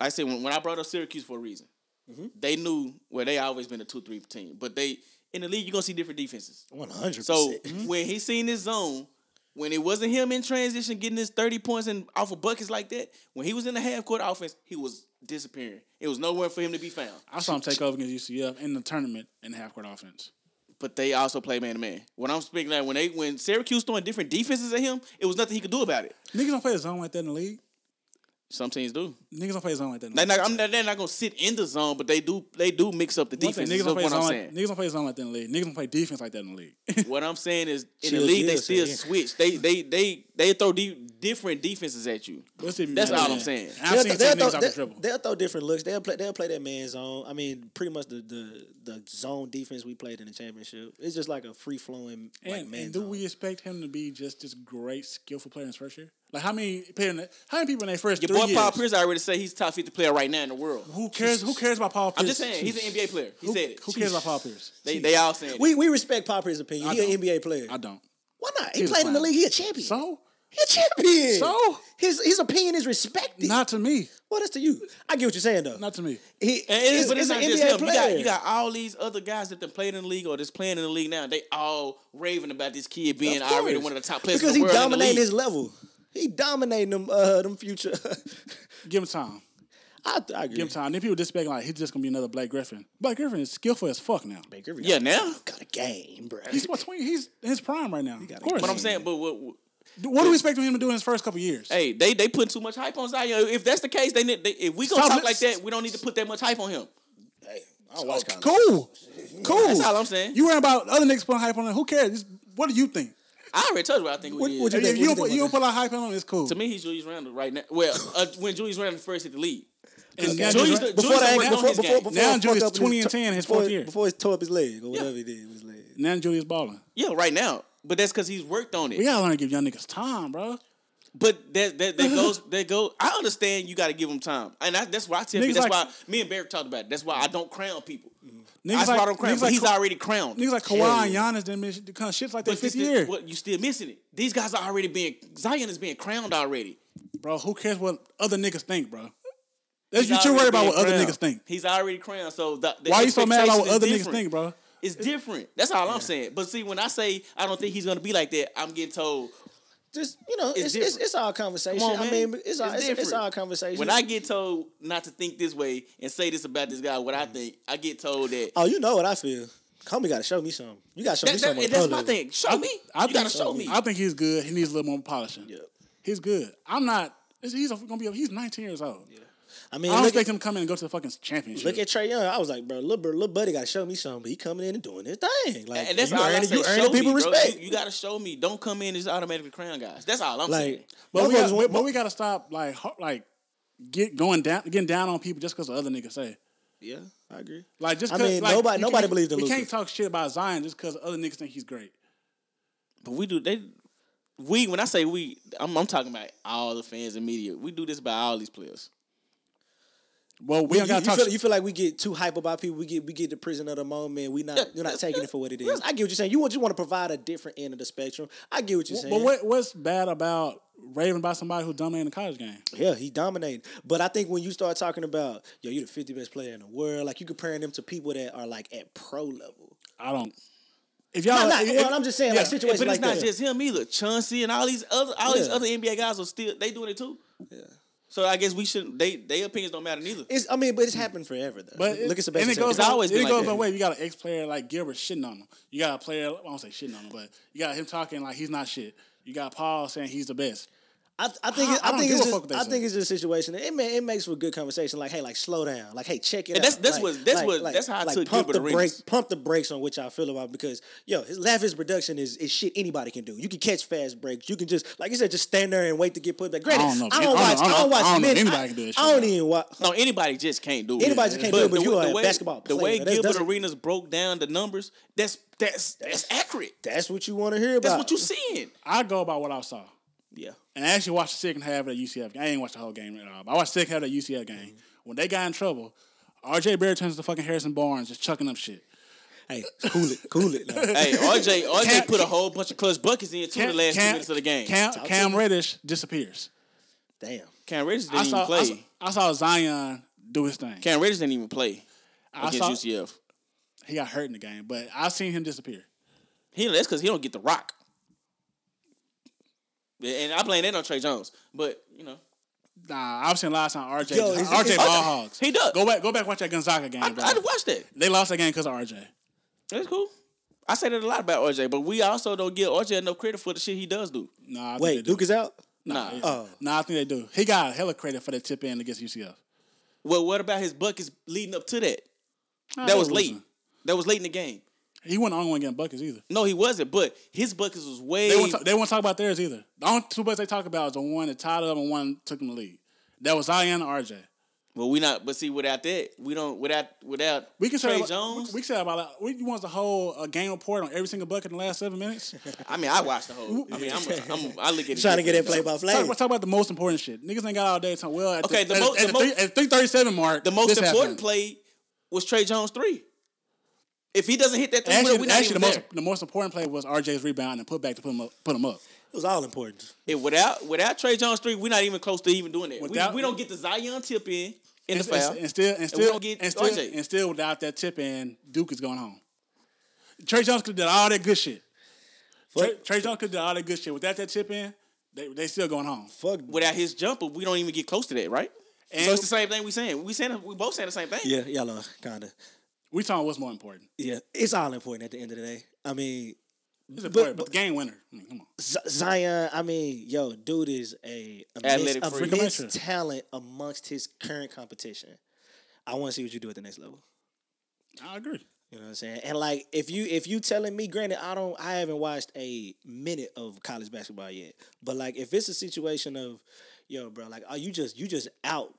[SPEAKER 3] I said when, when I brought up Syracuse for a reason.
[SPEAKER 1] Mm-hmm.
[SPEAKER 3] They knew well. They always been a two three team, but they in the league you're gonna see different defenses.
[SPEAKER 2] One hundred
[SPEAKER 3] So
[SPEAKER 2] percent.
[SPEAKER 1] Mm-hmm.
[SPEAKER 3] when he seen his zone, when it wasn't him in transition getting his 30 points and off of buckets like that, when he was in the half court offense, he was disappearing. It was nowhere for him to be found.
[SPEAKER 1] I saw him take over against UCF in the tournament in half court offense.
[SPEAKER 3] But they also play man to man. When I'm speaking like when they when Syracuse throwing different defenses at him, it was nothing he could do about it.
[SPEAKER 1] Niggas don't play a zone like that in the league.
[SPEAKER 3] Some teams do.
[SPEAKER 1] Niggas don't play a zone like that. In the
[SPEAKER 3] They're
[SPEAKER 1] league.
[SPEAKER 3] not, I'm not, they're not gonna sit in the zone, but they do they do mix up the
[SPEAKER 1] One thing,
[SPEAKER 3] defense. Is
[SPEAKER 1] niggas don't play
[SPEAKER 3] what
[SPEAKER 1] zone.
[SPEAKER 3] I'm
[SPEAKER 1] Like,
[SPEAKER 3] saying.
[SPEAKER 1] niggas don't play zone like that in the league. Niggas don't play defense like that in the league.
[SPEAKER 3] What I'm saying is in the
[SPEAKER 2] Chill,
[SPEAKER 3] league they
[SPEAKER 2] chill,
[SPEAKER 3] still
[SPEAKER 2] yeah.
[SPEAKER 3] switch. They they they they throw de- different defenses at you.
[SPEAKER 1] Let's see if you
[SPEAKER 3] That's
[SPEAKER 1] know
[SPEAKER 3] all
[SPEAKER 1] that.
[SPEAKER 3] I'm saying.
[SPEAKER 1] And I've seen take niggas off the
[SPEAKER 2] they'll,
[SPEAKER 1] dribble.
[SPEAKER 2] they'll throw different looks. They'll play. They'll play that man zone. I mean, pretty much the, the the zone defense we played in the championship. It's just like a free flowing like
[SPEAKER 1] And,
[SPEAKER 2] man
[SPEAKER 1] and do
[SPEAKER 2] zone.
[SPEAKER 1] we expect him to be just this great, skillful player in his first year? Like how many player in the- how many people in their first
[SPEAKER 3] Your
[SPEAKER 1] three
[SPEAKER 3] boy
[SPEAKER 1] years?
[SPEAKER 3] Paul Pierce already said he's top fifty player right now in the world.
[SPEAKER 1] Who cares? Who cares about Paul Pierce?
[SPEAKER 3] I'm just saying he's an NBA player. He
[SPEAKER 1] Who,
[SPEAKER 3] said it.
[SPEAKER 1] who cares about Paul Pierce?
[SPEAKER 3] They they all saying it.
[SPEAKER 2] we we respect Popper's opinion.
[SPEAKER 1] I
[SPEAKER 2] He an
[SPEAKER 1] don't.
[SPEAKER 2] NBA player.
[SPEAKER 1] I don't.
[SPEAKER 2] Why not? He
[SPEAKER 1] He's a
[SPEAKER 2] played in the
[SPEAKER 1] clown.
[SPEAKER 2] league. He a champion.
[SPEAKER 1] So
[SPEAKER 2] He a champion.
[SPEAKER 1] So?
[SPEAKER 2] his his opinion is respected.
[SPEAKER 1] not to me.
[SPEAKER 2] What is to you? I get what you're saying though.
[SPEAKER 1] Not to me.
[SPEAKER 2] He
[SPEAKER 3] And it's,
[SPEAKER 2] is,
[SPEAKER 3] but it's
[SPEAKER 2] an
[SPEAKER 3] not
[SPEAKER 2] NBA
[SPEAKER 3] just him. You
[SPEAKER 2] player.
[SPEAKER 3] got, you got all these other guys that done played in the league or that's playing in the league now. They all raving about this kid being
[SPEAKER 2] Of course.
[SPEAKER 3] already one of the top players
[SPEAKER 2] because
[SPEAKER 3] in the
[SPEAKER 2] he
[SPEAKER 3] world. in the
[SPEAKER 2] dominating
[SPEAKER 3] league.
[SPEAKER 2] his level. He dominating them uh them future.
[SPEAKER 1] Give him time.
[SPEAKER 2] I, I agree.
[SPEAKER 1] Give him time. Then people disrespecting like he's just gonna be another Blake Griffin. Blake Griffin is skillful as fuck now.
[SPEAKER 2] Baker,
[SPEAKER 3] Yeah, now.
[SPEAKER 2] got a game, bro.
[SPEAKER 1] He's what twenty. He's in his prime right now.
[SPEAKER 2] gotta
[SPEAKER 1] Of course.
[SPEAKER 3] But I'm saying, but what, what-
[SPEAKER 1] what do we expect him to do in his first couple years?
[SPEAKER 3] hey, they they putting too much hype on Zion. If that's the case, they, need- they if we gonna
[SPEAKER 1] Stop
[SPEAKER 3] talk
[SPEAKER 1] it.
[SPEAKER 3] like that, we don't need to put that much hype on him.
[SPEAKER 2] Hey, I don't watch college.
[SPEAKER 1] Cool. Cool.
[SPEAKER 3] That's all I'm saying.
[SPEAKER 1] You worrying about other niggas putting hype on it. Who cares? Just- what do you think?
[SPEAKER 3] I already told you what I think.
[SPEAKER 2] What-
[SPEAKER 3] we
[SPEAKER 2] what
[SPEAKER 3] did.
[SPEAKER 2] you-
[SPEAKER 1] If
[SPEAKER 2] think-
[SPEAKER 1] you,
[SPEAKER 2] what
[SPEAKER 1] don't, put-
[SPEAKER 2] you
[SPEAKER 1] you
[SPEAKER 2] think
[SPEAKER 1] don't put a lot of hype on it, it's cool.
[SPEAKER 3] to me, he's Julius Randle right now. Well, uh, when Julius Randle first hit the league,
[SPEAKER 1] and now,
[SPEAKER 3] uh,
[SPEAKER 1] Julius,
[SPEAKER 3] Julius- Julius
[SPEAKER 2] Before that,
[SPEAKER 3] ain't
[SPEAKER 2] before,
[SPEAKER 3] working on
[SPEAKER 2] before,
[SPEAKER 3] his
[SPEAKER 2] before,
[SPEAKER 3] game.
[SPEAKER 1] Now
[SPEAKER 2] he fucked
[SPEAKER 1] Julius
[SPEAKER 2] up in
[SPEAKER 1] 20
[SPEAKER 2] his
[SPEAKER 1] and
[SPEAKER 2] tu-
[SPEAKER 1] 10 his
[SPEAKER 2] before-
[SPEAKER 1] fourth year.
[SPEAKER 2] Before he tore up his leg or whatever he did with his leg.
[SPEAKER 1] now Julius balling.
[SPEAKER 3] Yeah, right now. But that's because he's worked on it.
[SPEAKER 1] We gotta learn to give young niggas time, bro.
[SPEAKER 3] But that that, that goes that go. I understand you got to give them time, and I, that's why I tell you.
[SPEAKER 1] Niggas
[SPEAKER 3] That's
[SPEAKER 1] like- Mm-hmm.
[SPEAKER 3] why me and Barrick talked about it. That's why I don't crown people.
[SPEAKER 1] Niggas
[SPEAKER 3] that's
[SPEAKER 1] like-
[SPEAKER 3] why I don't crown.
[SPEAKER 1] niggas
[SPEAKER 3] But
[SPEAKER 1] like
[SPEAKER 3] he's
[SPEAKER 1] Ka-
[SPEAKER 3] already crowned.
[SPEAKER 1] Niggas like Kawhi and Giannis didn't miss kind of shit like that
[SPEAKER 3] but
[SPEAKER 1] fifth
[SPEAKER 3] this,
[SPEAKER 1] year.
[SPEAKER 3] what you still missing it? These guys are already being Zion is being crowned already.
[SPEAKER 1] Bro, who cares what other niggas think, bro? That's
[SPEAKER 3] He's
[SPEAKER 1] you should worry
[SPEAKER 3] already
[SPEAKER 1] about
[SPEAKER 3] being
[SPEAKER 1] what other
[SPEAKER 3] crowned.
[SPEAKER 1] niggas think.
[SPEAKER 3] He's already crowned. So the, the
[SPEAKER 1] Why you so mad about what
[SPEAKER 3] expectation is
[SPEAKER 1] other niggas
[SPEAKER 3] different.
[SPEAKER 1] think, bro?
[SPEAKER 3] It's different. That's all I'm saying. But see, when I say I don't think he's gonna be like that, I'm getting told
[SPEAKER 2] Just you know, it's it's,
[SPEAKER 3] different.
[SPEAKER 2] it's our conversation.
[SPEAKER 3] Come on,
[SPEAKER 2] I
[SPEAKER 3] man.
[SPEAKER 2] mean, it's our
[SPEAKER 3] It's
[SPEAKER 2] it's, it's,
[SPEAKER 3] different.
[SPEAKER 2] our conversation.
[SPEAKER 3] when I get told not to think this way and say this about this guy, what I
[SPEAKER 2] Mm.
[SPEAKER 3] think, I get told that
[SPEAKER 2] oh, you know what I feel. Comey got to show me some. You got to show me some. on
[SPEAKER 3] That- that- that's
[SPEAKER 2] pro
[SPEAKER 3] my
[SPEAKER 2] level.
[SPEAKER 3] thing. Show me.
[SPEAKER 1] I
[SPEAKER 3] you gotta
[SPEAKER 1] think
[SPEAKER 3] show me.
[SPEAKER 1] I think he's good. He needs a little more polishing.
[SPEAKER 2] Yep.
[SPEAKER 1] He's good. I'm not. He's gonna be. He's 19 years old.
[SPEAKER 2] I mean,
[SPEAKER 1] I don't
[SPEAKER 2] look
[SPEAKER 1] expect
[SPEAKER 2] at,
[SPEAKER 1] him to come in and go to the fucking championship.
[SPEAKER 2] look at Trey Young. I was like, bro, little bro, little buddy got to show me something. But he coming in and doing his thing. Like,
[SPEAKER 3] and that's
[SPEAKER 2] you
[SPEAKER 3] all I
[SPEAKER 2] earning,
[SPEAKER 3] say.
[SPEAKER 2] you
[SPEAKER 3] show
[SPEAKER 2] earning
[SPEAKER 3] me,
[SPEAKER 2] people
[SPEAKER 3] bro.
[SPEAKER 2] respect.
[SPEAKER 3] You, you gotta show me. Don't come in and just automatically crown guys. That's all I'm saying.
[SPEAKER 2] like,
[SPEAKER 1] But we, got,
[SPEAKER 2] motherfuckers
[SPEAKER 1] but-
[SPEAKER 2] want-
[SPEAKER 1] but we gotta stop like har- like get going down getting down on people just because the other niggas say.
[SPEAKER 2] yeah, I agree.
[SPEAKER 1] Like just
[SPEAKER 2] I
[SPEAKER 1] 'cause,
[SPEAKER 2] mean,
[SPEAKER 1] like,
[SPEAKER 2] nobody-
[SPEAKER 1] you
[SPEAKER 2] nobody
[SPEAKER 1] can't-
[SPEAKER 2] believes in
[SPEAKER 1] We
[SPEAKER 2] Luka.
[SPEAKER 1] can't talk shit about Zion just because other niggas think he's great.
[SPEAKER 3] But we do they we when I say we, I'm, I'm talking about all the fans and media. We do this about all these players.
[SPEAKER 1] Well, we
[SPEAKER 2] you,
[SPEAKER 1] don't gotta
[SPEAKER 2] you
[SPEAKER 1] talk.
[SPEAKER 2] feel, you feel like we get too hype about people. We get we get the prison of the moment. We not you're not taking it for what it is. I get what you're saying. You want you want to provide a different end of the spectrum. I get what you're saying.
[SPEAKER 1] but what, what's bad about raving about somebody who dominated the college game?
[SPEAKER 2] Yeah, he dominated. But I think when you start talking about yo, you the fifty best player in the world, like you comparing them to people that are like at pro level.
[SPEAKER 1] I don't. If y'all,
[SPEAKER 2] No, not-
[SPEAKER 1] if- if-
[SPEAKER 2] well, I'm just saying, like,
[SPEAKER 1] Uh, yeah.
[SPEAKER 2] situations
[SPEAKER 3] but
[SPEAKER 2] like
[SPEAKER 3] it's not
[SPEAKER 2] that.
[SPEAKER 3] just him either. Chauncey and all these other all these
[SPEAKER 2] Yeah.
[SPEAKER 3] other NBA guys are still they doing it too.
[SPEAKER 2] Yeah.
[SPEAKER 3] So I guess we shouldn't. They their opinions don't matter neither.
[SPEAKER 2] It's I mean, but it's happened forever though.
[SPEAKER 1] But it-
[SPEAKER 2] look at
[SPEAKER 1] and
[SPEAKER 2] Sebastian.
[SPEAKER 1] it goes.
[SPEAKER 2] It's
[SPEAKER 1] both-
[SPEAKER 3] always
[SPEAKER 1] it
[SPEAKER 3] been like
[SPEAKER 1] goes
[SPEAKER 3] that.
[SPEAKER 1] both way. You got an ex player like Gilbert shitting on him. You got a player. I don't say shitting on him, but you got him talking like he's not shit. You got Paul saying he's the best.
[SPEAKER 2] I, I think it,
[SPEAKER 1] I
[SPEAKER 2] I,
[SPEAKER 1] don't
[SPEAKER 2] think
[SPEAKER 1] give
[SPEAKER 2] it's
[SPEAKER 1] a fuck
[SPEAKER 2] just,
[SPEAKER 1] what they
[SPEAKER 2] I
[SPEAKER 1] say.
[SPEAKER 2] think it's just a situation. It ma- it makes for good conversation. Like, hey, like slow down. Like, hey, check it.
[SPEAKER 3] And that's-
[SPEAKER 2] out.
[SPEAKER 3] that's
[SPEAKER 2] like,
[SPEAKER 3] what- that's what- that's how I took
[SPEAKER 2] pump
[SPEAKER 3] Gilbert
[SPEAKER 2] the
[SPEAKER 3] Arenas.
[SPEAKER 2] brake, pump the brakes on what y'all feel about because yo, his laugh his production is is shit anybody can do. You can catch fast breaks. You can just like you said, just stand there and wait to get put back. Granted, I
[SPEAKER 1] don't
[SPEAKER 2] don't
[SPEAKER 1] know.
[SPEAKER 2] watch. I don't, watch.
[SPEAKER 1] I don't know
[SPEAKER 2] many-
[SPEAKER 1] anybody
[SPEAKER 2] I-
[SPEAKER 1] can do that
[SPEAKER 2] I
[SPEAKER 1] shit,
[SPEAKER 2] don't
[SPEAKER 1] man.
[SPEAKER 2] even watch.
[SPEAKER 3] No, anybody just can't do it.
[SPEAKER 2] Anybody just can't do it, but
[SPEAKER 3] the
[SPEAKER 2] you
[SPEAKER 3] way-
[SPEAKER 2] are
[SPEAKER 3] the
[SPEAKER 2] a
[SPEAKER 3] way-
[SPEAKER 2] basketball
[SPEAKER 3] The way
[SPEAKER 2] player. That
[SPEAKER 3] Gilbert
[SPEAKER 2] doesn't-
[SPEAKER 3] Arenas broke down the numbers, that's that's that's accurate.
[SPEAKER 2] That's what you want to hear about.
[SPEAKER 3] That's what you seeing.
[SPEAKER 1] I go by what I saw.
[SPEAKER 3] Yeah.
[SPEAKER 1] And I actually watched the second half of the UCF game. I ain't watch the whole game at all. But I watched the second half of the UCF game.
[SPEAKER 3] Mm-hmm.
[SPEAKER 1] When they got in trouble, RJ Barrett turns to fucking Harrison Barnes just chucking up shit.
[SPEAKER 2] Hey, cool it, cool it. now.
[SPEAKER 3] Hey, RJ, RJ
[SPEAKER 1] Can't-
[SPEAKER 3] put a whole bunch of clutch buckets in to the last two minutes of the game.
[SPEAKER 1] Cam,
[SPEAKER 2] Talk to
[SPEAKER 1] Cam
[SPEAKER 2] me.
[SPEAKER 1] Reddish disappears.
[SPEAKER 2] Damn.
[SPEAKER 3] Cam Reddish didn't
[SPEAKER 1] I saw,
[SPEAKER 3] even play.
[SPEAKER 1] I, saw, I saw Zion do his thing.
[SPEAKER 3] Cam Reddish didn't even play
[SPEAKER 1] I
[SPEAKER 3] against
[SPEAKER 1] saw-
[SPEAKER 3] UCF.
[SPEAKER 1] He got hurt in the game, but I seen him disappear.
[SPEAKER 3] He that's because he don't get the rock. And I blame that on Trey Jones, but you know
[SPEAKER 1] Nah, I've seen last time RJ.
[SPEAKER 2] Yo, it's-
[SPEAKER 1] RJ
[SPEAKER 2] it's-
[SPEAKER 1] ball hogs.
[SPEAKER 3] he does.
[SPEAKER 1] Go back, go back, and watch that Gonzaga game.
[SPEAKER 3] I,
[SPEAKER 1] bro.
[SPEAKER 3] I watched that.
[SPEAKER 1] they lost that game because of RJ.
[SPEAKER 3] That's cool. I say that a lot about RJ, but we also don't give RJ enough credit for the shit he does do.
[SPEAKER 1] Nah, I think they
[SPEAKER 2] Wait,
[SPEAKER 1] do.
[SPEAKER 2] Duke is out.
[SPEAKER 3] Nah.
[SPEAKER 1] Oh. Nah, I think they do. He got hella credit for that tip in against UCF.
[SPEAKER 3] Well, what about his buckets leading up to that?
[SPEAKER 1] Nah,
[SPEAKER 3] That
[SPEAKER 1] they
[SPEAKER 3] was
[SPEAKER 1] losing.
[SPEAKER 3] late. That was late in the game.
[SPEAKER 1] He wasn't on one getting buckets either.
[SPEAKER 3] No, he wasn't. But his buckets was way.
[SPEAKER 1] They won't, talk, they won't talk about theirs either. The only two bucks they talk about is the one that tied up and one took them the lead. That was Zion and RJ.
[SPEAKER 3] well, we not. But see, without that, we don't. Without without
[SPEAKER 1] We can say
[SPEAKER 3] Trey
[SPEAKER 1] about,
[SPEAKER 3] Jones.
[SPEAKER 1] We, we can say about like, we want the whole uh, game report on every single bucket in the last seven minutes.
[SPEAKER 3] I mean, I watched the whole. I mean, I'm. A, I'm a, I look at it
[SPEAKER 2] Trying to get that
[SPEAKER 3] different.
[SPEAKER 2] play by play.
[SPEAKER 1] talk, about- talk about the most important shit. Niggas ain't got all day. Time. Well, at
[SPEAKER 3] Okay,
[SPEAKER 1] the,
[SPEAKER 3] the mo-
[SPEAKER 1] at, at
[SPEAKER 3] the
[SPEAKER 1] the
[SPEAKER 3] mo-
[SPEAKER 1] three- at three thirty seven mark,
[SPEAKER 3] The most
[SPEAKER 1] this
[SPEAKER 3] important
[SPEAKER 1] happened.
[SPEAKER 3] play was Trey Jones three. If he doesn't hit that three,
[SPEAKER 1] Actually,
[SPEAKER 3] we're not
[SPEAKER 1] actually
[SPEAKER 3] even
[SPEAKER 1] the
[SPEAKER 3] there.
[SPEAKER 1] most the most important play was RJ's rebound and put back to put him up. Put him up.
[SPEAKER 2] It was all important.
[SPEAKER 3] If without without Trey Jones three, we're not even close to even doing that.
[SPEAKER 1] Without-
[SPEAKER 3] we, we don't get the Zion tip in in the
[SPEAKER 1] and,
[SPEAKER 3] foul.
[SPEAKER 1] and, and still and
[SPEAKER 3] we
[SPEAKER 1] still
[SPEAKER 3] don't get
[SPEAKER 1] and still,
[SPEAKER 3] RJ.
[SPEAKER 1] and still without that tip in, Duke is going home. Trey Jones could have done all that good shit. Trey, Trey Jones could have done all that good shit. Without that tip in, they they still going home.
[SPEAKER 2] Fuck.
[SPEAKER 3] without his jumper, we don't even get close to that, right?
[SPEAKER 1] And-
[SPEAKER 3] so it's the same thing we saying. We saying we both saying the same thing.
[SPEAKER 2] Yeah, y'all are kinda.
[SPEAKER 1] We talking what's more important.
[SPEAKER 2] Yeah, it's all important at the end of the day. I mean,
[SPEAKER 1] It's
[SPEAKER 2] But-
[SPEAKER 1] important, but,
[SPEAKER 2] but-
[SPEAKER 1] the game winner. I mean, come on.
[SPEAKER 2] Z- Zion. I mean, yo, dude is a immense,
[SPEAKER 3] Athletic freak.
[SPEAKER 2] immense
[SPEAKER 1] Freakometric.
[SPEAKER 2] talent amongst his current competition. I want to see what you do at the next level.
[SPEAKER 1] I agree.
[SPEAKER 2] You know what I'm saying? And like, if you if you telling me, granted, I don't, I haven't watched a minute of college basketball yet. But like, if it's a situation of, yo, bro, like, are you just you just out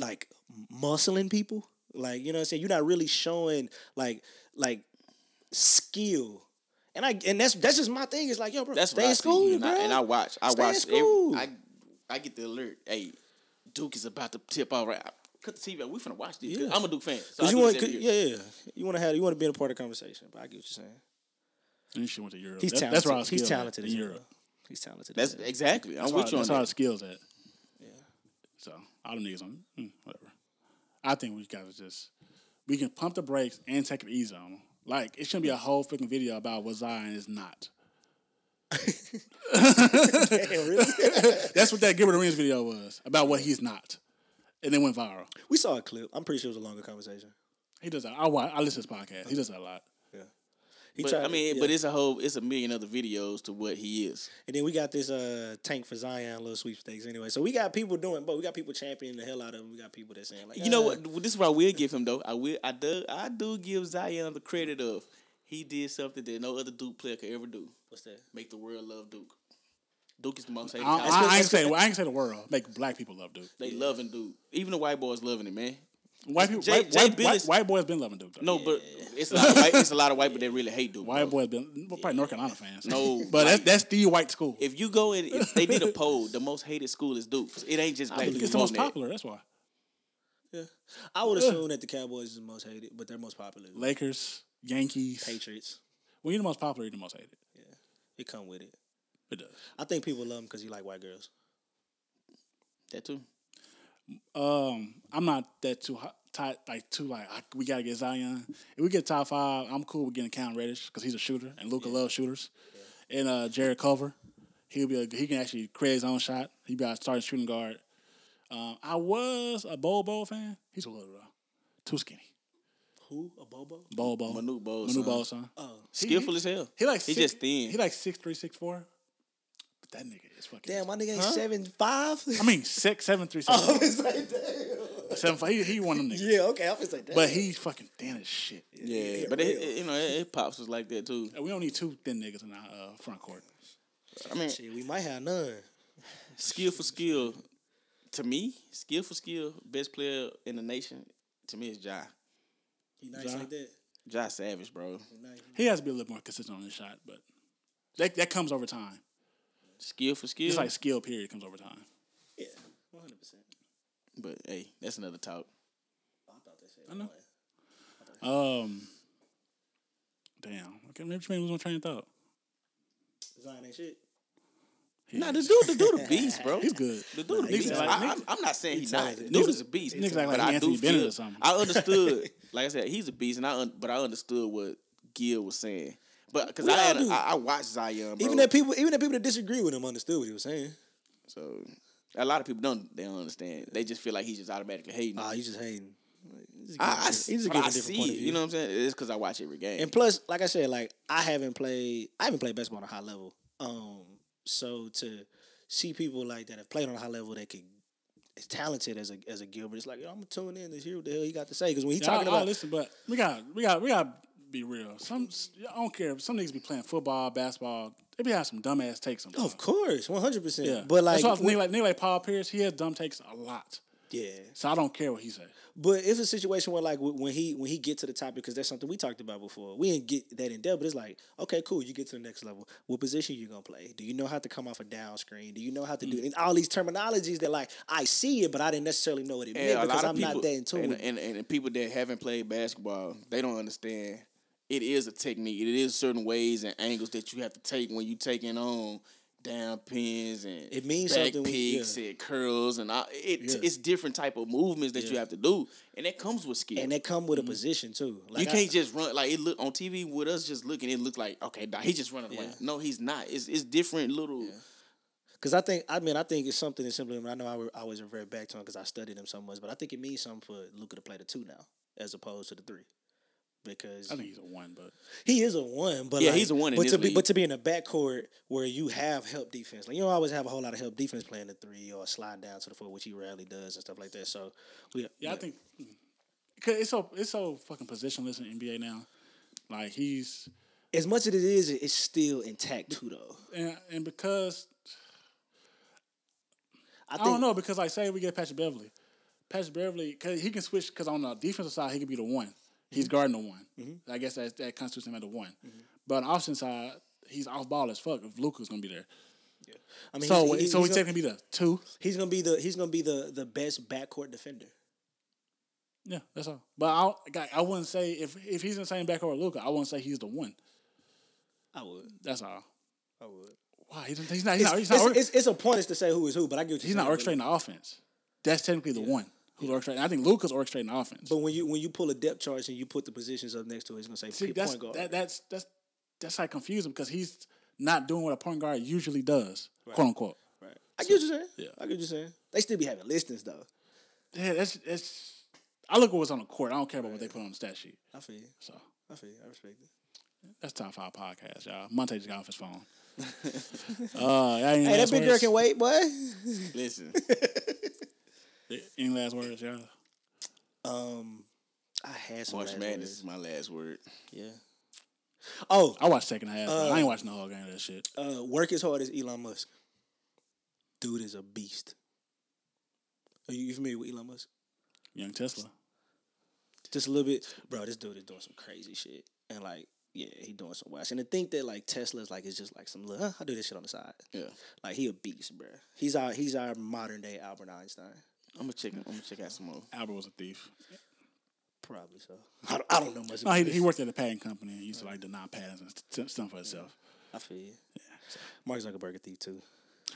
[SPEAKER 2] like muscling people? Like, you know what I'm saying? You're not really showing like like skill. And I and that's that's just my thing. It's like, yo, bro,
[SPEAKER 3] That's
[SPEAKER 2] stay
[SPEAKER 3] what I
[SPEAKER 2] in
[SPEAKER 3] see,
[SPEAKER 2] school,
[SPEAKER 3] and,
[SPEAKER 2] bro.
[SPEAKER 3] I, and I watch. I
[SPEAKER 2] Stay in
[SPEAKER 3] watch. every-
[SPEAKER 2] school.
[SPEAKER 3] I I get the alert. Hey, Duke is about to tip all right. Cut the TV. out. We finna watch this. 'cause
[SPEAKER 2] Yeah.
[SPEAKER 3] I'm a Duke fan. So I
[SPEAKER 2] Cause you
[SPEAKER 3] do
[SPEAKER 2] want,
[SPEAKER 3] this
[SPEAKER 2] cause,
[SPEAKER 3] every year.
[SPEAKER 2] yeah, yeah, you want to have, you want to be in a part of the conversation. But I get what you're saying.
[SPEAKER 1] And she went to Europe.
[SPEAKER 2] He's
[SPEAKER 1] That-
[SPEAKER 2] talented.
[SPEAKER 1] That's where I was
[SPEAKER 2] He's
[SPEAKER 1] skilled at,
[SPEAKER 2] talented
[SPEAKER 1] in
[SPEAKER 2] as
[SPEAKER 1] Europe.
[SPEAKER 2] hell. He's talented.
[SPEAKER 3] That's
[SPEAKER 2] as hell.
[SPEAKER 3] exactly. I'm
[SPEAKER 1] That's
[SPEAKER 3] with
[SPEAKER 1] where,
[SPEAKER 3] you on
[SPEAKER 1] that's where our
[SPEAKER 3] that.
[SPEAKER 1] skills at. Yeah. So all them niggas on mm, whatever. I think we gotta just we can pump the brakes and take it easy on 'em. Like it shouldn't be a whole freaking video about what Zion is not.
[SPEAKER 2] Damn, really?
[SPEAKER 1] That's what that Gilbert Arenas video was about what he's not. And then went viral.
[SPEAKER 2] we saw a clip. I'm pretty sure it was a longer conversation.
[SPEAKER 1] He does that. I watch, I listen to his podcast. He does that a lot.
[SPEAKER 2] He
[SPEAKER 3] But,
[SPEAKER 2] tried
[SPEAKER 3] I
[SPEAKER 2] to-
[SPEAKER 3] mean,
[SPEAKER 2] yeah.
[SPEAKER 3] but it's a whole. It's a million other videos to what he is.
[SPEAKER 2] and then we got this uh tank for Zion little sweepstakes anyway. So we got people doing, but we got people championing the hell out of him. We got people that saying like,
[SPEAKER 3] You know
[SPEAKER 2] "Ah,
[SPEAKER 3] what? This is what I will give him though. I will. I do. I do give Zion the credit of he did something that no other Duke player could ever do.
[SPEAKER 2] What's that?
[SPEAKER 3] Make the world love Duke. Duke is the most
[SPEAKER 1] I,
[SPEAKER 3] hated. college
[SPEAKER 1] I, I ain't
[SPEAKER 2] that's
[SPEAKER 1] say I ain't say the world. Make black people love Duke.
[SPEAKER 3] They loving Duke. Even the white boys loving it, man.
[SPEAKER 1] White people
[SPEAKER 3] Jay-
[SPEAKER 1] white,
[SPEAKER 3] Jay
[SPEAKER 1] white, white,
[SPEAKER 3] Billis-
[SPEAKER 1] white boys been loving Duke though.
[SPEAKER 3] No, but it's a lot of white. It's a lot of white, but they really hate Duke.
[SPEAKER 1] White
[SPEAKER 3] bro.
[SPEAKER 1] boys been well, probably North Carolina fans.
[SPEAKER 3] No,
[SPEAKER 1] But that's
[SPEAKER 3] like-
[SPEAKER 1] that's the white school.
[SPEAKER 3] If you go in, if they did a poll. The most hated school is Duke. It ain't just black
[SPEAKER 1] It's
[SPEAKER 3] people.
[SPEAKER 1] the most
[SPEAKER 3] on there.
[SPEAKER 1] popular, that's why.
[SPEAKER 2] Yeah. I would assume that the Cowboys is the most hated, but they're most popular.
[SPEAKER 1] Lakers, Yankees.
[SPEAKER 2] Patriots.
[SPEAKER 1] When you're the most popular, you're the most hated.
[SPEAKER 2] It come with it.
[SPEAKER 1] It does.
[SPEAKER 2] I think people love him because he like white girls.
[SPEAKER 3] That too.
[SPEAKER 1] Um, I'm not that too hot, tight, like too like I, we gotta get Zion. If we get top five, I'm cool with getting Cam Reddish because he's a shooter and Luca loves shooters. And uh, Jared Culver, he'll be a, he can actually create his own shot. He be our starting shooting guard. Um, I was a Bowl Bowl fan. He's a little though. too skinny.
[SPEAKER 2] Who? A Bobo?
[SPEAKER 1] Bowl Bowl,
[SPEAKER 3] Manute Bol,
[SPEAKER 1] Manute
[SPEAKER 3] son.
[SPEAKER 1] Bol, son.
[SPEAKER 2] Oh.
[SPEAKER 3] Skillful as hell.
[SPEAKER 1] He like
[SPEAKER 3] He
[SPEAKER 1] six,
[SPEAKER 3] just thin.
[SPEAKER 1] He like six three six four. But that nigga is fucking.
[SPEAKER 2] Damn, my nigga ain't seven five.
[SPEAKER 1] I mean six seven three seven.
[SPEAKER 3] Oh.
[SPEAKER 2] I was like, damn.
[SPEAKER 1] Seven five. He, he one of them niggas.
[SPEAKER 2] Yeah, okay. I was like, damn.
[SPEAKER 1] But he's fucking thin as shit.
[SPEAKER 3] yeah,
[SPEAKER 2] yeah,
[SPEAKER 3] but it,
[SPEAKER 2] real.
[SPEAKER 3] it- you know, it, it pops was like that too.
[SPEAKER 1] Uh, We don't need two thin niggas in our uh, front court.
[SPEAKER 3] I mean,
[SPEAKER 2] Shit, we might have none.
[SPEAKER 3] skill for skill, to me, skill for skill, best player in the nation, to me is Ja.
[SPEAKER 2] He nice
[SPEAKER 1] Ja.
[SPEAKER 2] like that.
[SPEAKER 3] Ja Savage, bro.
[SPEAKER 2] He nice.
[SPEAKER 1] He has to be a little more consistent on his shot, but that that comes over time.
[SPEAKER 3] Skill for skill.
[SPEAKER 1] It's like skill period comes over time.
[SPEAKER 2] Yeah, one hundred percent.
[SPEAKER 3] but hey, that's another talk.
[SPEAKER 2] I thought that shit.
[SPEAKER 1] I know. Um, damn. Okay, maybe Tremaine was on train of thought.
[SPEAKER 2] Zion ain't shit.
[SPEAKER 3] Nah, the dude, the dude, a beast, bro.
[SPEAKER 1] He's good.
[SPEAKER 3] The dude, a
[SPEAKER 1] he's
[SPEAKER 3] beast.
[SPEAKER 1] like-
[SPEAKER 3] I, I'm, I'm not saying
[SPEAKER 2] he's
[SPEAKER 3] he's not. The
[SPEAKER 2] talented.
[SPEAKER 3] dude is a beast.
[SPEAKER 1] Niggas act like he
[SPEAKER 3] I
[SPEAKER 1] Anthony Bennett
[SPEAKER 3] feel-
[SPEAKER 1] or something.
[SPEAKER 3] I understood. like I said, he's a beast, and I un, but I understood what Gil was saying. But because
[SPEAKER 2] We
[SPEAKER 3] I,
[SPEAKER 2] all
[SPEAKER 3] had-
[SPEAKER 2] do.
[SPEAKER 3] I I watched Zion, bro.
[SPEAKER 2] Even that people, even the people that disagree with him understood what he was saying.
[SPEAKER 3] so a lot of people don't they don't understand. They just feel like he's just automatically hating.
[SPEAKER 2] Ah, you just hating. He's
[SPEAKER 3] I, I,
[SPEAKER 2] just
[SPEAKER 3] but I see it. You know what I'm saying? It's because I watch every game.
[SPEAKER 2] And plus, like I said, like I haven't played, I haven't played basketball on a high level. Um, so to see people like that have played on a high level that could as talented as a as a Gilbert, it's like yo, I'm gonna tune in to hear what the hell he got to say because when he
[SPEAKER 1] Yeah,
[SPEAKER 2] talking
[SPEAKER 1] I, I
[SPEAKER 2] about
[SPEAKER 1] listen, but we got we got we got to be real. Some I don't care. Some niggas be playing football, basketball. They be having some dumbass takes. Sometimes.
[SPEAKER 2] of course, one hundred
[SPEAKER 1] yeah.
[SPEAKER 2] percent. But like,
[SPEAKER 1] that's why
[SPEAKER 2] when-
[SPEAKER 1] nigga like nigga like Paul Pierce, he has dumb takes a lot.
[SPEAKER 2] yeah,
[SPEAKER 1] So I don't care what he say.
[SPEAKER 2] But it's a situation where like wh- when he when he get to the topic because that's something we talked about before. We didn't get that in depth, but it's like okay, cool. You get to the next level. What position you gonna play? Do you know how to come off a down screen? Do you know how
[SPEAKER 3] Mm.
[SPEAKER 2] to do and all these terminologies that like I see it, but I didn't necessarily know what it meant
[SPEAKER 3] a
[SPEAKER 2] because
[SPEAKER 3] lot of
[SPEAKER 2] I'm not that in tune.
[SPEAKER 3] And,
[SPEAKER 2] with it.
[SPEAKER 3] and, and people that haven't played basketball, they don't understand. It is a technique. It is certain ways and angles that you have to take when you taking on down pins and
[SPEAKER 2] It means
[SPEAKER 3] back
[SPEAKER 2] something when-
[SPEAKER 3] picks
[SPEAKER 2] yeah.
[SPEAKER 3] and curls and all, it,
[SPEAKER 2] Yeah.
[SPEAKER 3] it's different type of movements that you have to do, and that comes with skill.
[SPEAKER 2] And they come with a position too. Like
[SPEAKER 3] you
[SPEAKER 2] I-
[SPEAKER 3] can't just run like it look on TV with us just looking. It looked like okay, nah, he just running away.
[SPEAKER 2] Yeah.
[SPEAKER 3] No, he's not. It's it's different little.
[SPEAKER 2] Because I think, I mean, I think it's something that's simply, I know I, re- I always revert back to him because I studied him so much, but I think it means something for Luca to play the two now as opposed to the three. Because
[SPEAKER 1] I think he's a one, but
[SPEAKER 2] he is a one, but
[SPEAKER 3] Yeah,
[SPEAKER 2] like-
[SPEAKER 3] he's a one in
[SPEAKER 2] But
[SPEAKER 3] this
[SPEAKER 2] to be
[SPEAKER 3] league.
[SPEAKER 2] but to be in the backcourt where you have help defense, like you don't always have a whole lot of help defense playing the three or sliding down to the four, which he rarely does and stuff like that. So we,
[SPEAKER 1] Yeah, I think mm, cause it's so it's so fucking positionless in NBA now. Like he's
[SPEAKER 2] as much as it is, it's still intact too, though.
[SPEAKER 1] and, and because
[SPEAKER 2] I,
[SPEAKER 1] I,
[SPEAKER 2] think,
[SPEAKER 1] don't know because like say we get Patrick Beverly, Patrick Beverly cause he can switch because on the defensive side he could be the one.
[SPEAKER 2] Mm-hmm.
[SPEAKER 1] He's guarding the one. I guess that that constitutes him at the one. But on the offense side, he's off ball as fuck. If Luca's gonna be there,
[SPEAKER 2] I mean,
[SPEAKER 1] so
[SPEAKER 2] he's, he's,
[SPEAKER 1] so
[SPEAKER 2] he's
[SPEAKER 1] he's
[SPEAKER 2] gonna,
[SPEAKER 1] technically be the two.
[SPEAKER 2] he's gonna be the he's gonna be the the best backcourt defender.
[SPEAKER 1] Yeah, that's all. But I don't- I wouldn't say if if he's in the same backcourt with Luca, I wouldn't say he's the one.
[SPEAKER 2] I would,
[SPEAKER 1] That's all.
[SPEAKER 2] I would.
[SPEAKER 1] Why he doesn't- he's not he's
[SPEAKER 2] It's,
[SPEAKER 1] not, he's not
[SPEAKER 2] it's,
[SPEAKER 1] orc-
[SPEAKER 2] it's, it's a point to say who is who, but I get what
[SPEAKER 1] He's
[SPEAKER 2] you're
[SPEAKER 1] not
[SPEAKER 2] saying, but-
[SPEAKER 1] orchestrating the offense. That's technically the one who's orchestrating. I think Luca's orchestrating the offense.
[SPEAKER 2] But when you when you pull a depth chart and you put the positions up next to it, it's gonna say
[SPEAKER 1] See,
[SPEAKER 2] p-
[SPEAKER 1] that's
[SPEAKER 2] point guard.
[SPEAKER 1] that, that's that's that's like confusing because he's not doing what a point guard usually does, quote unquote.
[SPEAKER 2] right. I get what you're saying.
[SPEAKER 1] Yeah.
[SPEAKER 2] I get what you're saying. They still be having listings though.
[SPEAKER 1] Yeah, that's that's. I look at what's on the court. I don't care about what they put on the stat sheet.
[SPEAKER 2] I feel you.
[SPEAKER 1] So
[SPEAKER 2] I feel you. I respect it.
[SPEAKER 1] that's top five podcast, y'all. Monte just got off his phone. uh, any
[SPEAKER 2] Hey,
[SPEAKER 1] last
[SPEAKER 2] that big girl
[SPEAKER 1] words?
[SPEAKER 2] can wait, boy.
[SPEAKER 3] Listen,
[SPEAKER 1] Any last words, y'all?
[SPEAKER 2] Um, I had some.
[SPEAKER 3] March
[SPEAKER 2] last
[SPEAKER 3] Madness
[SPEAKER 2] words.
[SPEAKER 3] is my last word.
[SPEAKER 2] Yeah. Oh,
[SPEAKER 1] I watched second half. but I ain't watching the whole game of that shit.
[SPEAKER 2] uh, work as hard as Elon Musk. Dude is a beast. Are you you familiar with Elon Musk?
[SPEAKER 1] Young Tesla.
[SPEAKER 2] just a little bit, bro. This dude is doing some crazy shit, and like, yeah, he doing some wild shit. And to think that like Tesla's like is just like some little, huh, I do this shit on the side.
[SPEAKER 3] Yeah.
[SPEAKER 2] Like he a beast, bro. He's our he's our modern day Albert Einstein.
[SPEAKER 3] I'm gonna check. I'm gonna check out some more.
[SPEAKER 1] Albert was a thief.
[SPEAKER 2] Probably so. I don't, I don't know much
[SPEAKER 1] No,
[SPEAKER 2] about
[SPEAKER 1] he,
[SPEAKER 2] this.
[SPEAKER 1] he worked at a padding company and used to like deny patents and st- stuff for himself.
[SPEAKER 2] I feel you. Mark Zuckerberg a thief too.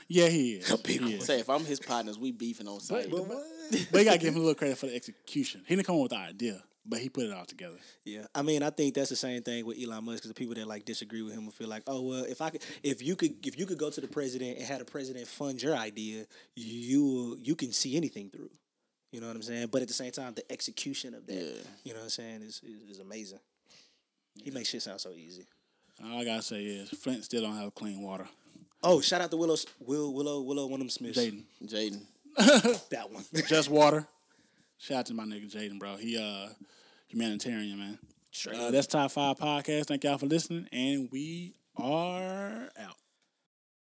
[SPEAKER 1] Yeah, he is. He
[SPEAKER 2] big one.
[SPEAKER 1] is.
[SPEAKER 3] Say if I'm his partners, we beefing on site.
[SPEAKER 2] But what?
[SPEAKER 1] But you gotta give him a little credit for the execution. He didn't come up with the idea, but he put it all together.
[SPEAKER 2] yeah, I mean, I think that's the same thing with Elon Musk. Because the people that like disagree with him will feel like, oh well, if I could, if you could, if you could go to the president and have the president fund your idea, you will, you can see anything through. You know what I'm saying? But at the same time, the execution of that,
[SPEAKER 3] Yeah.
[SPEAKER 2] you know what I'm saying, is is, is amazing. He makes shit sound so easy.
[SPEAKER 1] All I gotta say is Flint still don't have clean water.
[SPEAKER 2] Oh, shout out to Willow, Will, Willow, Willow, one of them Smiths.
[SPEAKER 1] Jaden,
[SPEAKER 3] Jaden,
[SPEAKER 2] That one.
[SPEAKER 1] just water. Shout out to my nigga Jaden, bro. He uh humanitarian man. Uh, that's top five podcast. Thank y'all for listening, and we are